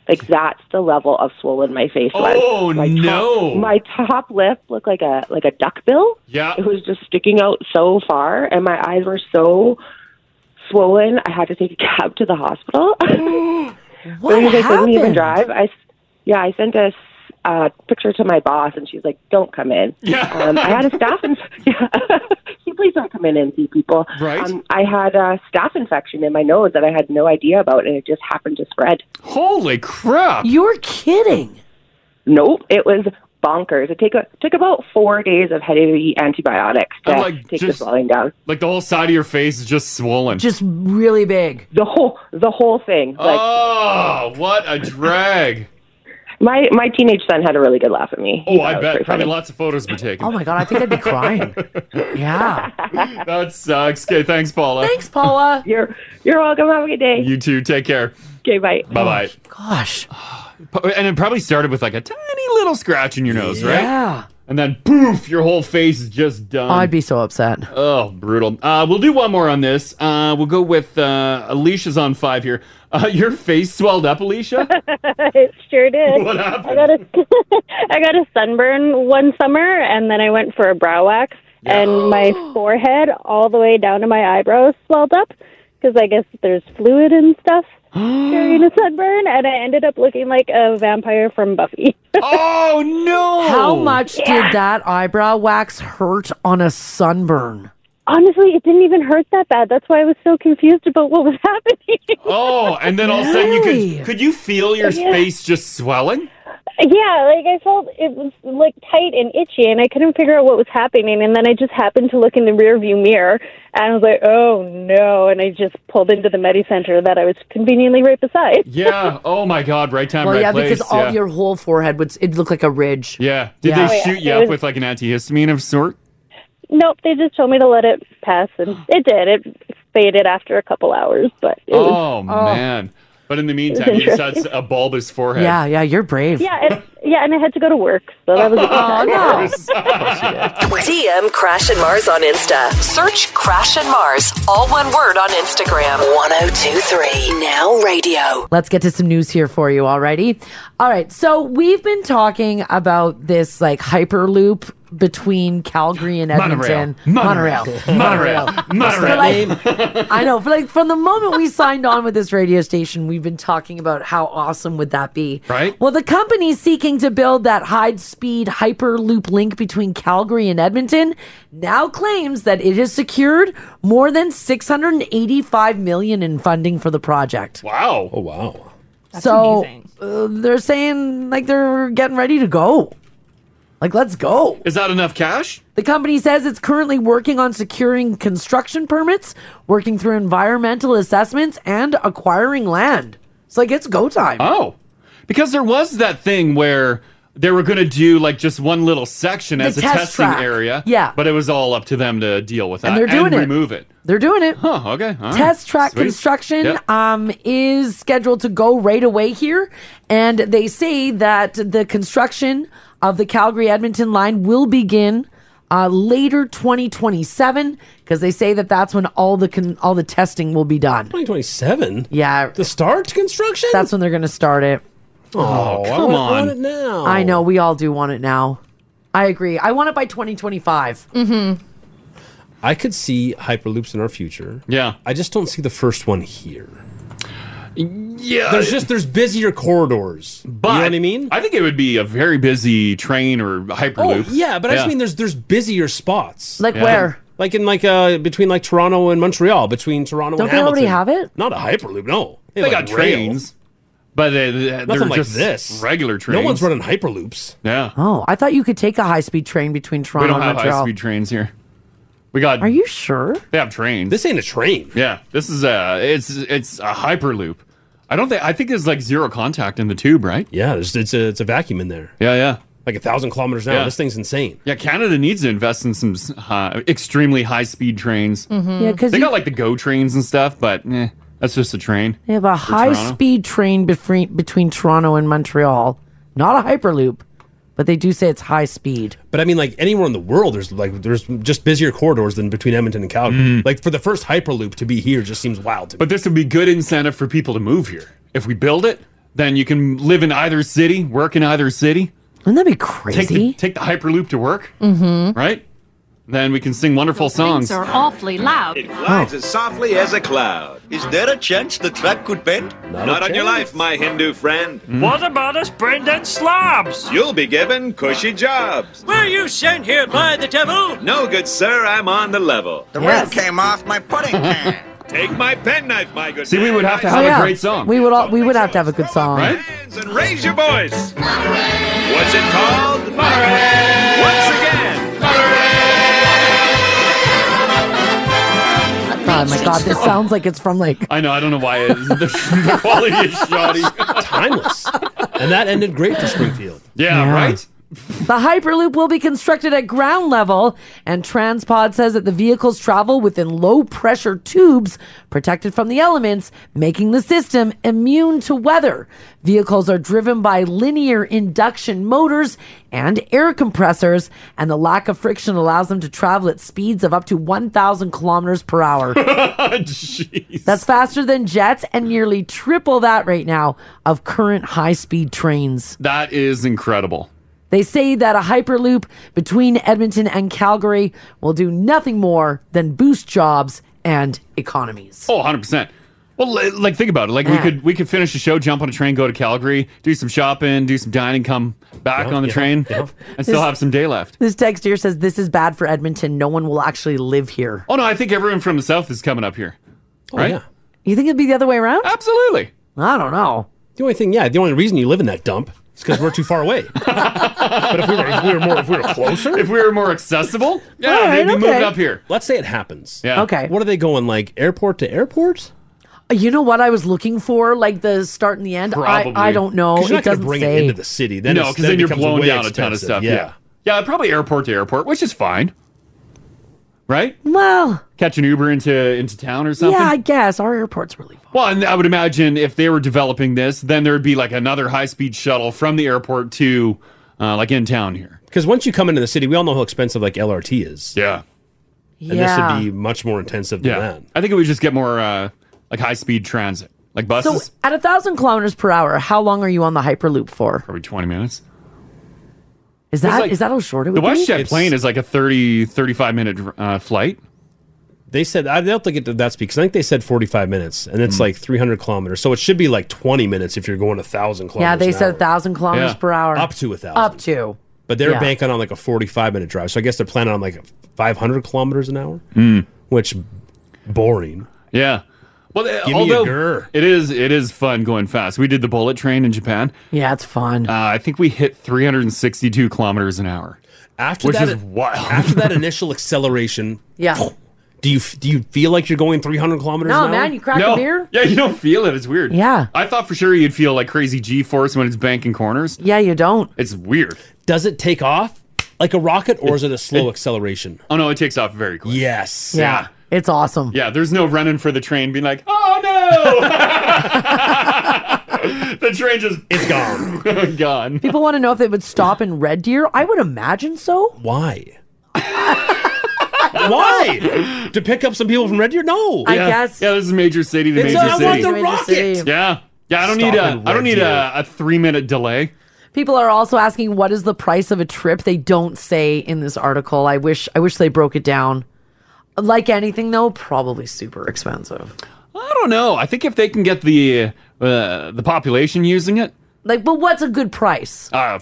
S10: Like, that's the level of swollen my face was.
S4: Oh,
S10: my
S4: no.
S10: Top, my top lip looked like a like a duck bill.
S4: Yeah.
S10: It was just sticking out so far, and my eyes were so swollen. I had to take a cab to the hospital.
S8: What
S10: I couldn't
S8: happened?
S10: even drive. I s- yeah, I sent a s-
S14: a picture to my boss, and she's like, "Don't come in."
S4: Yeah.
S14: Um, I had a staff. In- yeah. she please don't come in and see people.
S4: Right.
S14: Um, I had a staph infection in my nose that I had no idea about, and it just happened to spread.
S4: Holy crap!
S8: You're kidding.
S14: Nope. It was bonkers. It take a, took about four days of heavy antibiotics to
S4: I'm like,
S14: take
S4: just-
S14: the swelling down.
S4: Like the whole side of your face is just swollen.
S8: Just really big.
S14: The whole the whole thing.
S4: Uh,
S14: Like
S4: oh, what a drag!
S14: my my teenage son had a really good laugh at me.
S4: Oh,
S14: He thought it
S4: I
S14: was
S4: bet
S14: pretty
S4: probably
S14: funny.
S4: lots of photos were taken.
S8: Oh my god, I think I'd be crying. yeah.
S4: that sucks. Okay, thanks, Paula.
S8: Thanks, Paula.
S14: you're you're welcome. Have a good day.
S4: You too. Take care.
S14: Okay, bye.
S4: Bye bye.
S8: Gosh.
S4: And it probably started with like a tiny little scratch in your nose, right? Um,
S8: Yeah.
S4: And then poof, your whole face is just done.
S8: I'd be so upset.
S4: Oh, brutal. Uh, we'll do one more on this. Uh, we'll go with uh, Alicia's on five here. Uh, your face swelled up, Alicia.
S17: it sure did.
S4: What
S17: I got a I got a sunburn one summer, and then I went for a brow wax, and my forehead all the way down to my eyebrows swelled up because I guess there's fluid and stuff during a sunburn, and I ended up looking like a vampire from Buffy.
S4: oh no!
S8: How much did that eyebrow wax hurt on a sunburn?
S17: Honestly, it didn't even hurt that bad. That's why I was so confused about what was happening.
S4: Oh, and then all of a sudden you could could you feel your
S17: Yeah.
S4: face just swelling?
S17: Yeah, like I felt it was like tight and itchy, and I couldn't figure out what was happening. And then I just happened to look in the rearview mirror, and I was like, "Oh no!" And I just pulled into the Medi Center that I was conveniently right beside.
S4: Yeah. Oh my God! Right time,
S8: well,
S4: right
S8: yeah,
S4: place.
S8: because all
S4: yeah.
S8: your whole forehead would it look like a ridge.
S4: yeah. Did
S8: Yeah.
S4: they
S17: Oh, yeah.
S4: shoot you
S17: It
S4: up
S17: was-
S4: with like an antihistamine of sort?
S17: Nope, they just told me to let it pass, and it did. It faded after a couple hours, but it
S4: Oh,
S17: was,
S4: man! But in the
S17: was
S4: meantime, you just had
S17: interesting.
S4: a bulbous forehead.
S8: Yeah, yeah, you're brave.
S17: yeah, it, yeah, and I had to go to work, so
S8: Oh,
S17: that was a good time.
S4: Oh,
S3: DM Crash and Mars on Insta. Search Crash and Mars, all one word on Instagram. 1023 Now Radio.
S8: Let's get to some news here for you already. All right. So we've been talking about this like hyperloop between Calgary and Edmonton.
S4: Monorail. Monorail. Monorail.
S8: Monorail. I know. But like from the moment we signed on with this radio station, we've been talking about how awesome would that be.
S4: Right?
S8: Well, the company seeking to build that high speed hyperloop link between Calgary and Edmonton now claims that it has secured more than 685 million in funding for the project.
S4: Wow.
S6: Oh wow.
S8: so uh, they're saying like they're getting ready to go. Like let's go.
S4: Is that enough cash?
S8: The company says it's currently working on securing construction permits, working through environmental assessments and acquiring land. It's like it's go time.
S4: Oh, because there was that thing where they were going to do like just one little section
S8: The
S4: as a
S8: test
S4: testing
S8: track.
S4: area.
S8: Yeah.
S4: But it was all up to them to deal with that
S8: And they're doing it.
S4: remove it.
S8: They're doing it.
S4: Huh. Okay. all right.
S8: Test track
S4: Sweet.
S8: construction
S4: Yep.
S8: um, is scheduled to go right away here. And they say that the construction of the Calgary Edmonton line will begin uh, later 2027 because they say that that's when all the con- all the testing will be done.
S6: 2027.
S8: Yeah.
S6: The start construction?
S8: That's when they're going to start it.
S6: Oh, I come want- I on. want it now.
S8: I know. We all do want it now. I agree. I want it by 2025. Mm-hmm.
S6: I could see hyperloops in our future.
S4: Yeah.
S6: I just don't see the first one here.
S4: Yeah.
S6: There's just there's busier corridors.
S4: But you know what I mean? I think it would be a very busy train or hyperloop.
S6: Oh yeah, but I just mean there's there's busier spots.
S8: Like Yeah. where?
S6: Like in like uh between like Toronto and Montreal, between Toronto
S8: Don't
S6: and
S8: they already
S6: Hamilton.
S8: have it?
S6: Not a hyperloop, no.
S4: They got trains, but they, they're
S6: Nothing like
S4: just
S6: this.
S4: regular
S6: No one's
S4: trains.
S6: running hyperloops.
S4: Yeah.
S8: Oh, I thought you could take a high speed train between Toronto
S4: we don't
S8: and
S4: have
S8: Montreal.
S4: high speed trains here. We got. Are
S8: you sure?
S4: They have trains.
S6: This ain't a train.
S4: Yeah. This is a. It's it's a hyperloop. I don't think. I think there's like zero contact in the tube, right?
S6: Yeah. There's, it's a it's a vacuum in there.
S4: Yeah. Yeah.
S6: Like a thousand kilometers an hour.
S4: Yeah.
S6: This thing's insane.
S4: Yeah, Canada needs to invest in some uh, extremely high speed trains.
S8: Mhm. Yeah, 'cause
S4: they
S8: you-
S4: got like the Go trains and stuff, but eh, that's just a train.
S8: They have a
S4: for
S8: high
S4: Toronto.
S8: speed train between, between Toronto and Montreal. Not a Hyperloop, but they do say it's high speed.
S6: But I mean, like anywhere in the world, there's like there's just busier corridors than between Edmonton and Calgary. Like for the first hyperloop to be here just seems wild to me.
S4: Mm-hmm. But this would be good incentive for people to move here. If we build it, then you can live in either city, work in either city.
S8: Wouldn't that be crazy?
S4: Take the, take the Hyperloop to work,
S8: Mm-hmm.
S4: right? then we can sing wonderful songs. Oh.
S18: awfully loud. It
S4: glides
S18: as softly as a cloud. Is there a chance the track could bend?
S4: Not a
S18: on your
S4: chance.
S18: life, my Hindu friend.
S4: Mm.
S19: What about us Brendan slobs?
S18: You'll be given cushy jobs.
S19: Were you sent here by the devil?
S18: No good, sir. I'm on the level. The
S19: Yes.
S18: rim came off my pudding pan. Take my penknife, my good.
S4: See, we would have to
S8: Oh,
S4: have
S8: yeah.
S4: a great song.
S8: We would all, we would have to have a good song.
S4: Right?
S18: Hands and raise your voice. What's it called? Once again.
S8: Oh my god, this sounds like it's from like
S4: I know. I don't know why it, the, the quality is shoddy.
S6: Timeless. And that ended great for Springfield.
S4: Yeah, right?
S8: The Hyperloop will be constructed at ground level, and Transpod says that the vehicles travel within low pressure tubes protected from the elements, making the system immune to weather. Vehicles are driven by linear induction motors and air compressors, and the lack of friction allows them to travel at speeds of up to 1,000 kilometers per hour. That's faster than jets and nearly triple that right now of current high speed trains.
S4: That is incredible.
S8: They say that a Hyperloop between Edmonton and Calgary will do nothing more than boost jobs and economies.
S4: Oh, 100%. Well, li- like think about it. Like we
S8: Yeah.
S4: could we could finish the show, jump on a train, go to Calgary, do some shopping, do some dining, come back
S8: Yeah,
S4: on the
S8: yeah,
S4: train,
S8: yeah.
S4: and still
S8: This-
S4: have some day left.
S8: This text here says this is bad for Edmonton. No one will actually live here.
S4: Oh no, I think everyone from the south is coming up here.
S6: Oh,
S4: right?
S8: You think it'd be the other way around?
S4: Absolutely.
S8: I don't know.
S6: The only thing, yeah, the only reason you live in that dump is because we're too far away. but if we, were, if we were more, if we were closer,
S4: if we were more accessible, yeah,
S8: All right,
S4: they'd be moved
S8: okay.
S4: up here.
S6: Let's say it happens.
S4: Yeah.
S8: Okay.
S6: What are they going like airport to airport?
S8: You know what I was looking for, like the start and the end. I,
S6: Probably.
S8: I don't know.
S6: 'Cause you're
S8: It
S6: not gonna
S8: doesn't
S6: bring it
S8: say.
S6: into the city. Then
S4: no,
S6: it's-
S4: because
S6: then
S4: then
S6: it
S4: you're
S6: becomes
S4: blown
S6: way
S4: down a ton of
S6: expensive.
S4: stuff.
S6: Yeah.
S4: Yeah. yeah, probably airport to airport, which is fine, right?
S8: Well,
S4: catch an Uber into into town or something.
S8: yeah, I guess our airport's really.
S4: Well, and I would imagine if they were developing this, then there'd be like another high speed shuttle from the airport to uh, like in town here.
S6: Because once you come into the city, we all know how expensive like LRT is.
S4: Yeah.
S6: And
S8: Yeah.
S6: this would be much more intensive than that.
S4: I think it would just get more uh, like high speed transit, like buses.
S8: So at a thousand kilometers per hour, how long are you on the Hyperloop for?
S4: Probably twenty minutes.
S8: Is
S4: It's
S8: that is
S4: like-
S8: that how short it
S4: the
S8: would be?
S4: WestJet plane is like a 30, 35 minute uh, flight.
S6: They said I don't think it did that speed because I think they said 45 minutes, and
S4: Hmm.
S6: it's like 300 kilometers. So it should be like 20 minutes if you're going a thousand kilometers.
S8: Yeah, they
S6: an
S8: said a
S6: hour.
S8: thousand kilometers
S6: Yeah.
S8: per hour.
S6: Up to a thousand.
S8: Up to.
S6: But they're
S8: Yeah.
S6: banking on like a 45 minute drive. So I guess they're planning on like 500 kilometers an hour,
S4: Hmm.
S6: which boring.
S4: Yeah. Well, uh,
S6: Give me a
S4: although
S6: grr.
S4: it is it is fun going fast. We did the bullet train in Japan.
S8: Yeah, it's fun.
S4: Uh, I think we hit 362 kilometers an hour.
S6: After
S4: which
S6: that,
S4: is wild.
S6: after that initial acceleration,
S8: Yeah.
S6: do you do you feel like you're going 300 kilometers?
S8: No,
S6: an hour?
S8: man, you crack a
S4: No.
S8: beer?
S4: Yeah, you don't feel it. It's weird.
S8: Yeah.
S4: I thought for sure you'd feel like crazy G force when it's banking corners.
S8: Yeah, you don't.
S4: It's weird.
S6: Does it take off like a rocket, or is it a slow acceleration?
S4: Oh no, it takes off very quick.
S6: Yes.
S8: Yeah. It's awesome.
S4: Yeah, there's no running for the train being like, oh no! the train just
S6: It's gone.
S4: gone.
S8: People want to know if they would stop in Red Deer. I would imagine so.
S6: Why? Why? to pick up some people from Red Deer? No.
S4: yeah. Yeah, this is major city to
S6: It's
S4: major
S6: not-
S4: city.
S6: I want the Major rocket! city.
S4: Yeah. Yeah, I don't
S6: Stop and
S4: need a I
S6: Red
S4: don't need
S6: Deer.
S4: a, a three minute delay.
S8: People are also asking what is the price of a trip. They don't say in this article. I wish I wish they broke it down. Like anything though, probably super expensive.
S4: I don't know. I think if they can get the uh, the population using it,
S8: Like, but what's a good price?
S4: uh,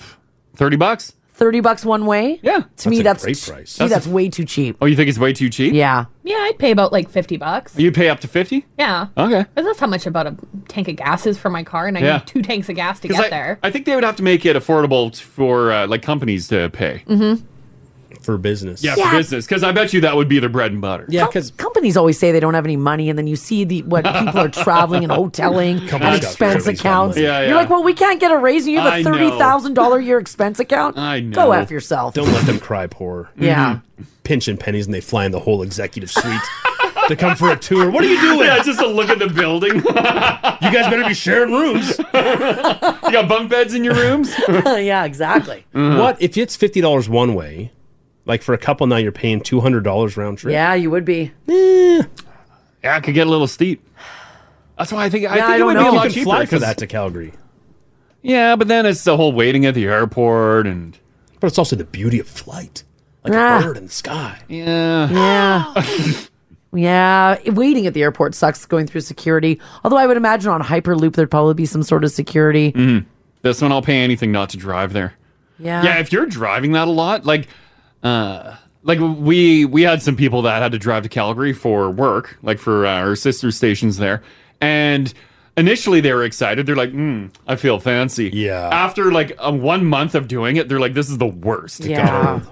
S4: thirty bucks.
S8: Thirty bucks one way? Yeah. To me,
S4: a
S8: that's
S4: great
S8: t-
S4: price.
S8: To me,
S4: That's
S8: that's
S4: a-
S8: way too cheap.
S4: Oh, you think it's way too cheap?
S8: Yeah.
S9: Yeah, I'd pay about like 50 bucks.
S4: You pay up to fifty?
S9: Yeah.
S4: Okay.
S9: But that's how much about a tank of gas is for my car, and I
S4: Yeah.
S9: need two tanks of gas to
S4: 'Cause
S9: get
S4: I,
S9: there.
S4: I think they would have to make it affordable t- for uh, like companies to pay.
S9: Mm-hmm.
S6: For business.
S4: Yeah,
S8: Yeah.
S4: for business. Because I bet you that would be their bread and butter.
S6: Yeah, because
S8: Companies always say they don't have any money, and then you see the what people are traveling and hoteling and
S4: Companies got
S8: expense
S4: companies got
S8: accounts.
S4: money. Yeah,
S8: You're
S4: yeah.
S8: like, well, we can't get a raise, and you have
S4: I
S8: a
S4: know.
S8: thirty thousand dollar year expense account.
S6: I know.
S8: Go f yourself.
S6: Don't let them cry poor.
S8: Yeah.
S4: Mm-hmm.
S6: Pinching pennies and they fly in the whole executive suite to come for a tour. What are you doing?
S4: Yeah, just a look at the building. you
S6: guys better be sharing rooms. you
S4: got bunk beds in your rooms?
S8: yeah, exactly.
S6: Uh-huh. What if it's fifty dollars one way? Like for a couple now, you're paying two hundred dollars round trip.
S8: Yeah, you would be.
S4: Yeah, it could get a little steep. That's why I think
S6: Yeah,
S4: I think
S6: I
S4: it
S6: don't
S4: would be
S6: know.
S4: a
S6: You
S4: lot
S6: could
S4: cheaper.
S6: fly for
S4: 'cause-
S6: that to Calgary.
S4: Yeah, but then it's the whole waiting at the airport and.
S6: But it's also the beauty of flight. like
S8: Ah.
S6: a bird in the sky.
S4: Yeah.
S8: Yeah. yeah. Waiting at the airport sucks going through security. Although I would imagine on Hyperloop, there'd probably be some sort of security.
S4: Mm. This one, I'll pay anything not to drive there.
S8: Yeah.
S4: Yeah, if you're driving that a lot, like, uh, like we we had some people that had to drive to Calgary for work, like for uh, our sister stations there, and initially they were excited. They're like, mm, I feel fancy. Yeah. After like a one month of doing it, they're like, this is the worst.
S8: Yeah.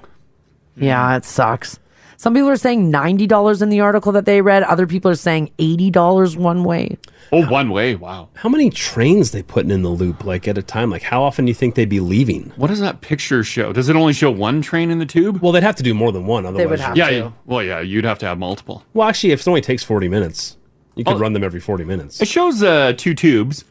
S8: Yeah, it sucks. Some people are saying $90 in the article that they read. Other people are saying $80 one way.
S4: Oh, one way. Wow.
S6: How many trains they putting in the loop like at a time? Like how often do you think they'd be leaving?
S4: What does that picture show? Does it only show one train in the tube?
S6: Well, they'd have to do more than one. Otherwise,
S4: yeah, you- well, yeah, you'd have to have multiple.
S6: Well, actually, if it only takes 40 minutes, you could
S4: Oh.
S6: run them every 40 minutes.
S4: It shows uh, two tubes.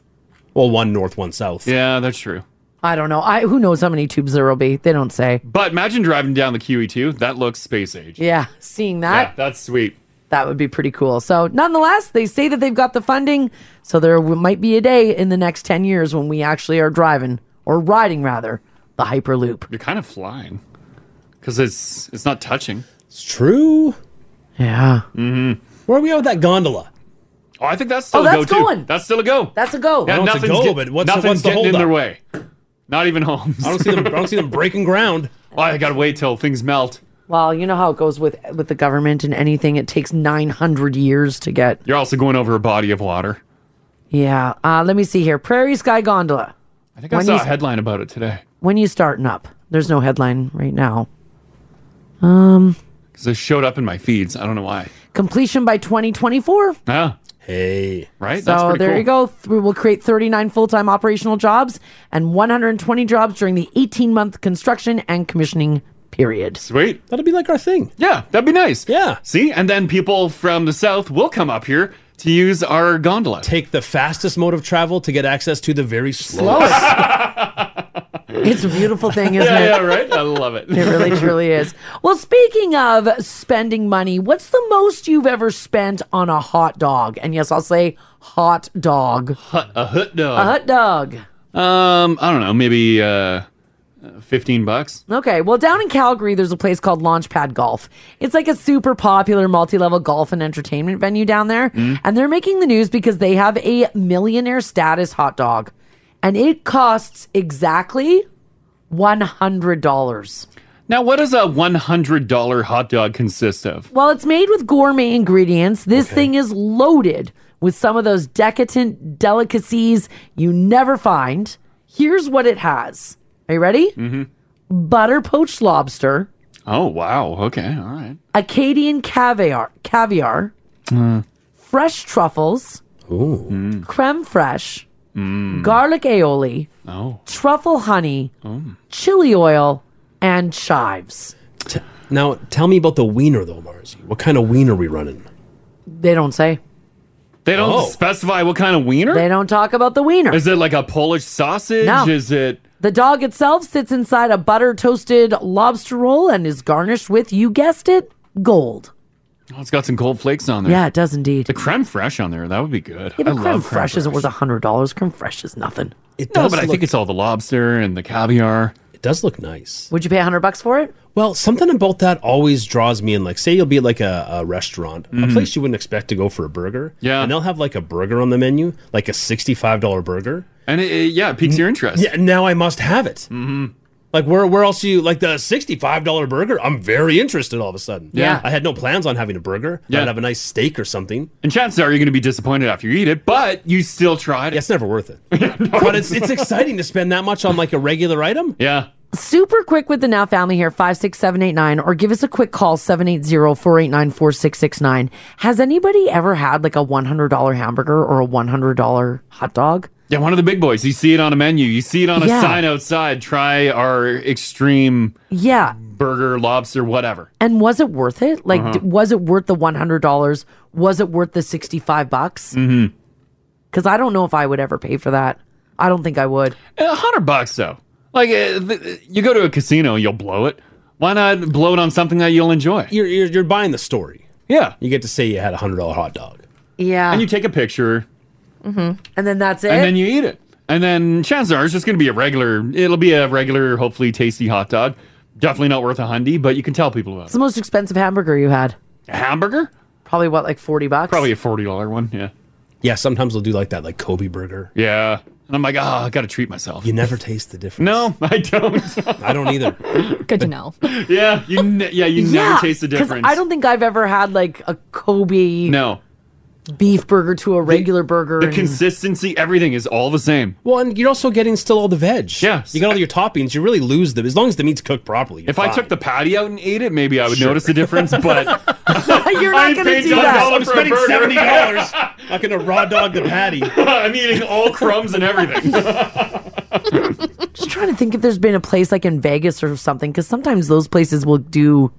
S6: Well, one north, one south.
S4: Yeah, that's true.
S8: I don't know. I Who knows how many tubes there will be? They don't say.
S4: But imagine driving down the QE2. That looks space age.
S8: Yeah, seeing that.
S4: yeah, that's sweet.
S8: That would be pretty cool. So, nonetheless, they say that they've got the funding. So, there w- might be a day in the next 10 years when we actually are driving or riding, rather, the Hyperloop.
S4: You're kind of flying because it's it's not touching.
S6: It's true.
S8: Yeah.
S4: Mm-hmm.
S6: Where are we at with that gondola?
S4: Oh, I think that's still
S6: Oh,
S4: a go
S6: that's
S4: too.
S6: going.
S4: That's still a go.
S8: That's a go.
S6: I know it's a go, but what's the-
S4: nothing's
S6: what's the
S4: getting in
S6: holdup?
S4: their way. Not even homes. I
S6: don't see them. I don't see them breaking ground.
S4: Well, I gotta wait till things melt.
S8: Well, you know how it goes with with the government and anything. It takes 900 years to get.
S4: You're also going over a body of water.
S8: Yeah. Uh, let me see here. Prairie Sky Gondola.
S4: I think I saw a headline about it today
S8: When you starting up? There's no headline right now. Um,
S4: because it showed up in my feeds. I don't know why.
S8: completion by 2024.
S4: Ah.
S6: Hey.
S4: Right. that's
S8: so
S4: pretty
S8: there
S4: cool.
S8: you go. We will create 39 full-time operational jobs and 120 jobs during the 18-month construction and commissioning period.
S4: Sweet.
S6: That'll be like our thing.
S4: Yeah, that'd be nice.
S6: Yeah.
S4: See, and then people from the south will come up here to use our gondola.
S6: Take the fastest mode of travel to get access to the very slowest.
S8: Slowest. it's a beautiful thing, isn't
S4: yeah,
S8: it?
S4: yeah, right. I love it.
S8: It really, truly is. Well, speaking of spending money, what's the most you've ever spent on a hot dog? And yes, I'll say hot dog.
S4: a hot dog.
S8: A hot dog.
S4: Um, I don't know, maybe uh, fifteen bucks.
S8: Okay, well, down in Calgary, there's a place called Launchpad Golf. It's like a super popular multi level golf and entertainment venue down there.
S20: Mm.
S8: And they're making the news because they have a millionaire status hot dog. And it costs exactly $100.
S4: Now, what does a one hundred dollar hot dog consist of?
S8: Well, it's made with gourmet ingredients. This thing is loaded with some of those decadent delicacies you never find. Here's what it has. Are you ready?
S4: Mm-hmm.
S8: Butter poached lobster,
S4: Oh wow. Okay. All right.
S8: Acadian caviar, caviar,
S4: Mm.
S8: fresh truffles,
S6: Uh, Ooh.
S8: creme fraiche,
S4: Mm.
S8: garlic aioli,
S4: Oh.
S8: truffle honey,
S4: Mm.
S8: chili oil, and chives.
S6: Now, tell me about the wiener though, Marzi. What kind of wiener are we running?
S8: They don't say.
S4: They don't
S6: Oh.
S4: specify what kind of wiener.
S8: They don't talk about the wiener.
S4: Is it like a Polish sausage?
S8: No.
S4: Is it?
S8: The dog itself sits inside a butter toasted lobster roll and is garnished with, you guessed it, gold.
S4: Oh, it's got some gold flakes on there.
S8: Yeah, it does indeed.
S4: The creme fraiche on there. That would be good.
S8: Yeah,
S4: I
S8: but
S4: love
S8: creme fraiche isn't worth hundred dollars. Creme fraiche is nothing.
S6: It
S4: no,
S6: does
S4: but I
S6: look-
S4: think it's all the lobster and the caviar.
S6: It does look nice.
S8: Would you pay hundred bucks for it?
S6: Well, something about that always draws me in. Like, say you'll be at like a, a restaurant, a
S4: Mhm.
S6: place you wouldn't expect to go for a burger. Yeah. And they'll have like a burger on the menu, like a $65 burger.
S4: And it, it- yeah, it piques your interest.
S6: Yeah, now I must have it. Mm-hmm. Like, where, where else do you, like the $65 burger? I'm very interested all of a sudden.
S4: Yeah.
S6: I had no plans on having a burger.
S4: Yeah.
S6: I'd have a nice steak or something.
S4: And chances are you're going to be disappointed after you eat it, but you still tried it.
S6: it's never worth it. but it's, it's exciting to spend that much on like a regular item.
S4: Yeah.
S8: Super quick with the Now family here, 56789, or give us a quick call, 780-489-4669. Has anybody ever had like a $100 hamburger or a $100 hot dog?
S4: Yeah, one of the big boys. You see it on a menu. You see it on a
S8: Yeah.
S4: sign outside. Try our extreme
S8: Yeah.
S4: burger, lobster, whatever.
S8: And was it worth it? Like,
S4: Uh-huh.
S8: d- was it worth the $100? Was it worth the 65 bucks?
S4: Mm-hmm.
S8: Because I don't know if I would ever pay for that. I don't think I would.
S4: A hundred bucks though. Like uh, th- you go to a casino, you'll blow it. Why not blow it on something that you'll enjoy?
S6: You're you're, you're buying the story.
S4: Yeah.
S6: You get to say you had a $100 hot dog.
S8: Yeah.
S4: And you take a picture,
S8: Mm-hmm. And then Ah. that's it.
S4: and then you eat it, and then chances are it's just going to be a regular. It'll be a regular, hopefully tasty hot dog. Definitely not worth a hundy, but you can tell people about
S8: It's
S4: it.
S8: the most expensive hamburger you had.
S4: A hamburger?
S8: Probably what, like forty bucks?
S4: Probably a forty dollar one. Yeah.
S6: Yeah, sometimes they'll do like that, like Kobe burger.
S4: Yeah. And I'm like, oh, I got to treat myself.
S6: You never taste the difference.
S4: No, I don't.
S6: I don't either.
S9: Good to know.
S4: yeah, you. Ne- yeah, you never taste the
S8: 'cause
S4: difference.
S8: I don't think I've ever had like a Kobe
S4: No,
S8: beef burger to a regular burger.
S4: the
S8: and-
S4: consistency, everything is all the same.
S6: Well, and you're also getting still all the veg. Yes. You got all your toppings. You really lose them as long as the meat's cooked properly.
S4: If I took the patty out and ate it, maybe I would
S6: Sure.
S4: notice the difference. But
S8: You're not going to do that.
S6: I'm spending seventy dollars. I'm gonna raw dog the patty.
S4: I'm eating all crumbs and everything.
S8: Just trying to think if there's been a place like in Vegas or something, because sometimes those places will do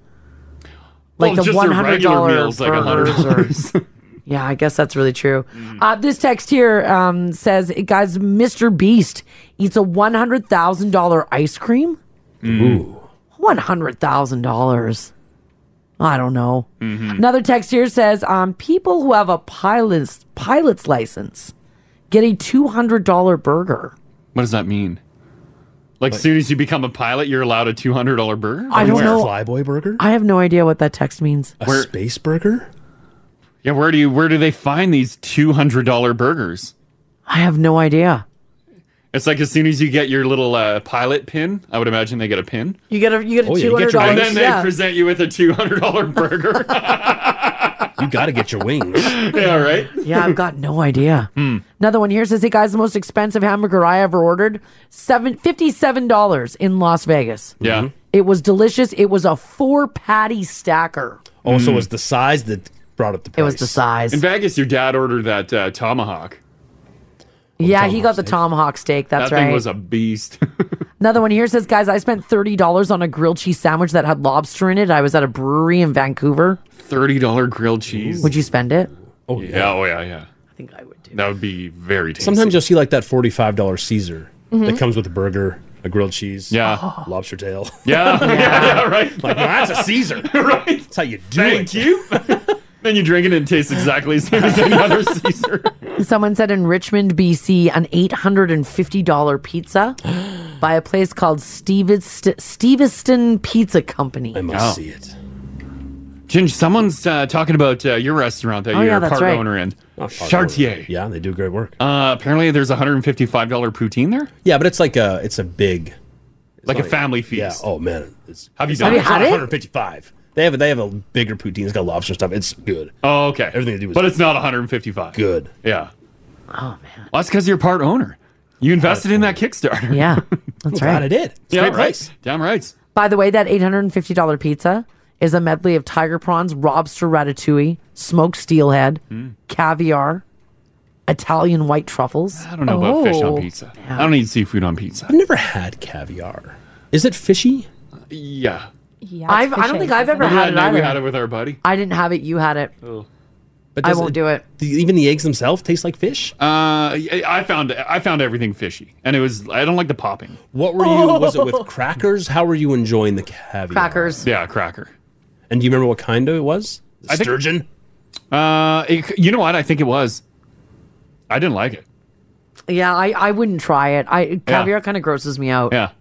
S8: like
S4: Well,
S8: the
S4: Oh, just
S8: one
S4: their
S8: hundred
S4: regular
S8: dollars
S4: meals, like
S8: burgers. Or, yeah, I guess that's really true. Uh, this text here um, says, "Guys, Mr. Beast eats a one hundred thousand dollar ice cream.
S4: Mm.
S18: Ooh.
S8: One hundred thousand dollars. I don't know."
S4: Mm-hmm.
S8: Another text here says, um, "People who have a pilot's pilot's license get a two hundred dollar burger."
S4: What does that mean? Like, as soon as you become a pilot, you're allowed a two hundred dollar burger.
S8: I don't
S4: Where?
S8: know.
S6: Flyboy burger?
S8: I have no idea what that text means.
S4: Where-
S6: space burger?
S4: Yeah, where do you where do they find these two hundred dollar burgers?
S8: I have no idea.
S4: It's like as soon as you get your little uh, pilot pin, I would imagine they get a pin.
S8: You get a you get a
S4: Oh, yeah,
S8: two
S4: you
S8: hundred
S4: get your-
S8: dollars.
S4: And then they present you with a two hundred dollar burger.
S6: you got to get your wings.
S4: yeah, right. Hmm.
S8: yeah, I've got no idea. Another one here says, "Hey guys, the most expensive hamburger I ever ordered seven fifty seven dollars in Las Vegas.
S4: Yeah.
S6: Mm-hmm.
S8: It was delicious. It was a four patty stacker.
S6: Oh,
S4: Hmm.
S6: so it was the size that brought up the price. It was the
S8: size.
S4: In Vegas, your dad ordered that uh, tomahawk.
S8: yeah, he got the tomahawk steak. That's
S4: that
S8: right.
S4: thing was a beast.
S8: Another one here says, "Guys, I spent thirty dollars on a grilled cheese sandwich that had lobster in it. I was at a brewery in Vancouver.
S4: Thirty dollar grilled cheese.
S8: Would you spend it?
S4: Oh yeah. Oh yeah. Yeah. I
S8: think I would.
S4: That would be very tasty.
S6: Sometimes you'll see like that forty-five dollar Caesar
S4: Mhm.
S8: Mm-hmm.
S6: that comes with a burger, a grilled cheese, Oh,
S4: Yeah.
S6: lobster tail.
S4: Yeah. yeah. yeah, Right.
S6: Like, well, that's a Caesar.
S4: right. That's
S6: how you do
S4: Thank it. you. then you drink it and it tastes exactly the same as another Caesar.
S8: Someone said in Richmond, BC, an $850 pizza by a place called Stevest- Steveston Pizza Company. I
S4: must see it. Ginge, someone's uh, talking about uh, your restaurant that
S8: Oh,
S4: you're
S8: yeah,
S4: a
S8: that's
S4: part
S8: right.
S4: owner in.
S6: part
S4: Chartier.
S6: Yeah, they do great work.
S4: Uh, apparently, there's a $155 poutine there.
S6: Yeah, but it's like a it's a big,
S4: Like a
S6: not-
S4: family feast.
S6: Yeah. Oh man, it's,
S4: Have you
S6: it's
S4: done
S6: not-
S4: it?
S6: it's
S4: Have
S6: not
S4: you had it?
S6: 155. They have a, they have a bigger poutine. It's got lobster stuff. It's good.
S4: Oh, okay. Everything
S6: they do is
S4: But it's not 155.
S6: Good.
S4: Yeah. Oh, man. Well, that's because you're part owner. You invested in that Kickstarter.
S8: Yeah. That's right.
S4: yeah, right. Damn right.
S8: By the way, that $850 pizza is a medley of tiger prawns, lobster ratatouille, smoked steelhead,
S4: Hmm.
S8: caviar, Italian white truffles.
S4: I don't know
S8: Oh,
S4: about fish on pizza. I don't eat seafood on pizza.
S6: I've never had caviar. Is it fishy?
S4: Yeah.
S8: Yeah, I've, I don't think I've ever
S4: Remember
S8: had
S4: that
S8: it
S4: night we
S8: either.
S4: had it with Oh. our buddy.
S8: I didn't have it. You had it. I
S6: does
S8: won't do it.
S6: do even the eggs themselves taste like fish?
S4: Uh, I I found I found everything fishy, and it was I don't like the popping.
S6: What were you? Was it with crackers? How were you enjoying the caviar?
S8: Crackers.
S4: Yeah, cracker.
S6: And do you remember what kind of it was? Sturgeon.
S4: Uh, it- you know what? I think it was. I didn't like it.
S8: Yeah, I, I wouldn't try it. I Caviar kind of grosses me out.
S4: Yeah,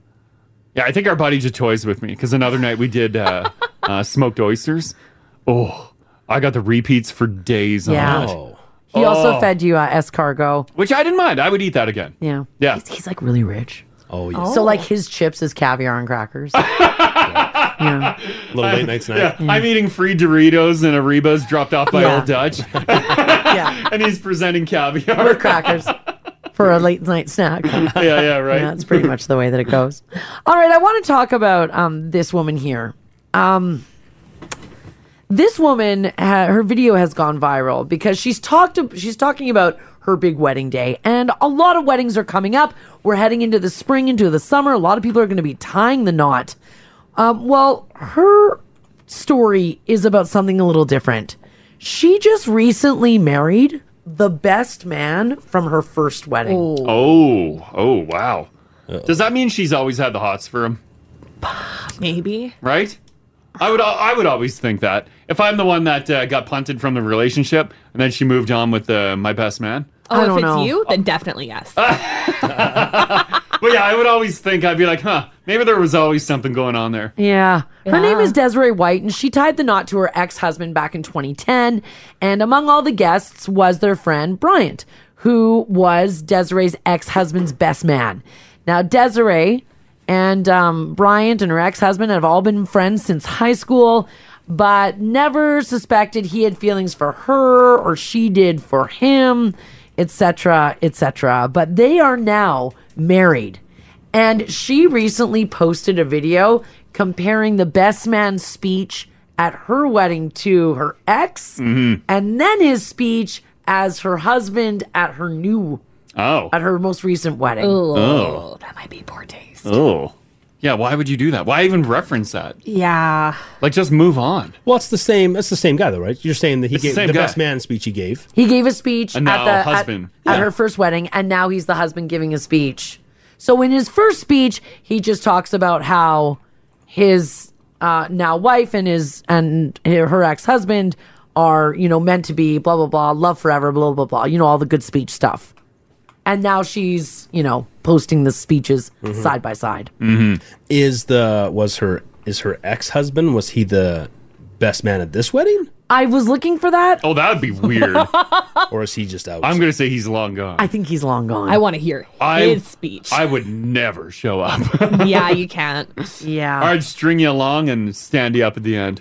S4: yeah. I think our buddy just toys with me because another night we did uh, uh, smoked oysters. Oh, I got the repeats for days.
S8: Yeah.
S4: on that.
S8: Oh. He also
S4: Oh.
S8: fed you uh, escargot.
S4: which I didn't mind. I would eat that again.
S8: Yeah.
S4: Yeah,
S8: he's, he's like really rich.
S6: Oh
S8: So like his chips is caviar and crackers. yeah.
S6: little late night snack.
S4: Yeah, I'm eating free Doritos and Arribas dropped off by
S8: Yeah.
S4: Old Dutch. and he's presenting caviar.
S8: Or crackers. For a late night snack.
S4: yeah, yeah, right.
S8: that's pretty much the way that it goes. All right, I want to talk about um, this woman here. Um, this woman, ha- her video has gone viral because she's talked. She's talking about her big wedding day, and a lot of weddings are coming up. We're heading into the spring, into the summer. A lot of people are going to be tying the knot. Um, well, her story is about something a little different. She just recently married the best man from her first wedding.
S4: Oh, oh, wow. Does that mean she's always had the hots for him?
S9: Maybe.
S4: Right? I would, I would always think that. If I'm the one that uh, got punted from the relationship and then she moved on with uh, my best man,
S9: Oh,
S8: I don't
S9: if it's
S8: know.
S4: Ah.
S9: you, then definitely yes.
S4: But yeah, I would always think I'd be like, huh, maybe there was always something going on there.
S8: Yeah. Her name is Desiree White, and she tied the knot to her ex husband back in 2010. And among all the guests was their friend Bryant, who was Desiree's ex husband's best man. Now, Desiree and um, Bryant and her ex husband have all been friends since high school, but never suspected he had feelings for her or she did for him, etc., etc. But they are now married. And she recently posted a video comparing the best man's speech at her wedding to her ex
S11: Mm.
S4: Mm-hmm.
S8: and then his speech as her husband at her new
S4: Oh.
S8: at her most recent wedding.
S4: Oh. That might be poor taste. Oh. Yeah, why would you do that? Why even reference that?
S8: Yeah.
S4: Like just move on.
S6: Well, it's the same. It's the same guy though, right? You're saying that he
S4: It's the
S6: gave the,
S4: same guy.
S6: best man speech he gave.
S8: He gave a speech
S6: And
S8: at
S6: now
S8: the at-
S6: husband.
S8: At,
S6: Yeah.
S8: her first wedding, and now he's the husband giving a speech. So in his first speech, he just talks about how his uh, now wife and his and her her ex husband are you know meant to be blah blah blah love forever blah blah blah you know all the good speech stuff. And now she's you know posting the speeches
S6: Mhm.
S8: side by side.
S6: Mm-hmm. Is the was her is her ex husband? Was he the best man at this wedding,
S8: I was looking for that.
S4: Oh, that would be weird.
S6: or is he just out?
S4: I'm gonna say he's long gone.
S8: I think he's long gone.
S9: I want to hear
S4: I-
S9: his speech.
S4: I would never show up.
S9: yeah, you can't.
S8: Yeah.
S4: I'd string you along and stand you up at the end.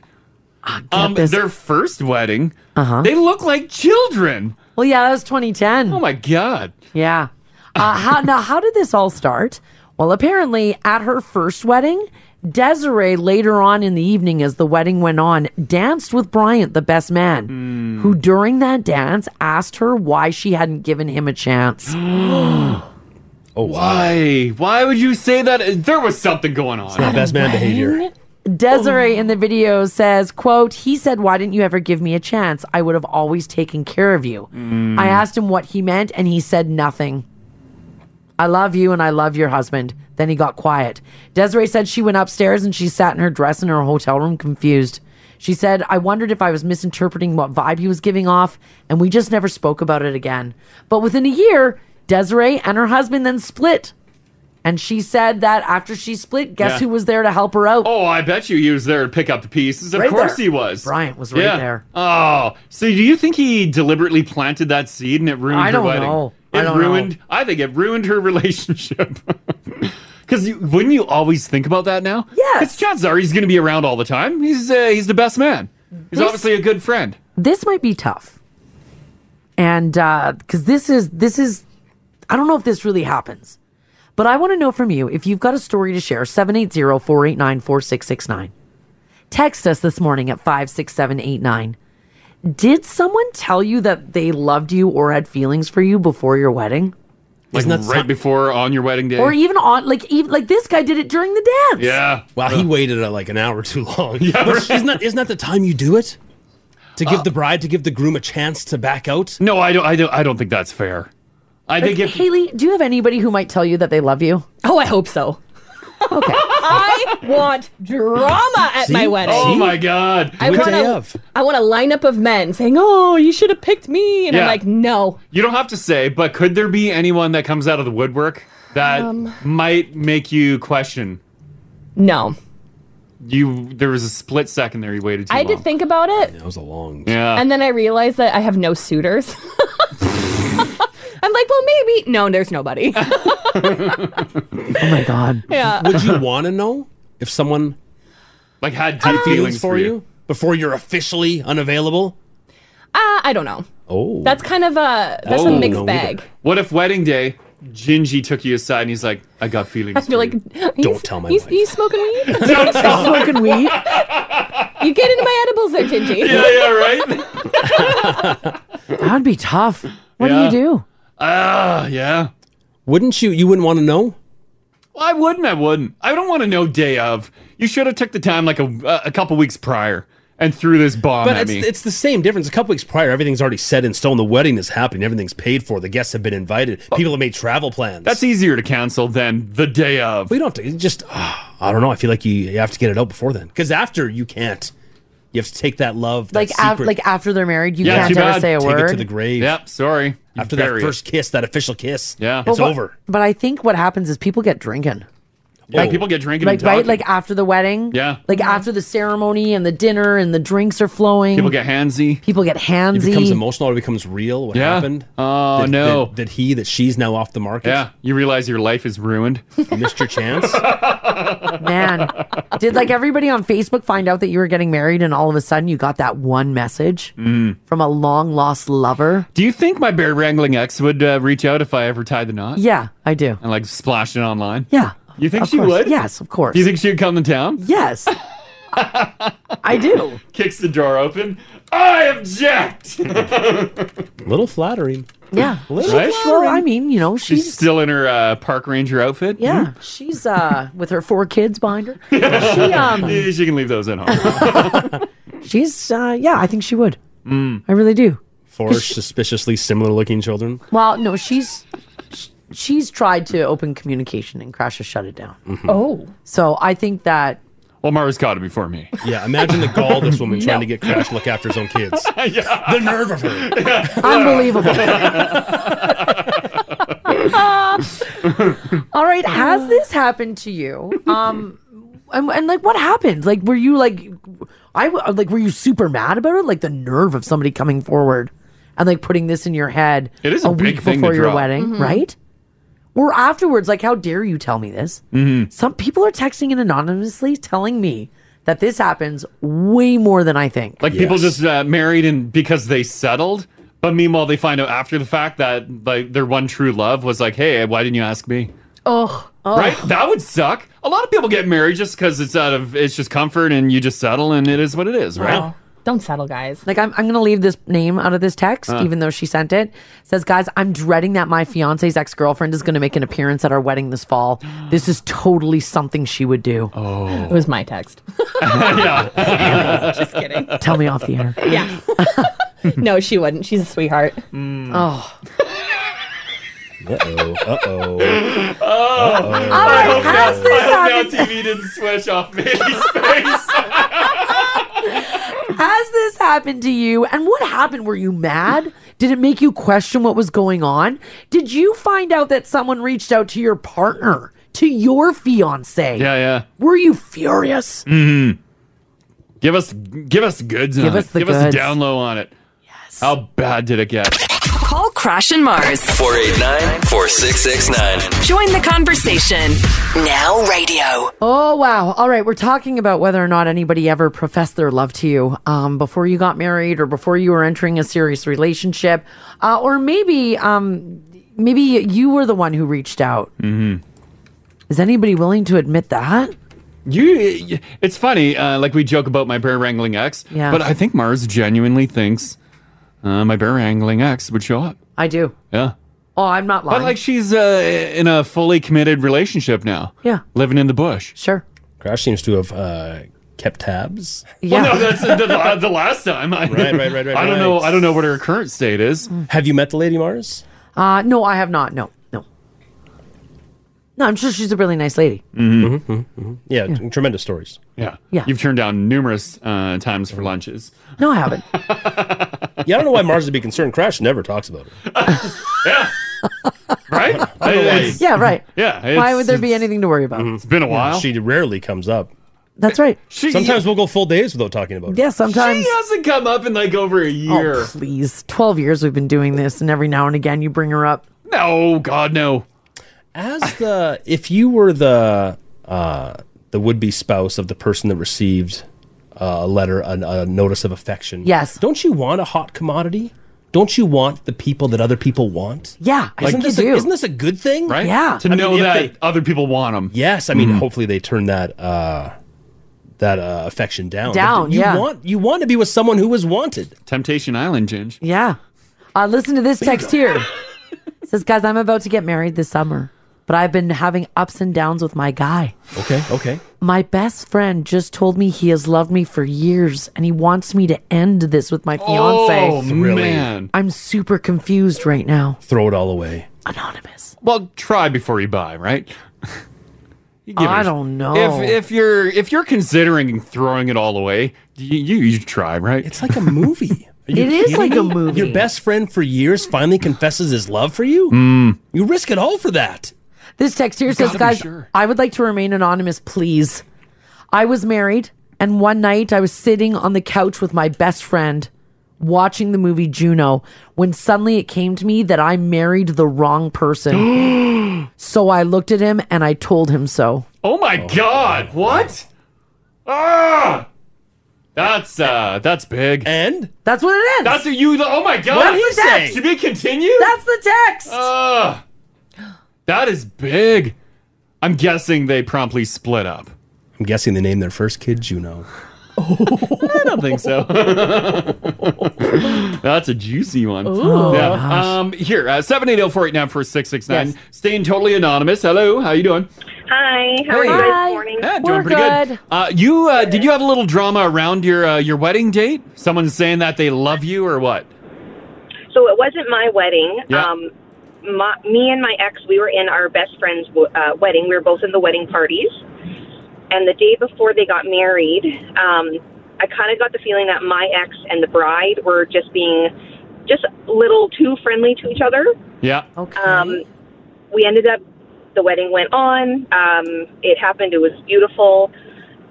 S4: Um,
S8: this.
S4: their first wedding. Uh-huh. They look like children.
S8: Well, yeah, that was 2010. Oh
S4: my god.
S8: Yeah. Uh, how now? How did this all start? Well, apparently, at her first wedding, Desiree later on in the evening, as the wedding went on, danced with Bryant, the best man,
S4: Hmm.
S8: who during that dance asked her why she hadn't given him a chance.
S6: Oh,
S4: why? Why would you say that? There was something going on. It's
S6: not best man behavior.
S8: Desiree in the video says, quote, he said, why didn't you ever give me a chance? I would have always taken care of you.
S4: Mm. Hmm.
S8: I asked him what he meant and he said nothing. I love you and I love your husband. Then he got quiet. Desiree said she went upstairs and she sat in her dress in her hotel room confused. She said, I wondered if I was misinterpreting what vibe he was giving off, and we just never spoke about it again. But within a year, Desiree and her husband then split. And she said that after she split, guess
S4: Yeah.
S8: who was there to help her out?
S4: Oh, I bet you he was there to pick up the pieces. Of
S8: Right
S4: course
S8: there.
S4: he was.
S8: Bryant was right there.
S4: Oh, so do you think he deliberately planted that seed and it ruined
S8: I
S4: her
S8: don't
S4: wedding?
S8: know.
S4: It
S8: I don't know.
S4: ruined. I think it ruined her relationship. Because wouldn't you always think about that now? Yes. Because chances are he's going to be around all the time. He's uh, he's the best man. He's
S8: This-
S4: obviously a good friend.
S8: this might be tough and because this is this is i don't know if this really happens but i want to know from you if you've got a story to share 780-489-4669 text us this morning at 56789 did someone tell you that they loved you or had feelings for you before your wedding
S4: Like right before on your wedding day.
S8: or even on like even like this guy did it during the dance
S4: Yeah.
S6: Wow, he waited uh, like an hour too long. But isn't that isn't that the time you do it? To give the bride to give the groom a chance to back out?
S4: Uh, No, I don't. I don't. I don't think that's fair. I
S8: Like,
S4: think if
S8: haley do you have anybody who might tell you that they love you oh i hope so
S9: I want drama at my wedding.
S4: Oh my god.
S9: I want a, I want a lineup of men saying, "Oh, you should have picked me," and
S4: Yeah.
S9: I'm like, "No."
S4: You don't have to say, but could there be anyone that comes out of the woodwork that
S9: Um.
S4: might make you question?
S9: No.
S4: You there was a split second there you waited too
S9: I
S4: long.
S9: did think about it,
S6: That was a long.
S4: Yeah.
S9: and then I realized that I have no suitors. I'm like, well, maybe no. There's nobody.
S8: oh my god.
S9: Yeah.
S6: Would you want to know if someone
S4: like had
S9: deep feelings
S6: for
S9: for
S6: you,
S9: you?
S6: before you're officially unavailable?
S9: Uh, I don't know.
S6: Oh.
S9: That's kind of a that's
S4: Oh,
S9: a mixed
S4: no, we
S9: bag.
S4: What if wedding day, Gingy took you aside and he's like, I got
S9: I
S4: feelings.
S9: feel like
S4: Don't tell my
S9: he's, he's smoking weed.
S4: Don't tell my Smoking
S8: weed.
S9: You get into my edibles there, Gingy.
S4: Yeah, yeah, right.
S8: that'd be tough what
S6: Yeah.
S8: do you do
S4: Ah, yeah.
S6: Wouldn't you? You wouldn't want to know?
S4: Well, I wouldn't. I wouldn't. I don't want to know day of. You should have took the time like a a couple weeks prior and threw this bomb
S6: But
S4: at
S6: it's,
S4: me.
S6: it's the same difference. A couple weeks prior, everything's already set in stone. The wedding is happening. Everything's paid for. The guests have been invited. People have made travel plans.
S4: That's easier to cancel than the day of.
S6: We don't have to. Just, ah, I don't know. I feel like you, you have to get it out before then. Because after, you can't. You have to take that love, that
S8: Like, af-
S6: secret-
S8: like after they're married, you can't ever say a
S6: take
S8: word.
S6: it to the grave.
S4: Yep, sorry.
S6: After that
S4: bury it.
S6: first kiss, that official kiss, yeah,
S8: But
S6: it's
S8: what-
S6: over.
S8: But I think what happens is people get drinking.
S4: Yeah, people get drinking
S8: Like
S4: and
S8: right,
S4: talking.
S8: like after the wedding,
S4: Yeah.
S8: like after the ceremony and the dinner and the drinks are flowing.
S4: People get handsy.
S8: People get handsy.
S6: It becomes emotional. It becomes real. What
S4: Yeah.
S6: happened?
S4: Oh
S6: Did-
S4: no!
S6: did- he that she's now off the market?
S4: Yeah, you realize your life is ruined.
S6: You missed your chance.
S8: Man, did like everybody on Facebook find out that you were getting married, and all of a sudden you got that one message
S6: Mm.
S8: from a long lost lover?
S4: Do you think my bear wrangling ex would uh, reach out if I ever tied the knot?
S8: Yeah, I do.
S4: And like splash it online.
S8: Yeah.
S4: You think
S8: Of
S4: she
S8: course.
S4: would?
S8: Yes, of course.
S4: Do you think she'd come to town?
S8: Yes. I do.
S4: Kicks the door open. I object.
S6: Little flattering.
S8: Yeah,
S4: Little
S8: She- well, I
S4: flattering.
S8: mean, you know,
S4: She's
S8: she's
S4: still in her uh, park ranger outfit.
S8: yeah, she's uh with her four kids behind her.
S4: she,
S8: She um,
S4: Mm. she can leave those at home.
S8: she's uh yeah, I think she would.
S6: Mm.
S8: I really do.
S6: Four suspiciously similar looking children.
S8: Well, no, she's sh- she's tried to open communication and Crash has shut it down.
S6: Mhm.
S8: Oh, so I think that
S4: Well, Mara's caught it before me.
S6: Yeah, imagine the gall this woman trying
S8: No.
S6: to get Crash to look after his own kids. The nerve of her.
S8: Unbelievable. all right, has this happened to you? Um, and, and like, what happened? Like, were you like, I w- like, were you super mad about it? Like the nerve of somebody coming forward and like putting this in your head.
S4: It is a
S8: week
S4: big thing to
S8: before your
S4: drop.
S8: wedding,
S4: Mhm.
S8: right? Or afterwards, like, how dare you tell me this?
S4: Mhm.
S8: Some people are texting in anonymously, telling me that this happens way more than I think.
S4: Like people just uh, married and because they settled. But meanwhile, they find out after the fact that like their one true love was like, "Hey, why didn't you ask me?"
S8: oh, oh.
S4: Right? That would suck. A lot of people get married just because it's out of it's just comfort and you just settle and it is what it is, right?
S8: Don't settle, guys. Like I'm, I'm gonna leave this name out of this text,
S4: Huh.
S8: even though she sent it. Says, guys, I'm dreading that my fiance's ex girlfriend is gonna make an appearance at our wedding this fall. This is totally something she would do. Oh,
S9: It was my text.
S4: yeah.
S9: Just kidding.
S8: Tell me off the air.
S9: Yeah. no, she wouldn't. She's a sweetheart.
S4: Mm.
S8: Oh.
S6: Uh oh. Uh oh.
S4: Oh,
S18: I
S4: hope
S18: how's
S4: now-
S18: this
S4: I hope now
S18: happened?
S4: TV didn't switch off Mandy's face.
S8: Has this happened to you? And what happened? Were you mad? Did it make you question what was going on? Did you find out that someone reached out to your partner, to your fiance?
S4: Yeah, yeah.
S8: Were you furious?
S4: hmm Give us, give us goods.
S8: Give
S4: on
S8: us
S4: it.
S8: the
S4: give us
S8: goods.
S4: down low on it. Yes. How bad did it get?
S3: Call Crash and Mars.
S2: 489 4669.
S3: Join the conversation. Now radio.
S8: Oh wow! All right, we're talking about whether or not anybody ever professed their love to you um, before you got married, or before you were entering a serious relationship, uh, or maybe um, maybe you were the one who reached out.
S4: Mm-hmm.
S8: Is anybody willing to admit that?
S4: You, it's funny. Uh, like we joke about my bear wrangling ex,
S8: Yeah.
S4: but I think Mars genuinely thinks uh, my bear wrangling ex would show up.
S8: I do.
S4: Yeah,
S8: Oh, I'm not lying.
S4: but like she's uh, in a fully committed relationship now.
S8: Yeah.
S4: living in the bush.
S8: Sure.
S6: Crash seems to have uh, kept tabs.
S4: Yeah. Well, no, that's the, the, the last time. I,
S6: Right, right, right, right,
S4: I don't
S6: right.
S4: know. I don't know what her current state is.
S6: Have you met the Lady Mars?
S8: uh, no, I have not. No, no, no. I'm sure she's a really nice lady.
S4: Mm-hmm.
S6: Yeah, tremendous stories.
S4: Yeah,
S8: Yeah.
S4: You've turned down numerous uh, times for lunches.
S8: No, I haven't.
S6: Yeah, I don't know why Mars would be concerned. Crash never talks about it.
S4: right?
S6: Otherwise,
S8: yeah, right.
S4: Yeah.
S8: Why would there be anything to worry about?
S6: It's
S4: been a
S8: while.
S6: she rarely comes up.
S8: That's right.
S6: sometimes we'll go full days without talking about it.
S8: Yeah, sometimes.
S4: She hasn't come up in like over a year.
S8: Oh, please. 12 years we've been doing this, and every now and again you bring her up.
S4: No, Oh, God, no.
S6: As the if you were the uh, the would be spouse of the person that received uh, a letter, a, a notice of affection.
S8: Yes.
S6: Don't you want a hot commodity? Don't you want the people that other people want?
S8: Yeah, I
S6: Isn't
S8: think you
S6: this a-
S8: do.
S6: isn't this a good thing?
S4: Right?
S8: Yeah.
S4: To
S6: I mean,
S4: know
S6: if
S4: that
S6: they-
S4: other people want them.
S6: Yes, I mean,
S4: Mm-hmm.
S6: hopefully they turn that uh, that uh, affection down.
S8: Down,
S6: you
S8: yeah.
S6: Want you want to be with someone who was wanted.
S4: Temptation Island, Ginge.
S8: Yeah. Uh, listen to this text here. It says, guys, I'm about to get married this summer, but I've been having ups and downs with my guy.
S6: Okay, okay.
S8: My best friend just told me he has loved me for years and he wants me to end this with my fiance.
S4: Oh, Thrilling. man.
S8: I'm super confused right now.
S6: Throw it all away.
S8: Anonymous.
S4: Well, try before you buy, right? You give it
S8: I
S4: a-
S8: don't know.
S4: If if you're if you're considering throwing it all away, you you, you try, right? It's
S6: like a movie.
S8: It is like a movie.
S6: Your best friend for years finally confesses his love for you.
S4: Hmm.
S6: You risk it all for that.
S8: This text here
S6: You
S8: says,
S6: gotta be
S8: guys,
S6: sure."
S8: I would like to remain anonymous, please. I was married, and one night I was sitting on the couch with my best friend watching the movie Juno when suddenly it came to me that I married the wrong person. so I looked at him and I told him so.
S4: Oh my god! What? Ah! That's uh, that's big.
S6: And
S8: that's what it is.
S4: That's what you. Oh my god!
S8: What did he say?
S4: Should we continue?
S8: That's the text.
S4: Ah! that is big. I'm guessing they promptly split up.
S6: I'm guessing they named their first kid Juno.
S4: I don't think so. That's a juicy one.
S18: Ooh.
S4: yeah. Um. Here, uh, seven eight zero four eight nine four six six nine. Staying totally anonymous. Hello. How you doing?
S21: Hi, how are you guys this morning?
S4: Yeah, doing pretty good. Uh, you uh, did you have a little drama around your uh, your wedding date? Someone saying that they love you or what?
S21: So it wasn't my wedding.
S4: Yeah.
S21: Um, my, me and my ex, we were in our best friend's w- uh, wedding. We were both in the wedding parties. And the day before they got married, um, I kind of got the feeling that my ex and the bride were just being just a little too friendly to each other.
S4: Yeah.
S21: Um, we ended up, the wedding went on. Um, it happened. It was beautiful.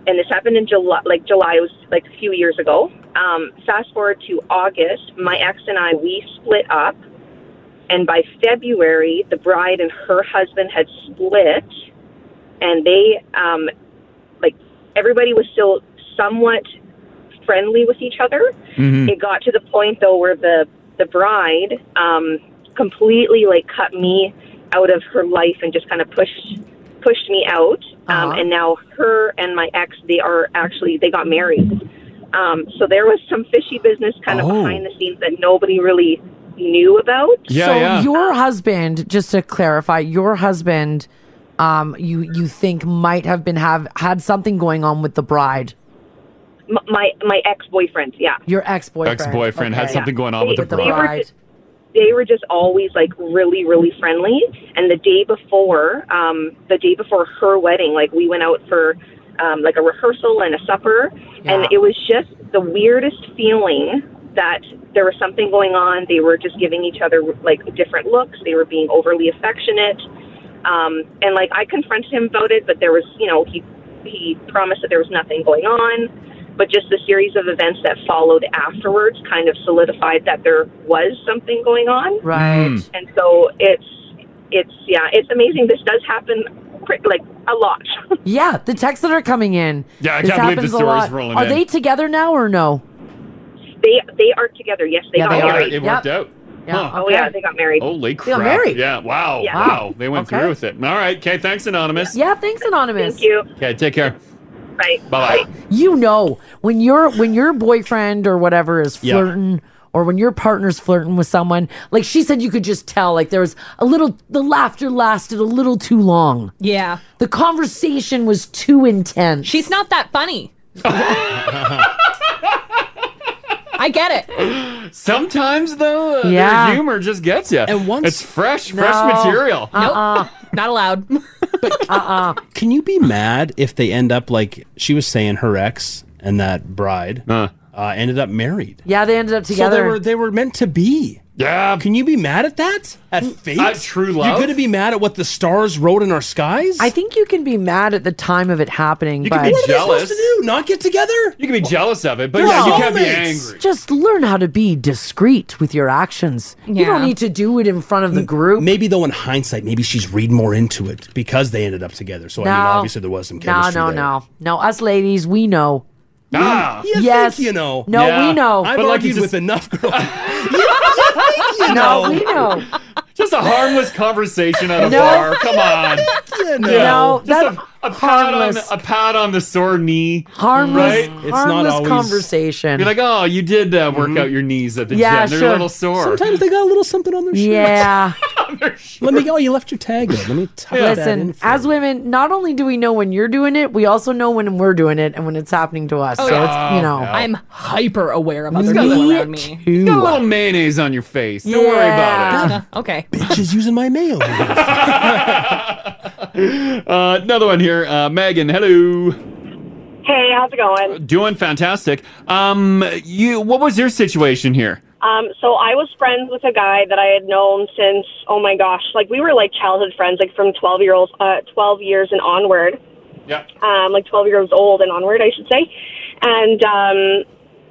S21: And this happened in July, like July, it was like a few years ago. Um, fast forward to August, my ex and I, we split up. And by February, the bride and her husband had split. And they, um, like, everybody was still somewhat friendly with each other.
S4: Mm-hmm.
S10: Mm-hmm.
S18: Mhm.
S21: It got to the point, though, where the, the bride um, completely, like, cut me out of her life and just kind of pushed pushed me out um,
S18: Uh-huh.
S21: and now her and my ex they are actually they got married um, so there was some fishy business kind of
S8: Oh.
S21: behind the scenes that nobody really knew about
S8: so your husband, just to clarify, your husband, um, you you think might have been have had something going on with the bride.
S21: M- my my ex-boyfriend yeah
S8: Your ex boyfriend.
S4: Ex-boyfriend had something going on with the
S21: They were
S4: bride.
S21: just- they were just always like really really friendly and the day before um the day before her wedding like we went out for um like a rehearsal and a supper and it was just the weirdest feeling that there was something going on they were just giving each other like different looks they were being overly affectionate um and like I confronted him about it but there was you know he he promised that there was nothing going on but just the series of events that followed afterwards kind of solidified that there was something going on.
S18: Right.
S4: Hmm.
S18: Mm.
S21: And so it's it's yeah, it's amazing. This does happen quick, like a lot.
S8: Yeah, the texts that are coming in.
S21: Yeah, I can't believe
S8: happens
S21: the
S8: a
S21: story's
S8: lot.
S21: rolling
S8: Are
S21: in.
S8: they together now or no?
S21: They they are together. Yes, they
S8: Yeah,
S21: got
S8: they are.
S21: married.
S4: It worked out.
S8: Yeah,
S21: Oh yeah, they got married.
S4: Holy
S21: They
S4: crap!
S21: got married.
S4: Yeah. Wow.
S21: Yeah.
S4: Wow. They went
S21: Okay.
S4: through with it. All right. Okay. Thanks, anonymous.
S8: Yeah, thanks, anonymous. Thank
S21: you.
S4: Okay. Take care.
S21: Bye.
S4: Bye. Bye.
S8: You know when your when your boyfriend or whatever is
S4: Yeah.
S8: flirting. Or when your partner's flirting with someone, like she said, you could just tell, like there was a little, the laughter lasted a little too long.
S9: Yeah.
S8: The conversation was too intense.
S9: She's not that funny. I get it.
S4: Sometimes though, uh,
S9: Yeah.
S4: their humor just gets you. And once it's fresh, fresh material.
S9: Nope. Not allowed.
S8: uh-uh.
S6: Can you be mad if they end up like she was saying her ex and that bride uh, ended up married?
S8: Yeah, they ended up
S6: So
S8: together.
S6: they were they were meant to be.
S4: Yeah.
S6: Can you be mad at that? At fate?
S4: At true
S6: You're
S4: love?
S6: gonna be mad at what the stars wrote in our skies?
S8: I think you can be mad at the time of it happening,
S6: You
S8: but
S6: can be What are they supposed to do? Not get together?
S4: You can be jealous of it, but
S8: No.
S4: yeah, you can't be
S8: Soulmates.
S4: angry.
S8: Just learn how to be discreet with your actions. You don't need to do it in front of the group.
S6: Maybe though in hindsight, maybe she's reading more into it because they ended up together. So I mean
S8: No.
S6: obviously there was some
S8: No,
S6: chemistry.
S8: no,
S6: there.
S8: no, no. Us ladies, we know.
S6: Ah. You
S8: yes,
S6: think you know.
S8: No,
S6: Yeah.
S8: we know.
S6: I've
S8: like
S6: argued with enough girls.
S8: no,
S6: you know.
S8: we know.
S4: Just a harmless conversation at a
S8: No.
S4: bar. Come on.
S6: You
S8: know. No,
S4: Just
S8: that's
S4: a, a pat on
S8: harmless.
S4: a pat on the sore knee.
S8: Harmless-
S4: right?
S8: It's not harmless always- Mm-hmm. conversation.
S4: You're like, oh, you did uh, work out your knees at the
S6: Yeah,
S4: gym. They're
S6: sure.
S4: a little sore.
S6: Sometimes they got a little something on their shirt.
S8: Yeah.
S6: Let me go. You left your tag in. Let me tuck that in.
S8: Listen, as women, not only do we know when you're doing it, we also know when we're doing it and when it's happening to us. so it's you know,
S9: I'm hyper aware of
S8: Me
S9: other people around me.
S4: You got a little mayonnaise on your
S8: uh,
S4: face. Don't worry about it.
S9: Okay.
S6: Bitch is using my mayo.
S4: Uh, another one here. Uh, Megan, hello.
S20: Hey, how's it going?
S4: Doing fantastic. Um, you, what was your situation here?
S20: Um, so I was friends with a guy that I had known since oh my gosh, like we were like childhood friends, like from twelve year olds, uh, twelve years and onward.
S4: Yeah.
S20: Um, like twelve years old and onward, I should say. And um,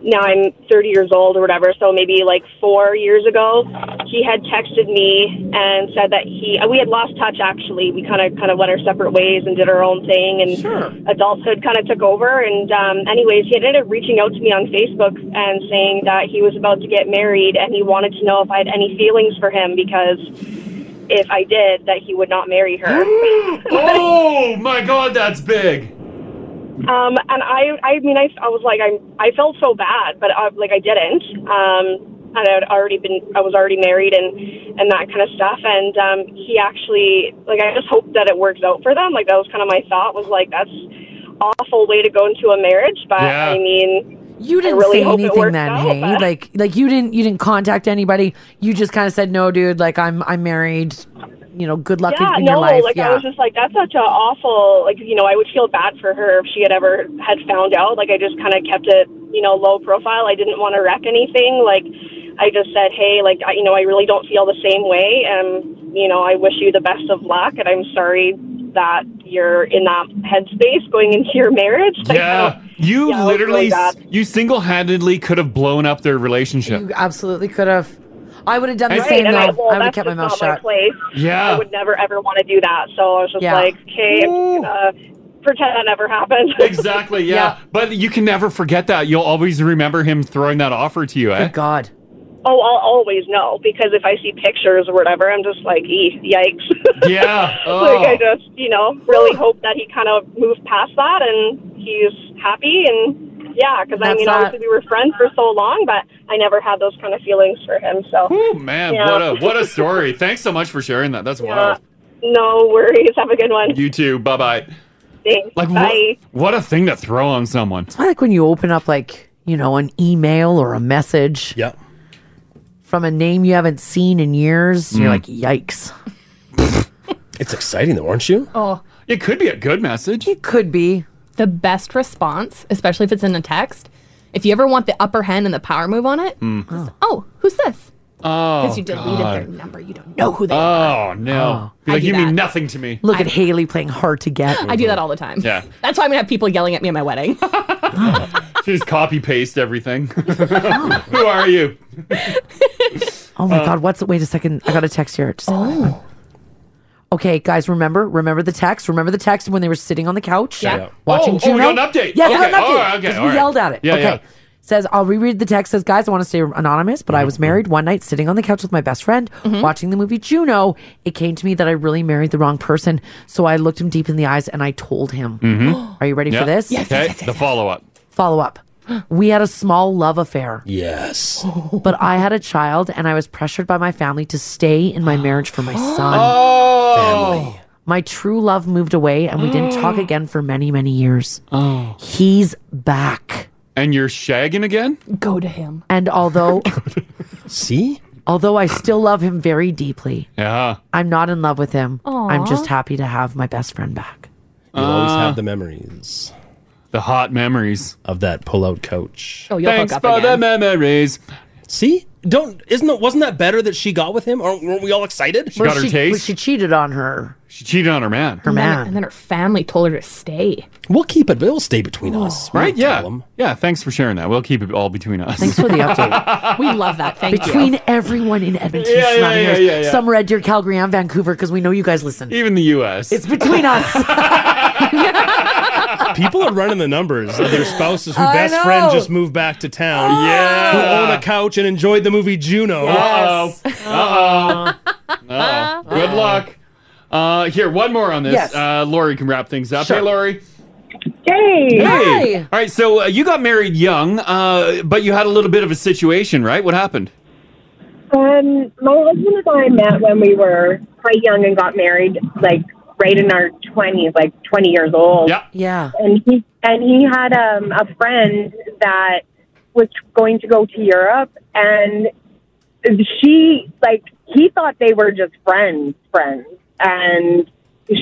S20: now I'm thirty years old or whatever. So maybe like four years ago, he had texted me and said that he uh, we had lost touch. Actually, we kind of kind of went our separate ways and did our own thing, and adulthood kind of took over. And um, anyways, he ended up reaching out to me on Facebook and saying that he was about to get married and he wanted to know if I had any feelings for him because if I did, that he would not marry her.
S4: oh my God, that's big.
S20: Um, and I, I mean, I, I was like, I, I felt so bad, but I, like I didn't. Um, and I'd already been, I was already married and, and that kind of stuff. And um, he actually, like, I just hope that it works out for them. Like that was kind of my thought was like, that's awful way to go into a marriage, but
S8: Yeah.
S20: I mean,
S8: You didn't
S20: I really
S8: say
S20: hope it
S8: anything
S20: works
S8: then,
S20: out,
S8: hey?
S20: but-
S8: Like, like you didn't you didn't contact anybody. You just kind of said, "No, dude. Like, I'm I'm married. You know, good luck
S20: yeah,
S8: in, in
S20: no,
S8: your life."
S20: like
S8: yeah.
S20: I was just like, that's such an awful, like, you know, I would feel bad for her if she had ever had found out. Like, I just kind of kept it, you know, low profile. I didn't want to wreck anything. Like, I just said, hey, like, I, you know, I really don't feel the same way. And, you know, I wish you the best of luck. And I'm sorry that you're in that headspace going into your marriage. Like,
S4: Yeah. You
S20: Yeah, it was
S4: literally,
S20: really bad.
S4: you single handedly could have blown up their relationship.
S8: You absolutely could have. I would have done the
S20: Right,
S8: same
S20: and
S8: though. I,
S20: I, well,
S8: would have
S20: that's
S8: kept my
S20: just
S8: mouth
S20: not
S8: shut.
S20: place.
S4: Yeah.
S20: I would never ever want to do that. So I was just
S4: Yeah.
S20: like, okay, I'm just gonna pretend that never happened.
S4: exactly. Yeah. But you can never forget that. You'll always remember him throwing that offer to you, eh?
S8: God.
S20: Oh, I'll always know because if I see pictures or whatever, I'm just like, "Ee, yikes!"
S4: Yeah. Oh.
S20: like I just, you know, really hope that he kind of moved past that and he's happy and yeah, because I
S4: That's
S20: mean,
S4: that.
S20: obviously we were friends for so long, but I never had those kind of feelings for him. So,
S4: Man,
S20: yeah.
S4: what a what a story. Thanks so much for sharing that. That's
S20: Yeah.
S4: wild.
S20: No worries. Have a good one.
S4: You too. Bye bye.
S20: Thanks.
S4: Like
S20: Bye.
S4: what? What a thing to throw on someone.
S8: It's like when you open up like you know an email or a message.
S6: Yep.
S8: From a name you haven't seen in years, you're
S6: Mm.
S8: like, "Yikes!"
S6: It's exciting though, aren't you?
S9: Oh,
S4: It could be a good message.
S8: It could be.
S9: The best response, especially if it's in a text, if you ever want the upper hand and the power move on it,
S4: Oh,
S9: oh, who's this?
S4: because
S9: you deleted their number. You don't know who they
S4: oh,
S9: are.
S4: Oh no!
S9: Oh.
S4: Be
S9: I
S4: like
S9: do
S4: you
S9: that.
S4: mean nothing to me.
S8: Look at Haley playing hard to get.
S9: I do that all the time.
S4: Yeah.
S9: That's why I'm going to have people yelling at me at my wedding.
S4: She just copy paste everything. Who are you?
S8: Oh my
S4: Uh, Oh.
S8: God! What's wait a second? I got a text here. Just- Okay, guys, remember remember the text. Remember the text when they were sitting on the couch,
S4: Yeah. Yeah.
S8: watching
S4: Oh, oh, we
S8: Juno.
S4: got an update.
S8: Yes, I
S4: Okay,
S8: got an
S4: all
S8: update.
S4: right, okay,
S8: 'cause
S4: all
S8: we
S4: right.
S8: yelled at it.
S4: Yeah,
S8: okay.
S4: yeah.
S8: Says I'll reread the text. Says guys, I want to stay anonymous, but I was married one night, sitting on the couch with my best friend,
S4: Mm-hmm.
S8: watching the movie Juno. It came to me that I really married the wrong person, so I looked him deep in the eyes and I told him.
S4: Mhm.
S8: Are you ready for
S4: Yeah.
S8: this?
S4: okay. the follow up.
S8: Follow up. We had a small love affair.
S6: Yes.
S8: But I had a child and I was pressured by my family to stay in my marriage for my son.
S4: Oh.
S8: My true love moved away and we didn't talk again for many, many years.
S4: Mm. Oh.
S8: He's back.
S4: And you're shagging again?
S9: Go to him.
S8: And although
S4: Oh
S6: See?
S8: Although I still love him very deeply,
S4: Yeah.
S8: I'm not in love with him. I'm
S6: Aw.
S8: just happy to have my best friend back.
S6: You'll always
S4: Ah.
S6: have the memories.
S4: The hot memories
S6: of that pull-out coach.
S9: Oh, you'll hook
S4: Thanks
S9: up
S4: for
S9: again.
S4: the memories.
S6: See, don't isn't it wasn't that better that she got with him? Aren't weren't we all excited?
S8: Well, well, she cheated on her.
S4: She cheated on her man.
S8: Her
S9: and then-
S8: man.
S9: and then her family told her to stay.
S6: We'll keep it. We'll stay between us.
S4: Right? Yeah. Yeah. Thanks for sharing that. We'll keep it all between us.
S8: Thanks for the update.
S9: we love that. Thank
S8: Between
S9: you.
S8: everyone in Edmonton,
S4: Ah. Yeah, yeah,
S8: surrounding
S4: yeah,
S8: us,
S4: yeah, yeah.
S8: some Red Deer, Calgary, and Vancouver, because we know you guys listen.
S4: Even the U.S.
S8: It's between us.
S6: People are running the numbers of their spouses who
S8: I
S6: best friend
S8: know.
S6: just moved back to town.
S4: Yeah.
S6: Who own a couch and enjoyed the movie Juno.
S4: Yes. Uh oh. Uh oh. Good luck. Uh, here, one more on this.
S18: Yes.
S4: Uh, Lori can wrap things up. Hey, Lori.
S18: Hey.
S4: Hey. All right. So uh, you got married young, uh, but you had a little bit of a situation, right? What happened?
S12: Um, my husband and I met when we were quite young and got married, like right in our twenties, like twenty years old.
S4: Yeah.
S8: Yeah.
S12: And he and he had um, a friend that was going to go to Europe, and she like he thought they were just friends, friends, and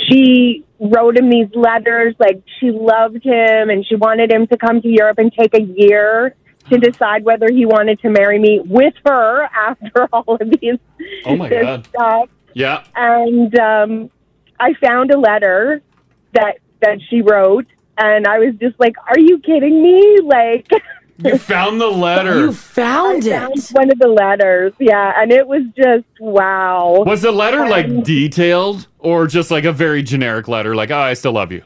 S12: she wrote him these letters like she loved him and she wanted him to come to Europe and take a year to decide whether he wanted to marry me with her after all of these
S4: Oh my
S12: this
S4: God.
S12: stuff
S4: Yeah.
S12: and um, I found a letter that that she wrote, and I was just like, "Are you kidding me?" Like,
S4: You found the letter.
S8: found
S12: it. one of the letters, yeah, and it was just wow.
S4: Was the letter like detailed or just like a very generic letter? Like, oh, I still love you.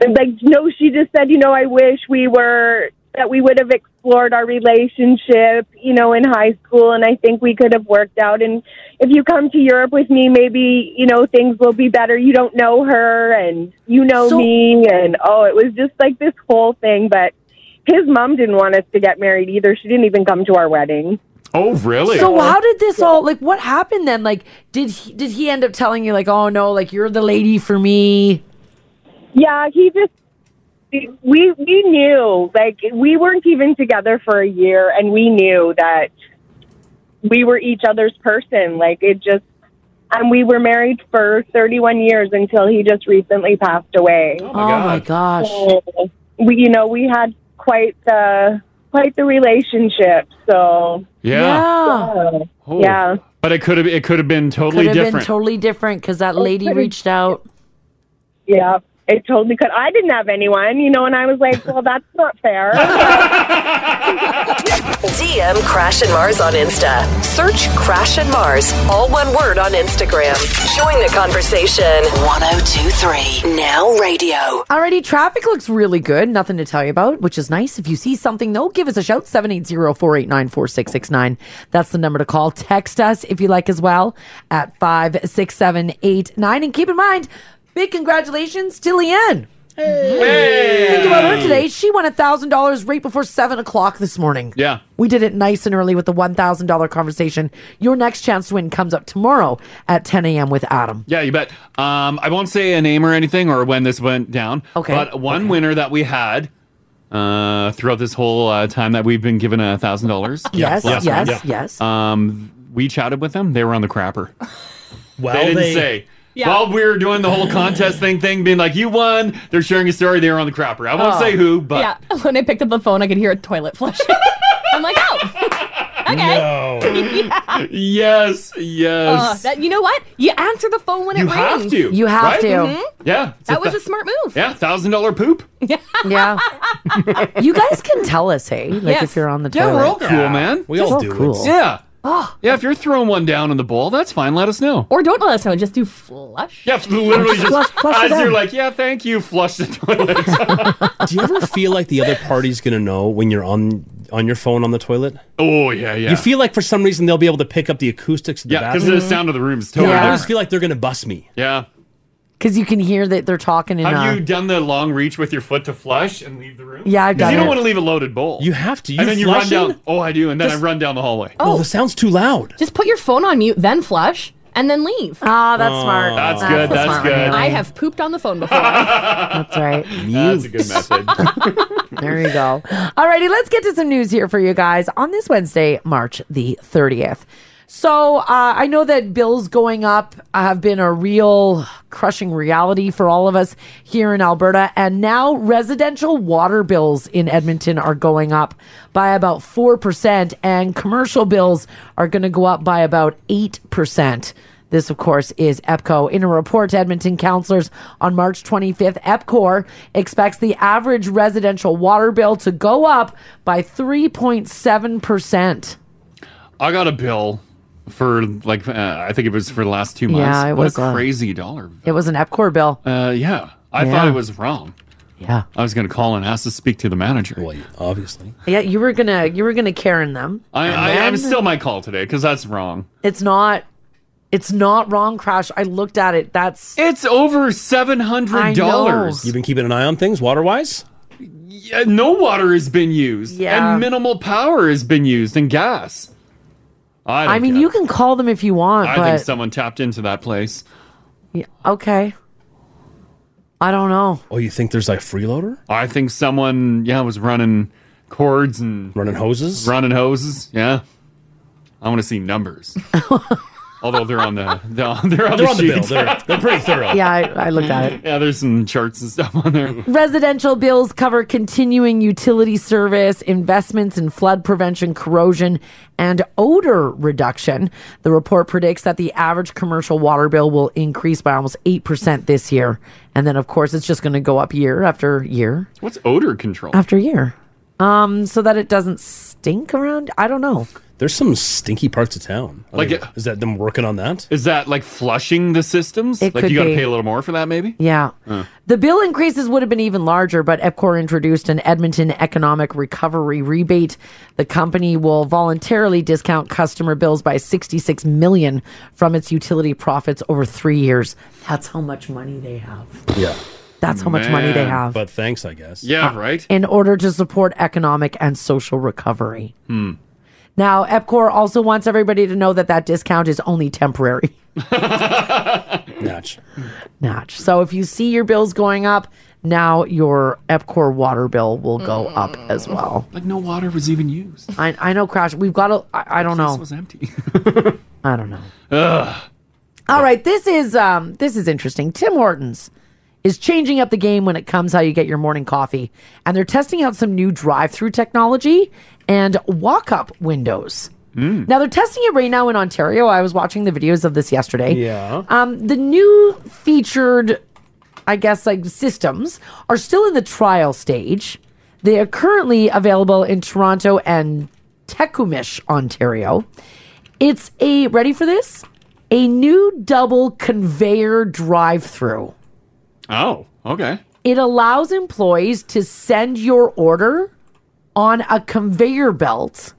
S12: And, like no she just said you know i wish we were that we would have explored our relationship you know in high school and i think we could have worked out and if you come to europe with me maybe you know things will be better you don't know her and you know
S8: So-
S12: me and oh it was just like this whole thing but his mom didn't want us to get married either she didn't even come to our wedding
S4: oh really
S8: So how did this all like? What happened then? Like, did he, did he end up telling you like, oh no, like you're the lady for me?
S12: Yeah, he just we we knew like we weren't even together for a year, and we knew that we were each other's person. Like it just, and we were married for thirty-one years until he just recently passed away. Oh
S8: my Oh, my gosh!
S12: So, we you know we had quite the quite the relationship. So
S4: Yeah.
S8: Yeah.
S12: yeah.
S4: Oh. But it could have it could have been totally
S8: Could have
S4: different.
S8: been totally different because
S22: Oh,
S8: that lady
S12: could've-
S8: reached out.
S12: Yeah, it totally could. I didn't have anyone, you know, and I was like, well, that's not fair.
S3: DM Crash and Mars on Insta. Search Crash and Mars, all one word on Instagram. Join the conversation. 1023 Now Radio.
S8: Alrighty, traffic looks really good. Nothing to tell you about, which is nice. If you see something, though, give us a shout 780 489 4669. That's the number to call. Text us if you like as well at 56789. And keep in mind, big congratulations to Leanne. Think about her today. She won $1,000 right before 7 o'clock this morning.
S4: Yeah.
S8: We did it nice and early with the $1,000 conversation. Your next chance to win comes up tomorrow at 10 a.m. with Adam.
S4: Yeah, you bet. Um, I won't say a name or anything or when this went down.
S8: Okay.
S4: But one winner that we had uh, throughout this whole uh, time that we've been given a thousand dollars.
S8: Yes,
S4: last
S8: yes,
S4: round.
S8: yes.
S4: Um, we chatted with them. They were on the crapper.
S6: Well,
S4: they didn't
S6: they-
S4: say.
S6: Yeah.
S4: While we were doing the whole contest thing, thing being like, "You won," they're sharing a story. They were on the crapper. I
S8: Oh.
S4: won't say who, but
S9: yeah, when I picked up the phone, I could hear a toilet flush. I'm like, oh, okay. yeah.
S4: yes, yes.
S9: Oh, that, you know what? You answer the phone when
S4: you
S9: it
S4: have
S9: rings.
S4: to. right?
S9: Mhm.
S4: Yeah. it's
S9: That was
S4: thou-
S9: a smart move.
S4: Yeah, thousand dollar poop.
S8: Yeah. you guys can tell us, hey, like if you're on the
S4: yeah,
S8: toilet.
S4: we're all cool, man.
S8: We're all cool.
S4: Yeah. Yeah, if you're throwing one down in the bowl, that's fine. Let us know.
S9: Oh. Or don't let us know. Just do flush.
S4: Yeah, literally just
S9: Flush- flush it
S4: as you're
S9: down.
S4: like, yeah, thank you. Flush the toilet.
S6: Do you ever feel like the other party's gonna know when you're on on your phone on the toilet?
S4: Oh yeah, yeah.
S6: You feel like for some reason they'll be able to pick up the acoustics of the
S4: Yeah, 'cause
S6: bathroom.
S4: the sound of the room is totally
S6: I always
S4: different.
S6: feel like they're gonna bust me.
S4: Yeah.
S8: Because you can hear that they're talking in uh,
S4: Have
S8: a.
S4: you done the long reach with your foot to flush and leave the room?
S8: Yeah, I've
S4: 'Cause
S8: done
S4: You don't
S8: it.
S4: want to leave a loaded bowl. You
S6: have to.
S4: and then you run
S9: flushing?
S4: down. Oh, I do, and then I run down the hallway.
S9: Oh. Well, the
S6: sound's too loud.
S9: Just put your phone on mute, then flush, and then leave.
S8: Ah,
S4: that's Oh. smart. That's good,
S9: the
S4: that's
S9: smart
S4: good.
S9: one. I have pooped on the phone before.
S8: That's right.
S4: That's a good method.
S8: there you go. Alrighty, let's get to some news here for you guys on this Wednesday, March the 30th. So uh, I know that bills going up have been a real crushing reality for all of us here in Alberta, and now residential water bills in Edmonton are going up by about four percent, and commercial bills are going to go up by about eight percent. This, of course, is EPCO. In a report to Edmonton councillors on March 25th, EPCOR expects the average residential water bill to go up by 3.7%.
S4: I got a bill for like uh, I think it was for the last two
S8: Yeah,
S4: months.
S8: it
S4: what
S8: was uh,
S4: a
S8: a-
S4: crazy dollar.
S8: It was an EPCOR bill.
S4: Uh, yeah, I
S8: Yeah.
S4: thought it was wrong.
S8: Yeah,
S4: I was going to call and ask to speak to the manager. Well,
S6: obviously,
S8: Yeah, you were gonna you were gonna Karen them.
S4: I,
S8: And
S4: I,
S8: then-
S4: I'm still my call today because that's wrong.
S8: It's not. It's not wrong, Crash. I looked at it. That's.
S4: It's over seven
S8: I
S4: hundred
S8: know.
S4: dollars.
S6: You've been keeping an eye on things water wise.
S4: Yeah, no water has been used,
S8: Yeah.
S4: and minimal power has been used, and gas. I, don't
S8: I, mean,
S4: get it.
S8: you can call them if you want,
S4: I
S8: but
S4: think someone tapped into that place.
S8: Yeah, okay. I don't know.
S6: Oh, you think there's like freeloader?
S4: I think someone, yeah, was running cords and
S6: running hoses,
S4: running hoses. Yeah, I want to see numbers. Although they're on the they're on, they're on
S6: They're
S4: the
S6: on the bill.
S4: sheet.
S6: They're- they're pretty thorough.
S8: Yeah, I- I looked at
S4: it. Yeah, there's some charts and stuff on there.
S8: Residential bills cover continuing utility service, investments in flood prevention, corrosion, and odor reduction. The report predicts that the average commercial water bill will increase by almost 8% this year. And then, of course, it's just going to go up year after year
S4: What's odor control?
S8: after year. Um, so that it doesn't stink around. I don't know.
S6: There's some stinky parts of town.
S4: Like,
S6: Like, is that them working on that?
S4: Is that like flushing the systems?
S8: It
S4: like
S8: could
S4: you gotta
S8: be.
S4: pay a little more for that, maybe.
S8: Yeah.
S4: Uh.
S8: The bill increases would have been even larger, but EPCOR introduced an Edmonton Economic Recovery Rebate. The company will voluntarily discount customer bills by 66 million from its utility profits over 3 years. That's how much money they have.
S6: Yeah.
S8: That's how much money they have.
S6: But thanks, I guess.
S4: Yeah, right.
S8: Uh, In order to support economic and social recovery.
S6: Hmm.
S8: Now, EPCOR also wants everybody to know that that discount is only temporary.
S6: Notch.
S8: Notch. So if you see your bills going up, now your EPCOR water bill will go up as well.
S4: Like no water was even used.
S8: I, I know, Crash. We've got to. I, I don't know.
S4: This was empty.
S8: I don't know.
S4: Ugh.
S8: All right, this is um, this is interesting. Tim Hortons is changing up the game when it comes how you get your morning coffee, and they're testing out some new drive-through technology and walk-up windows. Now they're testing it right now in Ontario. I was watching the videos of this yesterday.
S6: Yeah.
S8: Um, the new featured, I guess, like systems are still in the trial stage. They are currently available in Toronto and Tecumish, Ontario. It's a ready for this? A new double conveyor drive-through.
S4: Oh, okay.
S8: It allows employees to send your order on a conveyor belt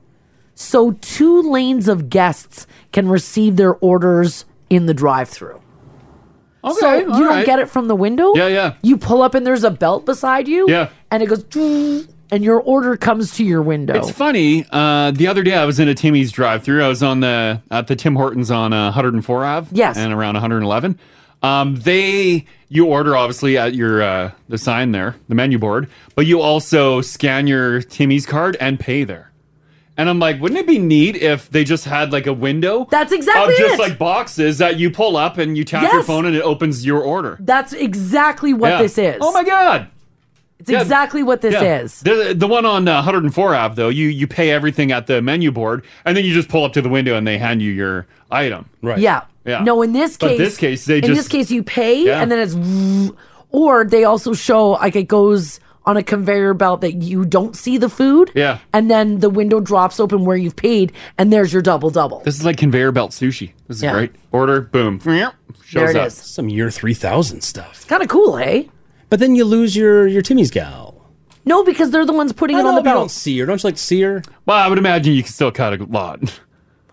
S8: so two lanes of guests can receive their orders in the drive through.
S4: Okay,
S8: so you
S4: all
S8: don't
S4: right.
S8: get it from the window?
S4: Yeah, yeah.
S8: You pull up and there's a belt beside you?
S4: Yeah.
S8: And it goes, "Ding," and your order comes to your window.
S4: It's funny. Uh, the other day, I was in a Timmy's drive-through. I was on the at the Tim Hortons on uh, 104 Ave.
S8: Yes.
S4: and around 111. Um, they you order obviously at your uh, the sign there, the menu board, but you also scan your Timmy's card and pay there. And I'm like, wouldn't it be neat if they just had like a window?
S8: That's exactly
S4: of just
S8: it.
S4: like boxes that you pull up and you tap your
S8: Yes.
S4: phone and it opens your order.
S8: That's exactly what
S4: Yeah.
S8: this is.
S4: Oh my God.
S8: It's exactly what this
S4: Yeah.
S8: is.
S4: The, the one on uh, 104 Ave, though, you, you pay everything at the menu board, and then you just pull up to the window and they hand you your item. Right.
S8: Yeah.
S4: Yeah.
S8: No, in this
S4: But
S8: case,
S4: this case, they
S8: in
S4: just
S8: this case you pay
S4: Yeah.
S8: and then it's vroom. or they also show like it goes on a conveyor belt that you don't see the food.
S4: Yeah.
S8: And then the window drops open where you've paid and there's your double double.
S4: This is like conveyor belt sushi. This is
S8: Yeah.
S4: great. Order, boom, shows
S8: There it
S4: up.
S8: is.
S6: Some year 3000 stuff.
S8: Kind of cool, eh?
S6: But then you lose your your Timmy's gal.
S8: No, because they're the ones putting
S6: I
S8: it on
S6: know,
S8: the
S6: but you don't
S8: belt.
S6: see her. Don't you like see her?
S4: Well, I would imagine you can still cut a lot.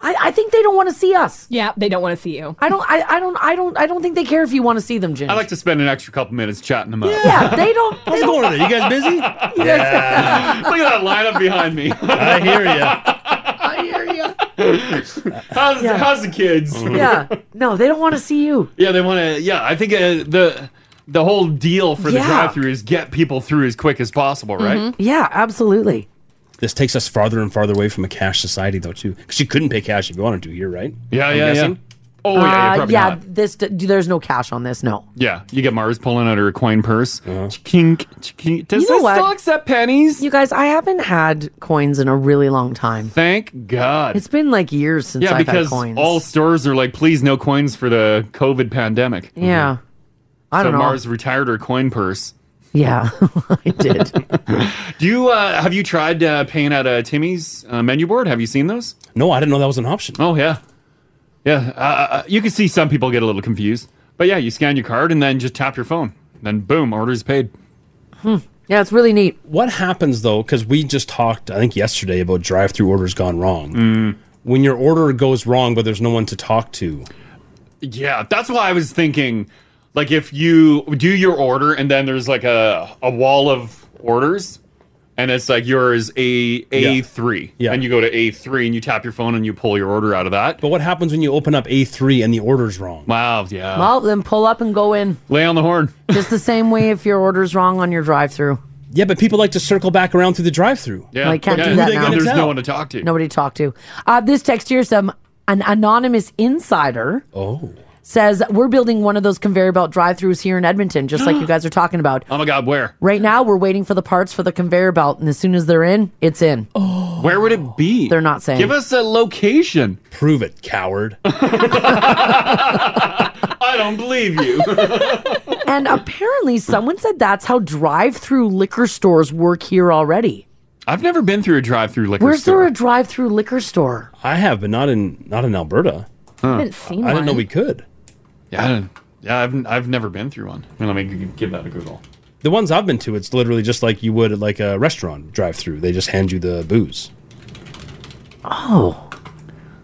S8: I, I think they don't want to see us.
S9: Yeah, they don't want to see you.
S8: I don't I, I don't I don't I don't think they care if you want to see them, Jim.
S4: I like to spend an extra couple minutes chatting them up.
S8: Yeah, they don't
S6: How's it going today? You guys busy?
S4: Yeah. Look at that lineup behind me. I
S6: hear you.
S4: How's,
S8: Yeah.
S4: how's the kids?
S8: Yeah. No, they don't want to see you.
S4: Yeah, they want to. Yeah, I think uh, the the whole deal for the
S8: Yeah. Mm-hmm.
S4: drive-through is get people through as quick as possible, right?
S8: Yeah, absolutely.
S6: Mm-hmm. This takes us farther and farther away from a cash society, though, too. Because you couldn't pay cash if you wanted to here, right?
S4: Yeah, yeah, yeah. Oh
S8: Uh,
S4: yeah, yeah,
S8: yeah,
S4: yeah.
S8: this there's no cash on this. No.
S4: yeah. You get Mars pulling out her coin purse. Chink, chink. Does
S8: you know
S4: this
S8: what?
S4: still accept pennies?
S8: You guys, I haven't had coins in a really long time.
S4: Thank God.
S8: It's been like years since
S4: yeah,
S8: I've
S4: because
S8: had coins.
S4: all stores are like, please, no coins for the COVID pandemic.
S8: yeah. I
S4: so
S8: don't know.
S4: Mars Oh. retired her coin purse.
S8: Yeah, I did.
S4: Do you uh, have you tried uh, paying at a Timmy's uh, menu board? Have you seen those?
S6: No, I didn't know that was an option.
S4: Oh yeah, yeah. Uh, Uh, you can see some people get a little confused, but yeah, you scan your card and then just tap your phone. Then boom, orders paid.
S8: Hmm. Yeah, it's really neat.
S6: What happens though? Because we just talked, I think yesterday, about drive-through orders gone wrong.
S4: Hmm.
S6: When your order goes wrong, but there's no one to talk to.
S4: Yeah, that's why I was thinking, like, if you do your order and then there's like a, a wall of orders, and it's like yours a a three, yeah. and you go to a three and you tap your phone and you pull your order out of that.
S6: But what happens when you open up A3 and the order's wrong?
S4: Wow, yeah.
S8: well, then pull up and go in.
S4: Lay on the horn.
S8: Just the same way if your order's wrong on your drive-through.
S6: Yeah, but people like to circle back around through the drive-through.
S8: Yeah. Well, you can't
S6: But
S8: do
S6: who
S8: that
S6: they
S8: now.
S6: gonna
S8: There's no
S6: tell?
S4: one to talk to.
S8: Nobody to talk to. Uh, this text here some An anonymous insider
S6: Oh.
S8: says we're building one of those conveyor belt drive-throughs here in Edmonton, just like you guys are talking about.
S4: Oh my God, where?
S8: Right now, we're waiting for the parts for the conveyor belt, and as soon as they're in, it's in. Oh.
S4: Where would it be?
S8: They're not saying.
S4: Give us a location.
S6: Prove it, coward.
S4: I don't believe you.
S8: and apparently, someone said that's how drive-through liquor stores work here already.
S4: I've never been through a drive-through liquor
S8: Where's
S4: store.
S8: there a drive-through liquor store?
S6: I have, but not in not in Alberta.
S8: I haven't seen
S6: I didn't know
S8: one.
S6: we could.
S4: Yeah, I don't, yeah, I've I've never been through one. Let me g- give that a Google.
S6: The ones I've been to, it's literally just like you would at like a restaurant drive-through. They just hand you the booze.
S8: Oh.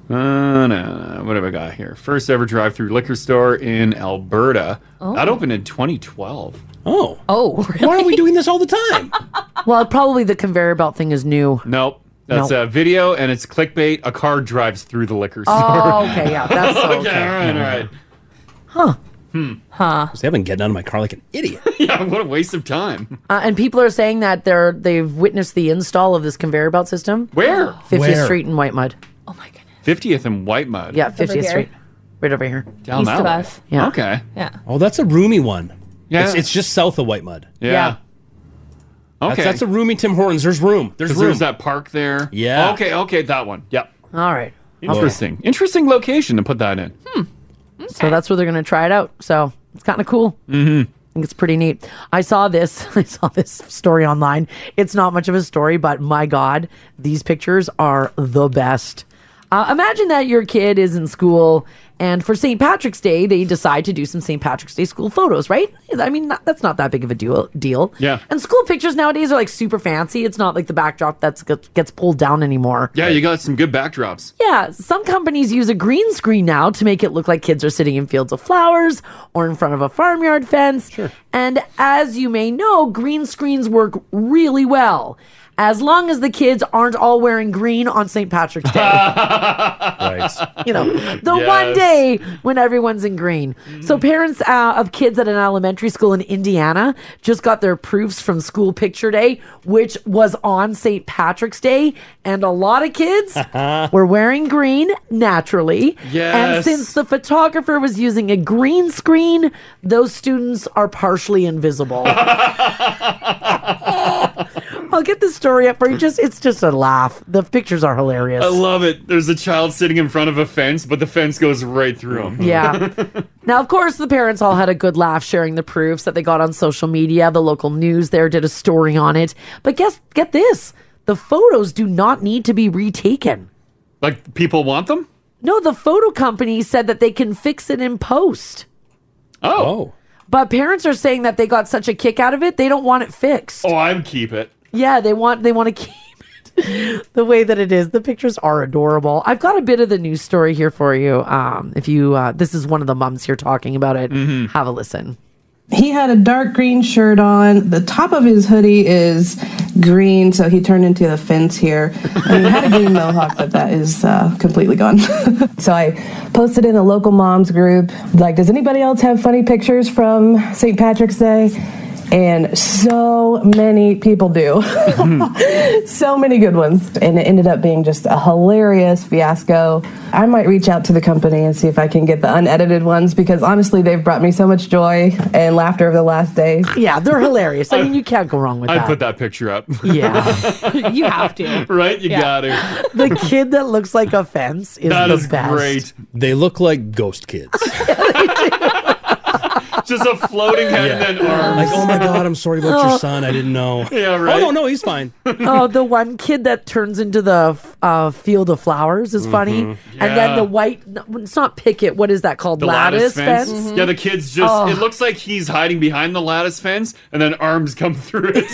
S4: Uh, no, no, no. What have I got here? First ever drive-through liquor store in Alberta.
S8: Oh.
S4: That opened in 2012.
S6: Oh.
S8: Oh,
S6: why are we doing this all the time?
S8: well, probably the conveyor belt thing is new.
S4: Nope. That's
S8: Nope.
S4: a video and it's clickbait. A car drives through the liquor store.
S8: Oh, okay, yeah, that's so okay.
S4: All right, all right.
S8: Huh.
S4: Hmm.
S8: Huh.
S6: They haven't getting out of my car like an idiot.
S4: yeah, what a waste of time.
S8: Uh, and people are saying that they're they've witnessed the install of this conveyor belt system.
S4: Where?
S8: 50th
S4: Where?
S8: Street and White Mud.
S4: 50th and White Mud.
S8: Yeah, 50th Street. Right over here.
S4: Down
S8: East
S4: that
S8: of
S4: way.
S8: us. Yeah.
S4: Okay.
S8: Yeah.
S6: Oh, that's a roomy one.
S4: Yeah.
S6: It's, it's just south of White Mud.
S4: Yeah. Okay.
S6: That's, that's a roomy Tim Hortons. There's room. There's
S4: 'Cause
S6: room.
S4: There's that park there.
S6: Yeah.
S4: Okay, okay, that one. Yep.
S8: All right.
S4: Interesting. Interesting location to put that in.
S8: So that's where they're going to try it out. So it's kind of cool.
S4: Mm-hmm.
S8: I think it's pretty neat. I saw this. I saw this story online. It's not much of a story, but my God, these pictures are the best. Uh, imagine that your kid is in school, and for St. Patrick's Day, they decide to do some St. Patrick's Day school photos, right? I mean, not, that's not that big of a deal. Deal.
S4: Yeah.
S8: And school pictures nowadays are like super fancy. It's not like the backdrop that's gets pulled down anymore.
S4: Yeah, you got some good backdrops.
S8: Yeah, some companies use a green screen now to make it look like kids are sitting in fields of flowers or in front of a farmyard fence. Sure. And as you may know, green screens work really well as long as the kids aren't all wearing green on St. Patrick's Day. You know, the one
S18: Yes. Mm.
S8: day when everyone's in green. So parents uh, of kids at an elementary school in Indiana just got their proofs from school picture day, which was on St. Patrick's Day, and a lot of kids were wearing green naturally. And
S18: Yes.
S8: since the photographer was using a green screen, those students are partially invisible. I'll get this story up for you. Just it's just a laugh. The pictures are hilarious.
S4: I love it. There's a child sitting in front of a fence, but the fence goes right through him.
S8: Yeah. now, of course, the parents all had a good laugh sharing the proofs that they got on social media. The local news there did a story on it. But guess, get this the photos do not need to be retaken.
S4: like people want them?
S8: No, the photo company said that they can fix it in post.
S4: Oh.
S8: But parents are saying that they got such a kick out of it, they don't want it fixed.
S4: Oh, I'd keep it.
S8: Yeah, they want they want to keep it the way that it is. The pictures are adorable. I've got a bit of the news story here for you. Um, if you uh, this is one of the mums here talking about it.
S4: Mm-hmm.
S8: Have a listen.
S23: He had a dark green shirt on. The top of his hoodie is green, so he turned into the fence here. And he had a green mohawk, but that is uh, completely gone. so I posted in a local moms group, like, does anybody else have funny pictures from St. Patrick's Day? And so many people do.
S4: Mm-hmm.
S23: so many good ones. And it ended up being just a hilarious fiasco. I might reach out to the company and see if I can get the unedited ones because honestly, they've brought me so much joy and laughter over the last days.
S8: Yeah, they're hilarious. I mean, you can't go wrong with
S4: I'd
S8: that.
S4: put that picture up.
S8: Yeah.
S4: you have to. Right? You
S8: Yeah.
S4: got to.
S8: the kid that looks like a fence is
S4: That
S8: the
S4: is
S8: best.
S4: great.
S6: They look like ghost kids.
S4: Just a floating head and then arms.
S6: Like, oh my god, I'm sorry about
S8: Oh.
S6: your son. I didn't know.
S4: Yeah,
S6: Oh
S4: right.
S6: no, no, he's fine.
S8: oh, the one kid that turns into the uh, field of flowers is funny,
S4: Mhm.
S8: and then
S4: Yeah.
S8: the white. no, It's not picket. What is that called?
S4: The lattice, fence. Mm-hmm. Yeah, the kid's just,
S8: Oh.
S4: it looks like he's hiding behind the lattice fence and then arms come through it.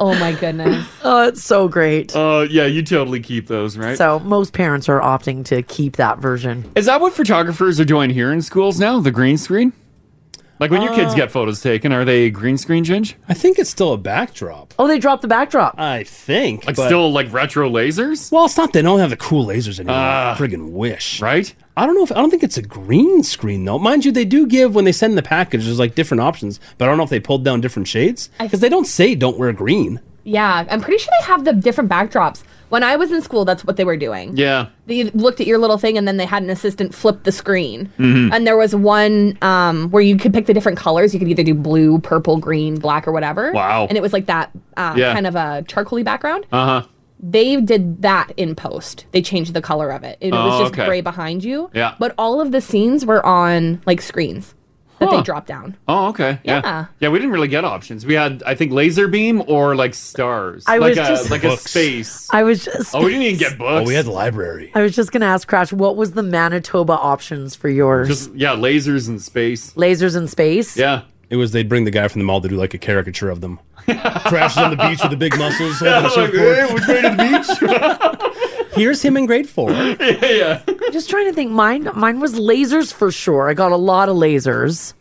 S8: Oh my goodness. oh, it's so great.
S4: Oh, yeah, you totally keep those, right?
S8: So most parents are opting to keep that version.
S4: Is that what photographers are doing here in schools now? The green screen? Like when your kids
S6: Uh,
S4: get photos taken, are they green screen, Ginge?
S6: I think it's still a backdrop.
S8: Oh, they dropped the backdrop.
S6: I think.
S4: Like
S6: but-
S4: still like retro lasers?
S6: Well, it's not. They don't have the cool lasers anymore. Friggin' wish.
S4: Ah. Right?
S6: I don't know if I don't think it's a green screen though. Mind you, they do give when they send the package. There's like different options, but I don't know if they pulled down different shades because they don't say don't wear green.
S9: Yeah, I'm pretty sure they have the different backdrops. When I was in school, that's what they were doing.
S4: Yeah.
S9: They looked at your little thing, and then they had an assistant flip the screen.
S8: Mm-hmm.
S4: Mhm.
S9: And there was one um, where you could pick the different colors. You could either do blue, purple, green, black, or whatever.
S4: Wow.
S9: And it was like that uh,
S4: Yeah.
S9: kind of a charcoaly background.
S8: Uh-huh.
S4: Uh huh.
S9: They did that in post. They changed the color of it. And it was
S4: Oh,
S9: just
S4: okay.
S9: gray behind you.
S4: Yeah.
S9: But all of the scenes were on like screens that they dropped down.
S4: Oh, okay. Yeah.
S9: Yeah.
S4: yeah. we didn't really get options. We had, I think, laser beam or like stars.
S8: I
S4: like
S8: was
S4: a,
S8: just-
S4: like
S8: Books.
S4: a space.
S8: I was just.
S4: Oh, we didn't even get
S6: Oh,
S4: books.
S6: we had the library.
S8: I was just gonna ask Crash, what was the Manitoba options for yours?
S4: Just yeah, lasers and space.
S8: Lasers in space.
S4: Yeah.
S6: It was they'd bring the guy from the mall to do like a caricature of them. Crashes on the beach with the big muscles. holding
S4: Yeah,
S6: a
S4: like,
S6: surfboard.
S4: "Hey, which way to
S6: Here's him in grade four.
S4: yeah,
S8: I'm just trying to think. Mine, mine was lasers for sure. I got a lot of lasers.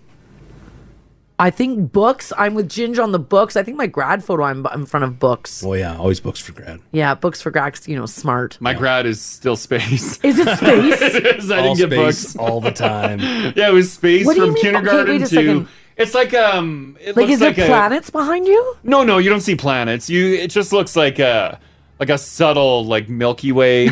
S8: I think books. I'm with Ginge on the books. I think my grad photo. I'm b- in front of books.
S6: Oh yeah, always books for grad.
S8: Yeah, books for grad. 'cause, You know, smart.
S4: My grad is still space.
S8: Is it space?
S4: it is. I
S8: All
S4: didn't get
S8: space,
S4: books
S6: all the time.
S4: yeah, it was space
S8: What do you
S4: from
S8: mean? Okay,
S4: kindergarten
S8: wait a
S4: to.
S8: second.
S4: It's like um. It
S8: like,
S4: looks
S8: is
S4: like
S8: there
S4: a-
S8: planets behind you?
S4: No, no, you don't see planets. You it just looks like a like a subtle like Milky Way.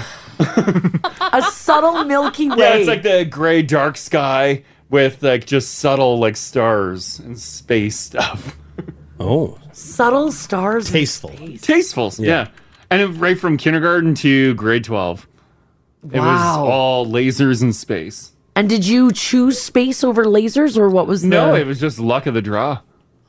S8: A subtle Milky Way.
S4: yeah, it's like the gray dark sky with like just subtle like stars and space stuff.
S6: Oh,
S8: subtle stars. in
S4: tasteful. Yeah. and it, right from kindergarten to grade twelve, it was
S8: Wow.
S4: all lasers and space.
S8: And did you choose space over lasers, or what was the?
S4: No, it was just luck of the draw.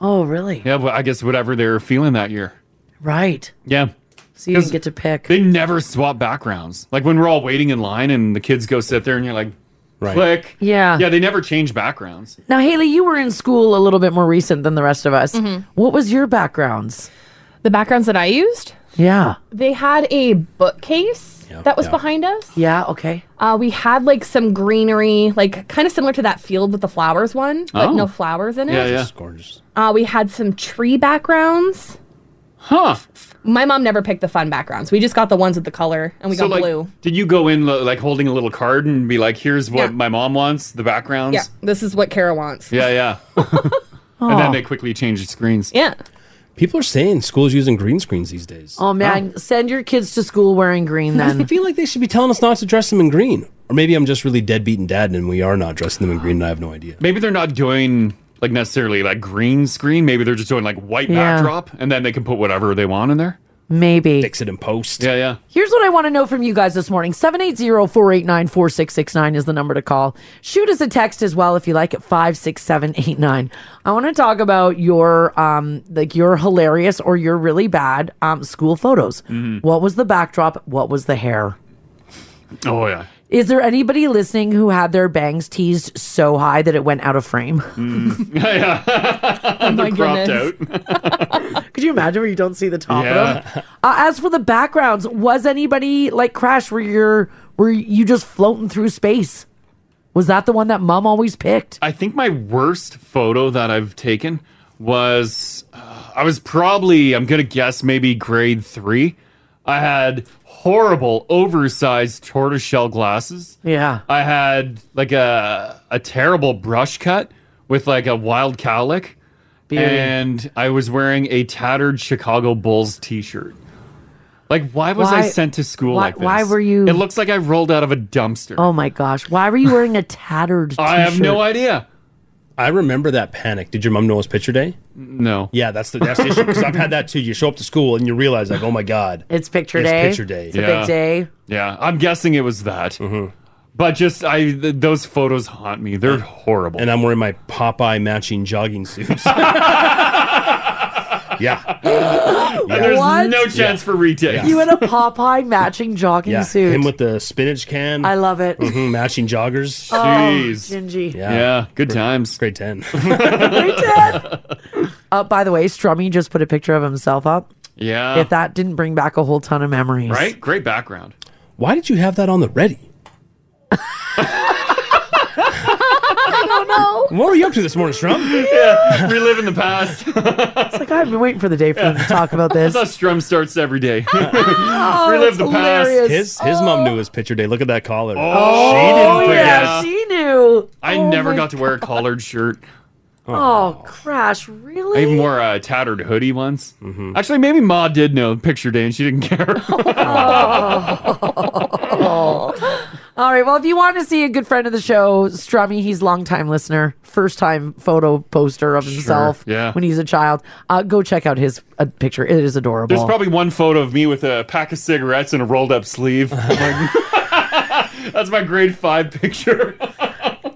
S8: Oh, really?
S4: Yeah, but I guess whatever they were feeling that year.
S8: Right.
S4: Yeah.
S8: So you didn't get to pick.
S4: They never swap backgrounds. Like when we're all waiting in line and the kids go sit there and you're like, click.
S8: Yeah.
S4: Yeah, they never change backgrounds.
S8: Now, Haley, you were in school a little bit more recent than the rest of us. What was your backgrounds?
S9: Mm-hmm. The backgrounds that I used?
S8: Yeah.
S9: They had a bookcase that was behind us.
S8: Yeah. Okay.
S9: Uh, we had like some greenery, like kind of similar to that field with the flowers one, but
S8: Oh.
S9: no flowers in it.
S8: Yeah, yeah. Just
S6: gorgeous.
S9: Uh, we had some tree backgrounds.
S4: Huh.
S9: My mom never picked the fun backgrounds. We just got the ones with the color, and we
S4: So,
S9: got
S4: like,
S9: blue.
S4: Did you go in lo- like holding a little card and be like, here's what
S9: Yeah.
S4: my mom wants, the backgrounds?
S9: Yeah, this is what Kara wants.
S4: Yeah, yeah. and then they quickly changed screens.
S9: Yeah.
S6: People are saying schools using green screens these days.
S8: Oh man, send your kids to school wearing green
S6: I
S8: then.
S6: feel like they should be telling us not to dress them in green. Or maybe I'm just really deadbeat and dad and we are not dressing them in green and I have no idea.
S4: Maybe they're not doing like necessarily like green screen. Maybe they're just doing like white
S8: Yeah.
S4: backdrop and then they can put whatever they want in there.
S8: Maybe.
S6: Fix it in post.
S4: Yeah, yeah.
S8: Here's what I want to know from you guys this morning 780 489 4669 is the number to call. Shoot us a text as well if you like at 56789. I want to talk about your, um, like your hilarious or your really bad um, school photos. What was the backdrop? What was the hair?
S4: Oh, yeah.
S8: Is there anybody listening who had their bangs teased so high that it went out of frame?
S4: oh
S8: my
S4: cropped
S8: goodness. Could you imagine where you don't see the top of
S4: Yeah.
S8: them? Uh, as for the backgrounds, was anybody like Crash? Were you were you just floating through space? Was that the one that Mom always picked?
S4: I think my worst photo that I've taken was uh, I was probably I'm gonna guess maybe grade three. I had horrible oversized tortoiseshell glasses.
S8: Yeah.
S4: I had like a a terrible brush cut with like a wild cowlick,
S8: Beauty.
S4: and I was wearing a tattered Chicago Bulls T-shirt. Like, why was I
S8: Why-
S4: sent to school
S8: why-
S4: like this?
S8: why were you-
S4: It looks like I rolled out of a dumpster.
S8: Oh my gosh! Why were you wearing a tattered? T-shirt?
S4: I have no idea.
S6: I remember that panic. Did your mom know it was picture day?
S4: No.
S6: Yeah, that's the, that's the issue. Because I've had that too. You show up to school and you realize, like, oh my God.
S8: It's picture
S6: It's
S8: day.
S6: picture day. Mm-hmm.
S8: It's a big day.
S4: Yeah, I'm guessing it was that. But just I th- those photos haunt me. They're horrible.
S6: And I'm wearing my Popeye matching jogging suits. yeah.
S4: And there's
S8: What?
S4: no chance for retakes.
S8: You in a Popeye matching jogging
S6: Yeah,
S8: suit?
S6: him with the spinach can. I
S8: love it.
S6: hmm matching joggers.
S8: Oh, Jeez. Gingy.
S4: Yeah, good times.
S6: Grade ten.
S8: Uh, by the way, Strummy just put a picture of himself up.
S4: Yeah.
S8: If that didn't bring back a whole ton of memories,
S4: Right? Great background.
S6: Why did you have that on the ready?
S8: I don't know.
S6: What were you up to this morning, Strum?
S4: yeah, reliving the past.
S8: It's like I've been waiting for the day for them to talk about this.
S4: That's how Strum starts every day. Relive
S8: that's
S4: the
S8: Oh, hilarious. Oh.
S6: His
S4: past.
S6: his mom knew his picture day. Look at that collar.
S4: Oh,
S6: she didn't forget.
S8: yeah, she knew.
S4: I
S8: Oh
S4: never
S8: my
S4: got to wear a collared shirt.
S8: Oh, Crash, really?
S4: I even wore a tattered hoodie once.
S6: Mm-hmm.
S4: Actually, maybe Ma did know picture day and she didn't care.
S8: All right. Well, if you want to see a good friend of the show, Strummy, he's longtime listener, first time photo poster of himself
S4: yeah.
S8: when he's a child. Uh, go check out his uh, picture. It is adorable.
S4: There's probably one photo of me with a pack of cigarettes and a rolled up sleeve.
S6: Oh
S4: I'm like, That's my grade five picture.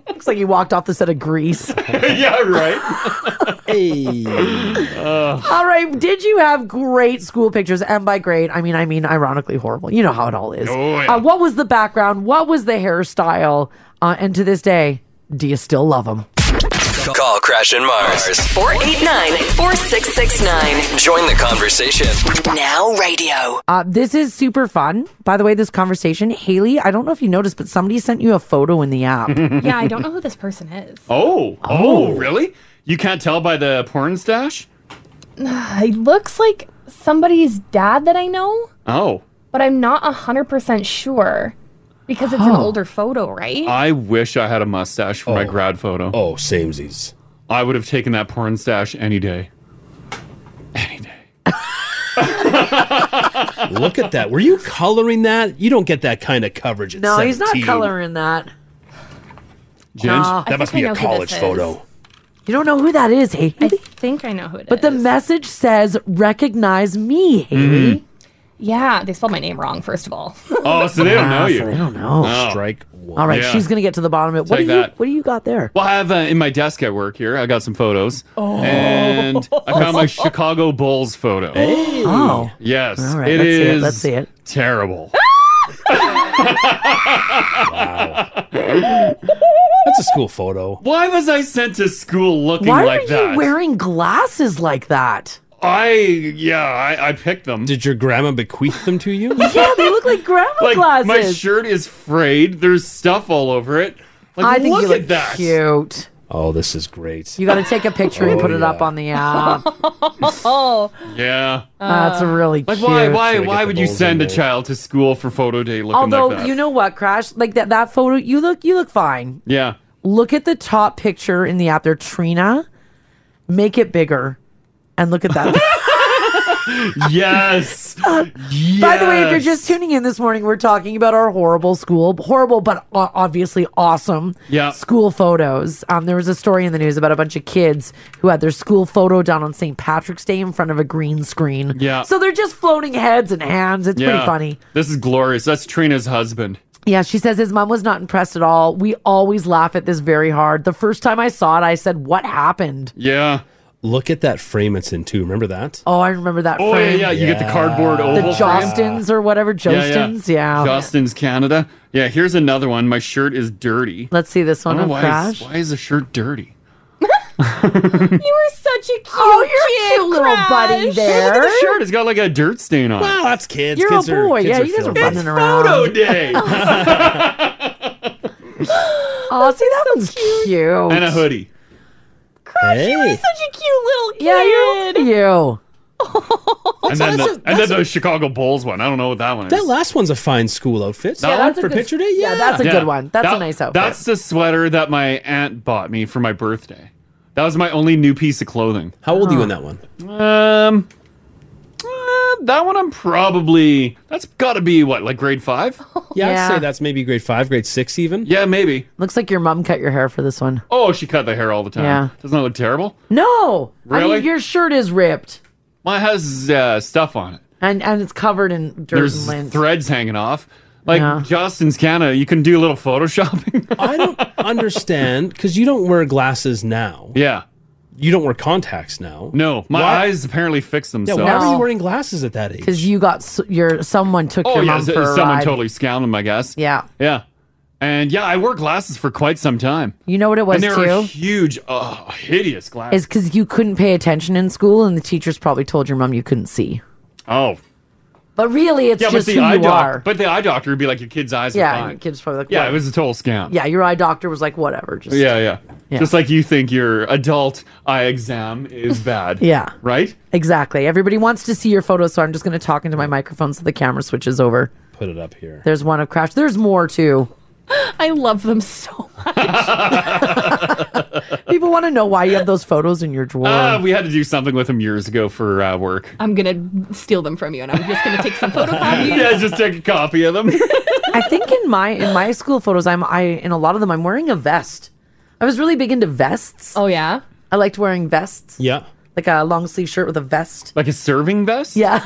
S8: Looks like he walked off the set of Grease.
S4: yeah, right. Uh,
S8: hey. all right. Did you have great school pictures? And by great, I mean, I mean, ironically horrible. You know how it all is.
S4: Oh, yeah.
S8: uh, what was the background? What was the hairstyle? Uh, and to this day, do you still love him?
S2: Call Crash and Mars.
S3: 489 4669.
S2: Join the conversation.
S3: Now radio.
S8: Uh, this is super fun. By the way, this conversation, Haley, I don't know if you noticed, but somebody sent you a photo in the app.
S9: yeah, I don't know who this person is.
S4: Oh, oh,
S8: Oh.
S4: really? You can't tell by the porn stash?
S9: He looks like somebody's dad that I know,
S4: Oh,
S9: but I'm not 100% sure because it's an
S4: Oh.
S9: older photo, right?
S4: I wish I had a mustache for my grad photo. Oh, samesies. I would have taken that porn stash any day.
S6: Look at that. Were you coloring that? You don't get that kind of coverage. At
S8: No, he's not
S6: 17.
S8: coloring that.
S6: Jen,
S8: No. I
S6: that must
S8: think
S6: be
S8: I
S6: a
S8: know who
S6: college
S8: this is.
S6: photo.
S8: You don't know who that is, Haley. I
S9: think I know who it is.
S8: but the message says, recognize me, Haley.
S9: Yeah, they spelled my name wrong, first of all.
S4: Mm-hmm. Oh, so they don't
S8: Ah,
S4: know you.
S8: so they don't know.
S6: Oh. Strike one.
S8: All right,
S4: Yeah.
S8: she's going to get to the bottom of it. What do,
S4: Take
S8: you,
S4: that.
S8: what do you got there?
S4: Well, I have uh, in my desk at work here. I got some photos, oh. and I found my Chicago Bulls photo.
S8: Oh.
S4: yes,
S8: All right,
S4: it
S8: let's see it,
S4: is
S8: let's see it.
S4: Terrible.
S6: That's a school photo.
S4: Why was I sent to school looking
S8: Why
S4: like
S8: are
S4: that?
S8: you wearing glasses like that?
S4: I yeah, I, I picked them.
S6: Did your grandma bequeath them to you?
S8: yeah, they look like grandma
S4: like
S8: glasses.
S4: my shirt is frayed. There's stuff all over it. Like,
S8: I think
S4: look
S8: you
S4: at
S8: look
S4: that.
S8: cute.
S6: Oh, this is great.
S8: You got to take a picture and
S4: Oh,
S8: put it up on the app.
S9: oh.
S4: Yeah,
S8: That's really
S4: like why
S8: cute.
S4: why
S8: Uh, Should I
S4: why
S8: get
S4: would
S8: the
S4: you
S8: Bulls
S4: send a
S8: in there?
S4: child to school for photo day looking
S8: Although
S4: like that?
S8: you know what, Crash, like that that photo, you look you look fine.
S4: yeah,
S8: Look at the top picture in the app there, Trina. Make it bigger, and look at that.
S4: yes.
S8: By the way, if you're just tuning in this morning, we're talking about our horrible school, horrible but o- obviously awesome
S4: Yeah.
S8: school photos. Um, there was a story in the news about a bunch of kids who had their school photo done on St. Patrick's Day in front of a green screen.
S4: Yeah.
S8: So they're just floating heads and hands. It's pretty funny.
S4: This is glorious. That's Trina's husband.
S8: Yeah, she says his mom was not impressed at all. We always laugh at this very hard. The first time I saw it, I said, What happened?
S4: Yeah.
S6: Look at that frame it's in too. Remember that?
S8: Oh, I remember that
S4: Oh, yeah,
S8: frame.
S4: yeah, you get the Yeah. cardboard oval
S8: The Jostins or whatever. Jostins, yeah.
S4: Justin's Canada. Yeah, here's another one. My shirt is dirty.
S8: Let's see this
S4: I
S8: one.
S4: don't know
S8: of
S4: why,
S8: Crash.
S4: Is, why is the shirt dirty?
S9: You were such a cute,
S8: Oh, you're a
S9: kid,
S8: cute little
S9: Crash.
S8: buddy
S4: Look at
S8: there.
S4: the shirt. It's got like a dirt stain on
S6: Wow,
S4: it.
S6: that's kids.
S8: You're
S6: kids
S8: a boy.
S6: Are, kids
S8: yeah,
S6: are
S8: you guys are
S6: filthy.
S8: running around.
S4: Photo day.
S8: Oh, see, that one's cute.
S4: and a hoodie.
S9: Crash, you were such a cute little kid.
S8: Yeah, you're you.
S4: And then,
S6: that's
S4: the, and then the Chicago Bulls one. I don't know what that one is.
S6: That last one's a fine school outfit.
S4: That Yeah, one that's a
S6: for
S4: good-
S6: picture day. Yeah,
S8: yeah, that's a
S4: Yeah.
S8: good one. That's a
S4: That-
S8: nice outfit.
S4: That's the sweater that my aunt bought me for my birthday. That was my only new piece of clothing.
S6: How old are you in that one?
S4: Um, uh, that one I'm probably. That's got to be what, like grade five?
S6: Yeah,
S8: Oh, Yeah.
S6: I'd say that's maybe grade five, grade six, even.
S4: Yeah, maybe.
S8: Looks like your mom cut your hair for this one.
S4: Oh, she cut the hair all the time.
S8: Yeah.
S4: Doesn't that look terrible?
S8: No, I
S4: Really?
S8: mean your shirt is ripped
S4: Mine has uh, stuff on it.
S8: and and it's covered in dirt and
S4: There's
S8: lint.
S4: threads hanging off. Like Justin's Canada, you can do a little photoshopping.
S6: I don't understand because you don't wear glasses now.
S4: yeah.
S6: You don't wear contacts now.
S4: No, my
S6: Why-
S4: eyes apparently fix
S6: Yeah,
S4: themselves.
S6: why were you wearing glasses at that age?
S8: Because you got s- your someone took
S4: Oh
S8: your
S4: yeah,
S8: mom
S4: s-
S8: for a
S4: someone
S8: ride.
S4: totally scammed him, I guess.
S8: Yeah,
S4: Yeah. And yeah, I wore glasses for quite some time.
S8: you know what it was
S4: and they
S8: too.
S4: were huge, oh, hideous glasses.
S8: Is because you couldn't pay attention in school, and the teachers probably told your mom you couldn't see.
S4: oh.
S8: But really, it's
S4: yeah,
S8: just
S4: but
S8: who
S4: the eye
S8: you
S4: doc-
S8: are.
S4: But the eye doctor would be like, your kid's eyes
S8: Yeah,
S4: are
S8: and
S4: fine.
S8: kids probably like,
S4: yeah,
S8: what?
S4: it was a total scam.
S8: Yeah, your eye doctor was like, whatever. Just
S4: yeah, yeah, Just like you think your adult eye exam is bad.
S8: Yeah.
S4: Right?
S8: Exactly. Everybody wants to see your photo, so I'm just going to talk into my microphone so the camera switches over.
S6: Put it up here.
S8: There's one of Crash. There's more too.
S9: I love them so much.
S8: People want to know why you have those photos in your drawer.
S4: Uh, we had to do something with him years ago for uh, work.
S9: I'm gonna steal them from you, and I'm just gonna take some photocopies.
S4: yeah, just take a copy of them.
S8: I think in my in my school photos, I'm I in a lot of them I'm wearing a vest. I was really big into vests. Oh
S9: yeah,
S8: I liked wearing vests,
S6: Yeah.
S8: like a long sleeve shirt with a vest.
S4: Like a serving vest?
S8: Yeah.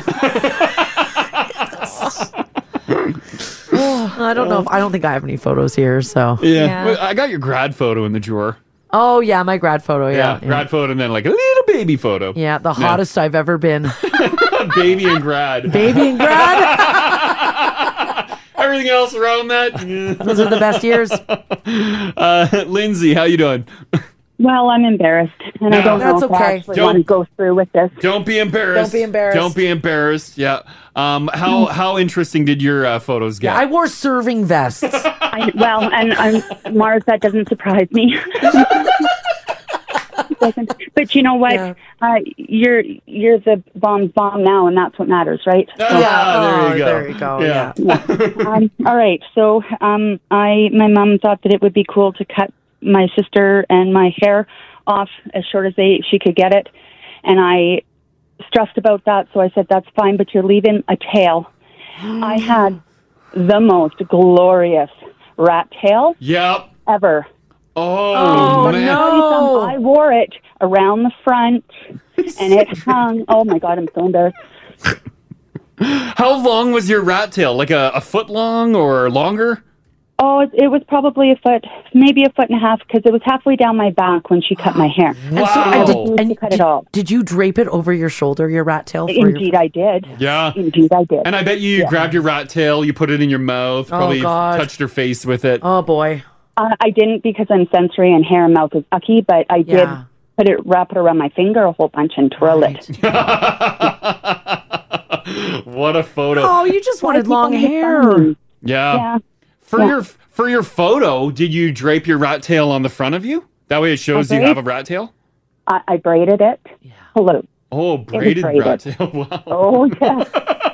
S8: I don't know. If, I don't think I have any photos here. So
S4: Well, I got your grad photo in the drawer.
S8: Oh yeah, my grad photo. Yeah.
S4: Yeah, grad photo and then like a little baby photo.
S8: Yeah, the hottest I've ever been.
S4: baby and grad.
S8: Baby and grad.
S4: Everything else around that.
S8: Those are the best years.
S4: Uh, Lindsay, how you doing?
S1: Well, I'm embarrassed, and I
S4: No.
S1: don't know
S4: That's
S1: if
S4: okay.
S1: I actually
S4: Don't-
S1: want to go through with this.
S4: Don't be embarrassed.
S1: Don't be embarrassed.
S4: Don't be embarrassed. Yeah. Um.
S8: Mm.
S4: How how interesting did your uh, photos get?
S8: I wore serving vests.
S1: I, well, and I'm, Mars, that doesn't surprise me. It doesn't. but you know what? Uh, you're you're the bomb bomb now, and that's what matters, right?
S4: Ah,
S10: Oh,
S4: there you go.
S1: there
S8: Oh, you go.
S4: Yeah.
S1: um, all right. So um, I, my mom thought that it would be cool to cut my sister and my hair off as short as they she could get it, and I stressed about that. So I said, "That's fine, but you're leaving a tail." I had the most glorious rat tail
S4: Yep.
S1: ever.
S4: Oh,
S1: But
S4: man.
S1: no! I wore it around the front, and it hung. Oh my god, I'm so embarrassed.
S4: How long was your rat tail? Like a, a foot long or longer?
S1: Oh, it, it was probably a foot, maybe a foot and a half, because it was halfway down my back when she cut my hair.
S8: And so I did, and
S1: cut
S8: did,
S1: it off.
S8: did you drape it over your shoulder, your rat tail? For
S1: Indeed,
S8: your...
S1: I did.
S4: Yeah.
S1: Indeed, I did.
S4: And I bet you, you grabbed your rat tail, you put it in your mouth,
S1: Oh,
S4: probably
S1: God.
S4: touched her face with it.
S8: Oh boy.
S1: Uh, I didn't because I'm sensory and hair and mouth is ucky, but I did
S4: Yeah.
S1: put it, wrap it around my finger a whole bunch and twirl it.
S4: What a photo.
S8: Oh, you just wanted long hair.
S4: Yeah.
S1: Yeah.
S4: For
S1: Yeah.
S4: your for your photo, did you drape your rat tail on the front of you? That way it shows you
S1: Okay.
S4: have a rat tail.
S1: I, I braided it. Hello.
S4: Oh,
S1: It was
S4: braided,
S1: braided.
S4: rat tail. Wow.
S1: Oh yeah.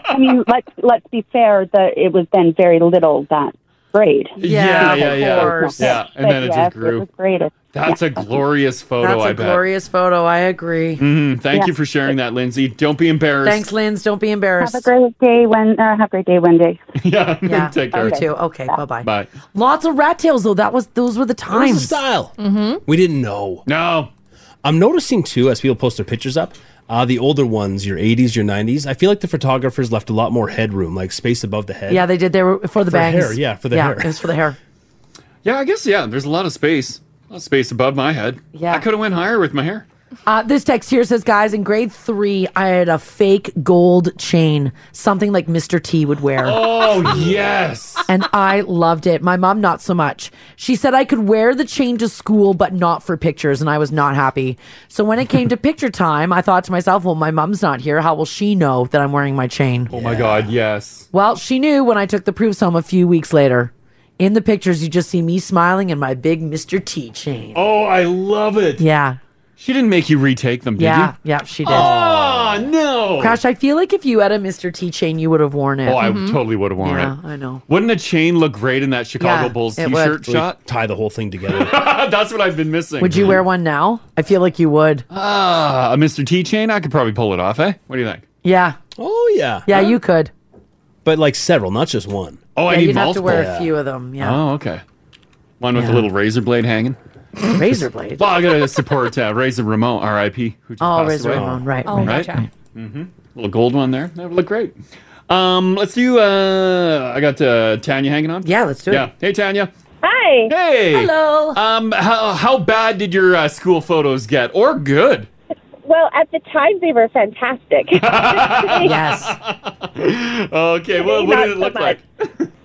S1: I mean, let's let's be fair. That it was then very little that braid.
S4: Yeah, yeah, yeah. Yeah, and
S1: But
S4: then it just
S1: yes,
S4: grew.
S1: was braided.
S4: That's a glorious photo,
S8: That's
S4: I
S8: a
S4: bet.
S8: glorious photo. I agree.
S4: hmm Thank
S1: Yeah.
S4: you for sharing that, Lindsay. Don't be embarrassed.
S8: Thanks, Linz. Don't be embarrassed.
S1: Have a great day when uh, have a great day one day.
S4: yeah. Take care.
S8: You too. Okay. Bye bye.
S4: Bye.
S8: Lots of rat tails though. That was those were the times.
S6: style.
S8: Mm-hmm.
S6: We didn't know.
S4: No.
S6: I'm noticing too as people post their pictures up, uh, the older ones, your 80s, your 90s. I feel like the photographers left a lot more headroom, like space above the head.
S8: Yeah, they did. They were for the
S6: For
S8: bangs.
S6: hair, yeah, for the hair.
S8: It was for the hair.
S4: Yeah, I guess yeah. There's a lot of space. A lot of space above my head.
S8: Yeah.
S4: I could have went higher with my hair.
S8: Uh, this text here says, guys, in grade three, I had a fake gold chain, something like Mr. T would wear.
S4: Oh yes.
S8: And I loved it. My mom, not so much. She said I could wear the chain to school, but not for pictures. And I was not happy. So when it came to picture time, I thought to myself, well, my mom's not here. How will she know that I'm wearing my chain?
S4: Oh my God. Yes.
S8: Well, she knew when I took the proofs home a few weeks later. In the pictures, you just see me smiling and my big Mr. T chain.
S4: Oh, I love it.
S8: Yeah.
S4: She didn't make you retake them, did
S8: Yeah,
S4: you?
S8: yeah, she did.
S4: Oh no.
S8: Crash, I feel like if you had a Mr. T chain, you would have worn it. Mm-hmm.
S4: Oh, I totally would have worn
S8: Yeah,
S4: it.
S8: I know.
S4: Wouldn't a chain look great in that Chicago
S8: Yeah,
S4: Bulls
S8: it
S4: t shirt
S8: would.
S4: shot?
S6: Tie the whole thing together.
S4: That's what I've been missing.
S8: Would you wear one now? I feel like you would.
S4: Ah, a Mr. T chain? I could probably pull it off, eh? What do you think?
S8: Yeah.
S6: Oh yeah.
S8: Yeah, you could.
S6: But like several, not just one.
S4: Oh, I
S8: yeah,
S4: need
S8: you'd
S4: multiple.
S8: have to wear a few of them. Yeah.
S4: Oh, okay. One with
S8: Yeah.
S4: a little razor blade hanging.
S8: Razor blade.
S4: well, I gotta support uh, Razor Ramon, R.I.P. Who just
S8: Oh,
S4: passed
S8: Razor
S4: away.
S8: Ramon, right, Oh,
S4: right.
S8: right. gotcha.
S4: Mm-hmm. Little gold one there. That would look great. Um, let's do. Uh, I got uh, Tanya hanging on.
S8: Yeah, let's do
S22: it.
S4: Yeah. Hey, Tanya.
S22: Hi.
S4: Hey.
S22: Hello.
S4: Um, how how bad did your uh, school photos get, or good?
S22: Well, at the time they were fantastic.
S4: Okay. Well, what
S22: Not
S4: did it
S22: so
S4: look like?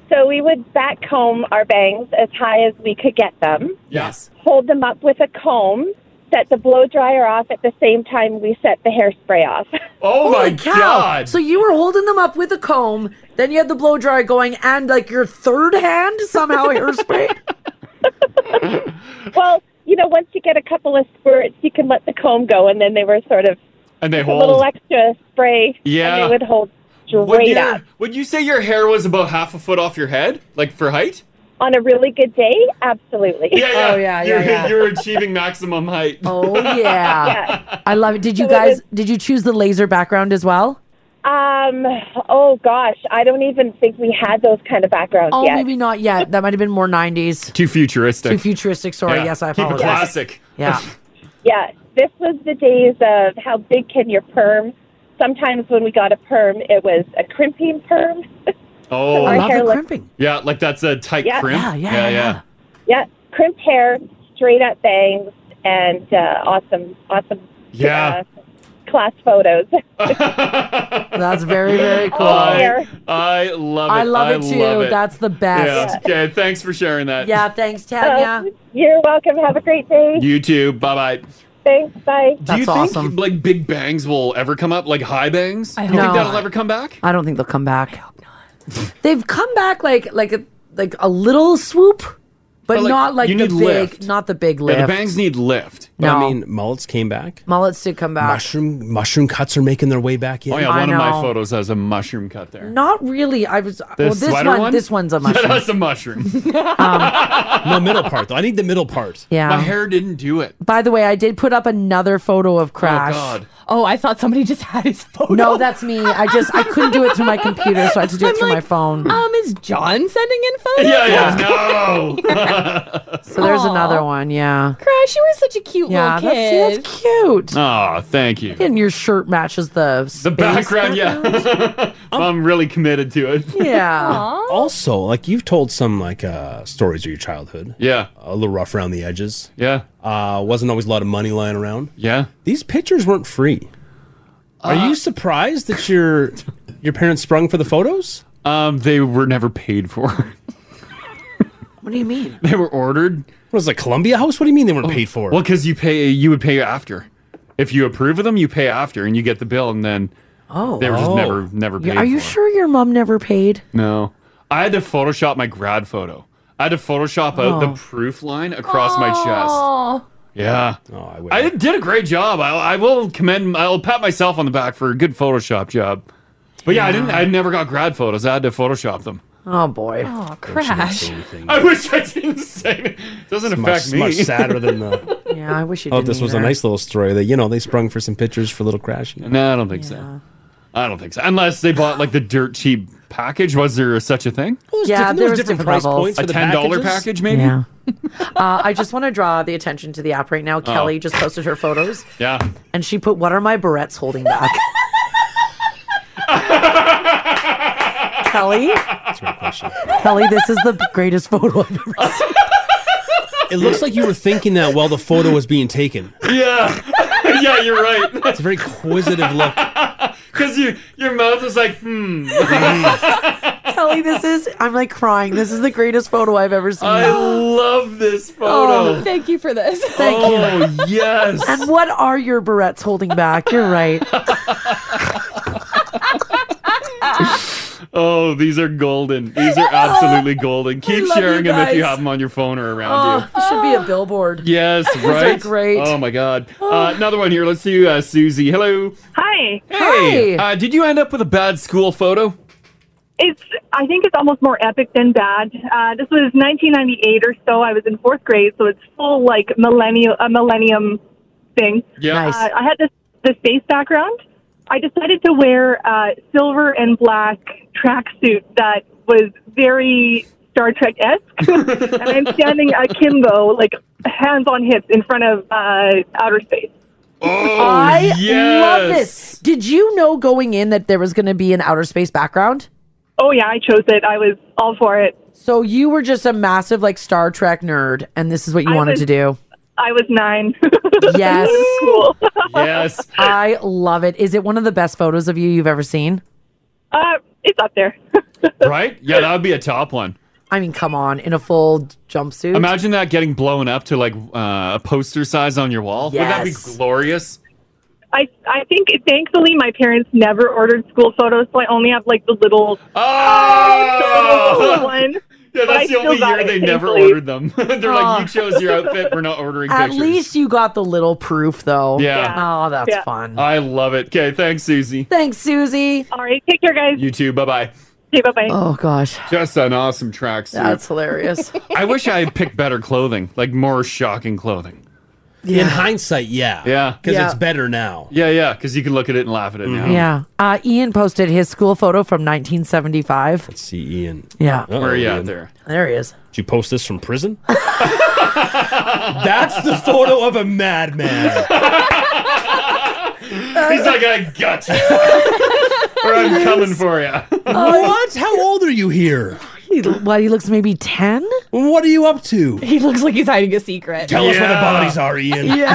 S22: So we would back comb our bangs as high as we could get them,
S4: Yes.
S22: hold them up with a comb, set the blow dryer off at the same time we set the hairspray off.
S4: Oh
S8: Holy cow. So you were holding them up with a comb, then you had the blow dryer going, and like your third hand somehow hairspray.
S22: well, you know, once you get a couple of squirts, you can let the comb go, and then they were sort of
S4: And they
S22: a little
S4: hold.
S22: extra spray.
S4: Yeah.
S22: and they would hold
S4: Would
S22: straight
S4: your-
S22: up.
S4: Would you say your hair was about half a foot off your head, like for height?
S22: On a really good day, absolutely.
S4: you're, You're achieving maximum height.
S8: Oh yeah. I love it. Did you guys did you choose the laser background as well?
S22: Um. Oh gosh, I don't even think we had those kind of backgrounds
S8: Oh,
S22: yet.
S8: maybe not yet. That might have been more 90s.
S4: Too futuristic.
S8: Too futuristic. Sorry.
S4: Yeah.
S8: Yes, I
S4: Keep it
S8: apologize.
S4: classic.
S8: Yeah.
S22: Yeah, this was the days of how big can your perm? Sometimes when we got a perm, it was a crimping perm.
S4: Oh,
S22: My hair looked-
S4: Yeah, like that's a tight
S22: Yeah.
S4: crimp.
S22: Yeah, yeah, yeah.
S4: yeah. yeah.
S22: Yeah, crimped hair, straight up bangs, and uh, awesome, awesome.
S4: Yeah.
S22: Uh, class photos.
S8: That's very, very cool.
S4: I, I love it.
S8: I love it too.
S4: love it.
S8: That's the best.
S4: Yeah. Okay, thanks for sharing that.
S8: Yeah, thanks, Tanya.
S22: Oh, you're welcome. Have a great day.
S4: You too. Bye bye.
S22: Thanks. Bye.
S4: Do you think like big bangs will ever come up? Like high bangs?
S8: I
S4: you think
S8: hope
S4: that'll
S8: not.
S4: ever come back?
S8: I don't think they'll come back. I hope not. They've come back like like a, like a little swoop, but,
S4: But, like,
S8: not like
S4: you
S8: the
S4: need
S8: big,
S4: lift.
S8: not the big lift.
S6: Yeah, the
S4: bangs need lift.
S6: But
S8: No.
S6: I mean, mullets came back.
S8: Mullets did come back.
S6: Mushroom mushroom cuts are making their way back in.
S4: Oh yeah, one of my
S8: know.
S4: photos has a mushroom cut there.
S8: Not really. I was
S4: The
S8: well. This
S4: sweater
S8: one,
S4: one?
S8: This one's a
S4: Yeah,
S8: mushroom.
S4: that's a mushroom.
S6: no middle part though. I need the middle part.
S8: Yeah.
S4: My hair didn't do it.
S8: By the way, I did put up another photo of Crash.
S4: God.
S8: Oh, I thought somebody just had his photo. No, that's me. I just I couldn't do it through my computer, so I had to do it through my phone.
S9: Um, is John sending in photos?
S8: Yeah, yeah,
S4: no.
S8: So there's
S9: Aw.
S8: another one. Yeah.
S9: Crash, you were such a cute
S8: Yeah,
S9: little
S8: that's, see,
S9: kid.
S8: that's cute.
S4: Oh, thank you.
S8: And your shirt matches the
S4: The
S8: space
S4: background, yeah. I'm really committed to it.
S8: Yeah.
S6: Also, like you've told some like uh stories of your childhood.
S4: Yeah.
S6: A little rough around the edges.
S4: Yeah.
S6: Uh wasn't always a lot of money lying around.
S4: Yeah. Uh,
S6: These pictures weren't free. Are you surprised that your your parents sprung for the photos?
S4: Um, they were never paid for.
S8: What do you mean?
S4: They were ordered.
S6: What was it, Columbia House? What do you mean they weren't paid for?
S4: Well, because you pay, you would pay after. If you approve of them, you pay after, and you get the bill, and then
S8: Oh.
S4: they were just
S8: Oh.
S4: never, never paid.
S8: Yeah, Are you
S4: for.
S8: sure your mom never paid?
S4: No, I had to Photoshop my grad photo. I had to Photoshop out
S8: Oh.
S4: the proof line across my chest.
S9: Oh.
S4: Yeah.
S6: Oh, I,
S4: did a great job. I, I will commend. I'll pat myself on the back for a good Photoshop job. But yeah, I didn't. I never got grad photos. I had to Photoshop them.
S8: Oh boy.
S9: Oh, Crash.
S4: I wish I didn't say it. Doesn't
S6: It's
S4: affect
S6: much,
S4: me.
S6: much sadder than the.
S8: Yeah, I wish you
S6: Oh,
S8: didn't.
S6: this was a
S8: either.
S6: nice little story that you know they sprung for some pictures for little Crashy.
S4: No, I don't think so. I don't think so. Unless they bought like the dirt cheap package. Was there such a thing?
S8: Yeah, there was different levels.
S4: A ten dollar package, maybe.
S8: Yeah. uh, I just want to draw the attention to the app right
S4: Oh.
S8: now. Kelly just posted her photos,
S4: Yeah.
S8: and she put, "What are my barrettes holding back?" Kelly,
S6: That's a great question.
S8: Kelly, this is the greatest photo I've ever.
S6: It looks like you were thinking that while the photo was being taken.
S4: Yeah. yeah, you're right. It's
S6: a very quizzitive look.
S4: Because you, your mouth is like, hmm.
S8: Kelly, this is. I'm like crying. This is the greatest photo I've ever seen.
S4: I love this photo.
S9: Oh, thank you for this.
S8: Thank you.
S4: Oh, yes.
S8: And what are your barrettes holding back? You're right.
S4: Oh, these are golden. These are absolutely golden. Keep
S8: love you
S4: sharing them if you
S8: guys.
S4: have them on your phone or around
S8: Oh, this should be a billboard.
S4: you. Yes,
S8: These are
S4: right.
S8: great.
S4: Oh my God. Uh, another one here. Let's see, uh, Susie. Hello.
S5: Hi.
S4: Hey. Uh, did you end up with a bad school photo?
S5: It's. I think it's almost more epic than bad. Uh, this was 1998 or so. I was in fourth grade, so it's full like millennial a millennium thing.
S7: Yeah. Nice.
S5: Uh, I had this this base background. I decided to wear uh, silver and black tracksuit that was very Star Trek esque, and I'm standing akimbo, like hands on hips, in front of uh, outer space.
S4: oh,
S8: I love this. Did you know going in that there was going to be an outer space background?
S5: Oh yeah, I chose it. I was all for it.
S8: So you were just a massive like Star Trek nerd, and this is what you
S5: I
S8: wanted
S5: was-
S8: to do.
S5: I was nine.
S8: Yes.
S5: cool.
S4: Yes.
S8: I love it. Is it one of the best photos of you you've ever seen?
S5: Uh, it's up there.
S4: Right? Yeah, that would be a top one.
S8: I mean, come on, in a full jumpsuit.
S4: Imagine that getting blown up to like uh, a poster size on your wall. Would that
S5: Yes.
S4: be glorious?
S5: I I think thankfully my parents never ordered school photos, so I only have like the little oh,
S4: Oh,
S8: Oh,
S5: one.
S4: Yeah,
S5: But I
S4: that's the
S5: still
S4: only
S5: got
S4: year
S5: it,
S4: they never
S5: thankfully.
S4: ordered them. They're
S8: Aw.
S4: like, you chose your outfit. We're not ordering
S8: At
S4: pictures.
S8: least you got the little proof, though.
S4: Yeah.
S8: Oh, that's fun.
S4: I love it. Okay, thanks, Susie.
S8: Thanks, Susie.
S5: All right, take care, guys.
S4: You too. Bye bye.
S13: Okay, bye bye.
S8: Oh gosh.
S4: Just an awesome tracksuit.
S8: That's hilarious.
S4: I wish I had picked better clothing, like more shocking clothing.
S6: In hindsight, Uh, yeah.
S4: Yeah.
S6: Because
S8: Yeah.
S6: it's better now.
S4: Yeah, yeah, because you can look at it and laugh at it now.
S8: Yeah. Uh, Ian posted his school photo from 1975.
S6: Let's see, Ian.
S8: Yeah.
S4: Where are you at there?
S8: There he is.
S6: Did you post this from prison? That's the photo of a madman.
S4: He's like, I got you. or I'm coming for you.
S6: what? How old are you here?
S8: Oh, He, well, he looks maybe 10?
S6: What are you up to?
S9: He looks like he's hiding a secret.
S6: Tell us where the bodies are, Ian.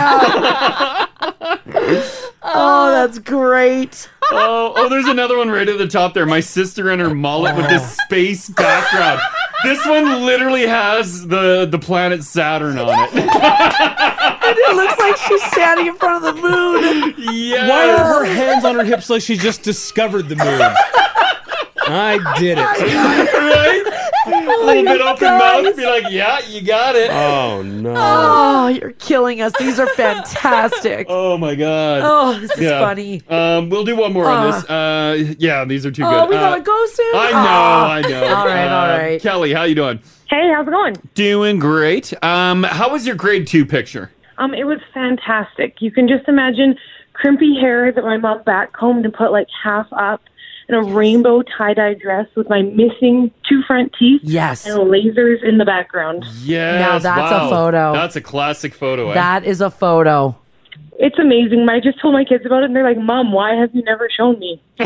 S8: Oh, that's great.
S4: Oh, oh, there's another one right at the top there. My sister and her mullet with this space background. This one literally has the the planet Saturn on it.
S8: and it looks like she's standing in front of the moon.
S6: Why are her hands on her hips like she just discovered the moon? I did it.
S4: right?
S8: Oh
S4: A little bit open mouth, be like, yeah, you got it.
S6: Oh no.
S8: Oh, you're killing us. These are fantastic.
S4: Oh my god.
S8: Oh, this is funny.
S4: Um, we'll do one more on this. Uh, yeah, these are too
S8: Oh,
S4: good.
S8: we
S4: Uh,
S8: gotta go soon.
S4: I know,
S8: Aw.
S4: I know.
S8: All right, all
S4: Uh,
S8: right.
S4: Kelly, how you doing?
S7: Hey, how's it going?
S4: Doing great. Um, how was your grade two picture?
S7: Um, it was fantastic. You can just imagine crimpy hair that my mom backcombed and put like half up, and a rainbow tie dye dress with my missing two front teeth.
S8: Yes.
S7: and lasers in the background.
S4: Yes.
S8: Now that's a
S4: wow.
S8: photo.
S4: That's a classic photo. eh?
S8: That is a photo.
S7: It's amazing. I just told my kids about it, and they're like, "Mom, why have you never shown me?"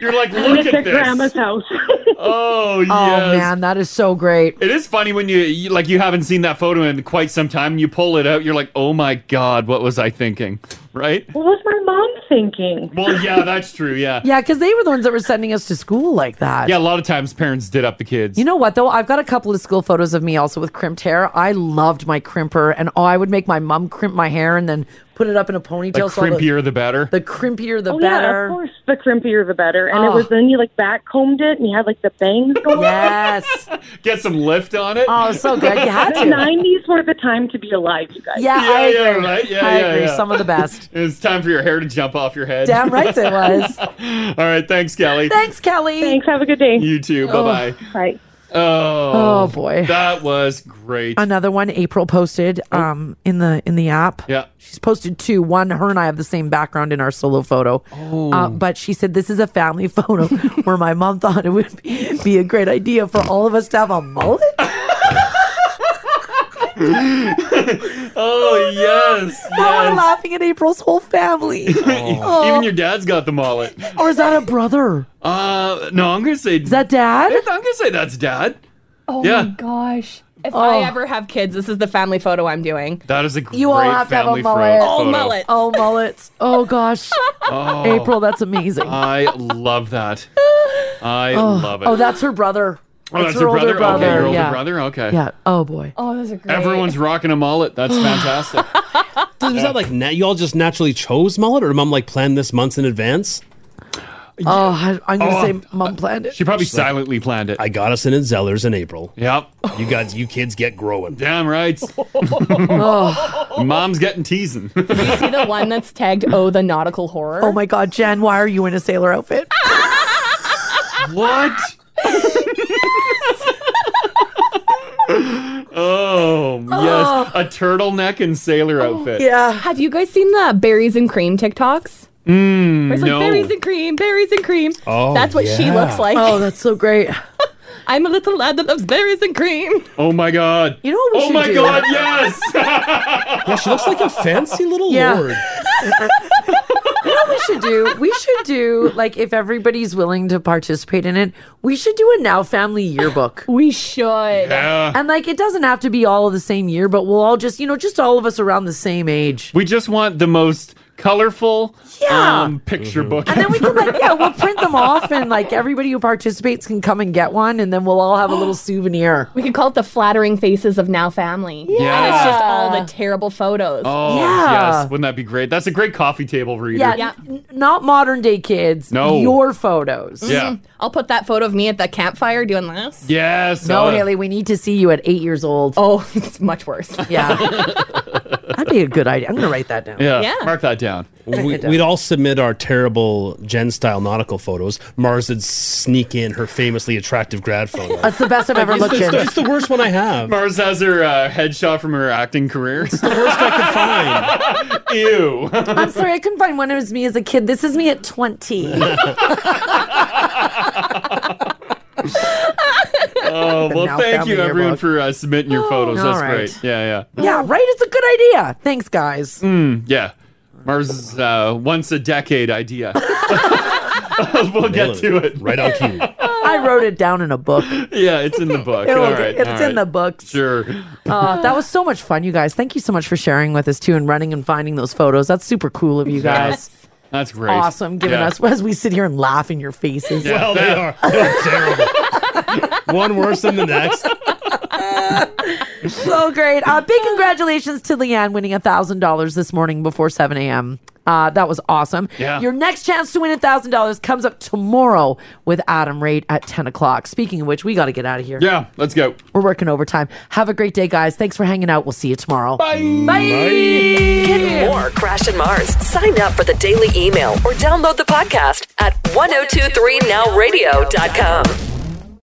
S4: You're like,
S7: And
S4: look
S7: it's
S4: at
S7: at
S4: this.
S7: grandma's house.
S4: Oh, yes.
S8: Oh man, that is so great.
S4: It is funny when you, you like you haven't seen that photo in quite some time. and You pull it out, you're like, "Oh my god, what was I thinking?" Right?
S7: what was my mom thinking?
S4: Well, yeah, that's true. Yeah,
S8: Yeah, because they were the ones that were sending us to school like that.
S4: yeah. A lot of times, parents did up the kids.
S8: You know what though? I've got a couple of school photos of me also with crimped hair. I loved my crimper, and oh, I would make my mum crimp my hair and then put it up in a ponytail.
S4: like
S8: so all the-
S4: crimpier the better.
S8: the crimpier the
S7: oh, Yeah,
S8: better.
S7: of course, the crimpier the better. And
S8: Oh.
S7: it was then you like backcombed it, and you had like the bangs going.
S8: yes.
S4: Get some lift on it.
S8: Oh, so good. You had
S7: The
S8: to.
S7: nineties were the time to be alive, you guys.
S8: Yeah, I
S4: yeah,
S8: agree.
S4: right? Yeah,
S8: I
S4: yeah,
S8: agree.
S4: yeah.
S8: Some of the best.
S4: It's time for your hair to jump off your head.
S8: Damn right it was.
S4: All right, thanks, Kelly.
S8: Thanks, Kelly.
S7: Thanks. Have a good day.
S4: You too. Bye bye.
S7: Bye.
S4: Oh,
S8: Oh, boy.
S4: that was great.
S8: Another one April posted
S7: Oh.
S8: um in the in the app.
S4: Yeah.
S8: She's posted two. One, her and I have the same background in our solo photo.
S4: Oh.
S8: Uh, but she said this is a family photo where my mom thought it would be, be a great idea for all of us to have a mullet.
S4: oh, yes,
S8: Now we're
S4: yes.
S8: laughing at April's whole family. Oh.
S4: Even your dad's got the mullet.
S8: Or is that a brother?
S4: Uh, no, I'm gonna say. Is
S8: that dad?
S4: I'm gonna say that's dad.
S9: Oh
S4: Yeah.
S9: my gosh. If
S8: Oh.
S9: I ever have kids, this is the family photo I'm doing.
S4: That is a great
S9: You all have to have a
S4: family fro-
S9: mullet. All
S4: photo.
S9: mullet.
S8: Oh, mullets. Oh, gosh.
S4: Oh.
S8: April, that's amazing.
S4: I love that. I
S8: oh.
S4: love it.
S8: Oh, that's her brother.
S4: Oh, that's her brother? Okay, your older brother? Okay.
S8: Yeah. Oh, boy.
S9: Oh, those are great.
S4: Everyone's rocking a mullet. That's fantastic.
S6: Was that like na- you all just naturally chose mullet, or mom like planned this months in advance?
S8: Oh, I, I'm going to
S6: Oh,
S8: say mom planned it.
S4: She probably silently planned it.
S6: I got us in at Zellers in April.
S4: Yep.
S6: You got you kids get growing.
S4: Damn right.
S8: Oh.
S4: Mom's getting teasing.
S9: You see the one that's tagged, oh, the nautical horror?
S8: Oh, my God. Jen, why are you in a sailor outfit?
S4: what? oh
S9: Oh.
S4: yes, a turtleneck and sailor outfit.
S9: Have you guys seen the berries and cream TikToks?
S4: Mm,
S9: Where it's
S4: no.
S9: like berries and cream, berries and cream.
S4: Oh,
S9: that's what she
S4: yeah.
S9: looks like.
S4: Oh,
S8: that's so great.
S9: I'm a little lad that loves berries and cream.
S4: oh my god.
S8: You know what we
S4: Oh
S8: should
S4: my
S8: do?
S4: god, yes.
S6: yeah, she looks like a fancy little
S8: Yeah.
S6: lord.
S8: You know what we should do? We should do, like, if everybody's willing to participate in it, we should do a Now Family yearbook.
S9: we should. Yeah.
S8: And, like, it doesn't have to be all of the same year, but we'll all just, you know, just all of us around the same age.
S4: We just want the most colorful
S8: Yeah.
S4: um, picture book.
S8: And then we can, like, yeah, we'll print them off, and, like, everybody who participates can come and get one, and then we'll all have a little souvenir.
S9: We could call it the flattering faces of now family.
S4: Yeah.
S9: And it's just all the terrible photos.
S4: Oh
S8: Yeah.
S4: yes, wouldn't that be great? That's a great coffee table reader.
S8: Yeah, n- not modern day kids.
S4: No.
S8: Your photos.
S4: Yeah.
S9: Mm-hmm. I'll put that photo of me at the campfire doing this.
S4: Yes.
S8: No,
S4: uh,
S8: Haley, we need to see you at eight years old.
S9: Oh, it's much worse.
S8: Yeah. That'd be a good idea. I'm going to write that down.
S4: Yeah, mark that down.
S6: We, we'd all submit our terrible Gen style nautical photos. Mars would sneak in her famously attractive grad photo.
S8: That's Uh, the best I've ever
S6: It's
S8: looked
S6: the-
S8: at.
S6: It's the worst one I have.
S4: Mars has her uh, headshot from her acting career. It's the worst I could find. Ew.
S8: I'm sorry, I couldn't find one. It was me as a kid. This is me at 20.
S4: Oh well,
S8: Now
S4: thank
S8: family
S4: you everyone
S8: yearbook.
S4: for uh, submitting your photos.
S8: all
S4: That's
S8: right.
S4: great. Yeah, yeah,
S8: yeah, right? It's a good idea. Thanks, guys.
S4: Mm, yeah. Mars uh, once a decade idea. we'll get to it
S6: right on cue.
S8: I wrote it down in a book.
S4: yeah, it's in the book.
S8: It'll
S4: all
S8: get-
S4: right,
S8: it's
S4: all
S8: in
S4: right.
S8: the books.
S4: Sure.
S8: Uh, that was so much fun, you guys. Thank you so much for sharing with us, too, and running and finding those photos. That's super cool of you guys.
S4: Yeah. That's great.
S8: Awesome, giving
S4: Yeah.
S8: us as we sit here and laugh in your faces.
S4: Yeah, Well, they that- are.
S6: one worse than the next.
S8: so great. Uh, big congratulations to Leanne winning $1,000 this morning before 7 a.m. Uh, that was awesome.
S10: Yeah.
S8: Your next chance to win $1,000 comes up tomorrow with Adam Raitt at 10 o'clock. Speaking of which, we got to get out of here.
S4: Yeah, let's go.
S8: We're working overtime. Have a great day, guys. Thanks for hanging out. We'll see you tomorrow. Bye.
S3: Get
S8: Bye.
S3: more Crash and Mars. Sign up for the oh daily email or download the podcast at 1023nowradio.com.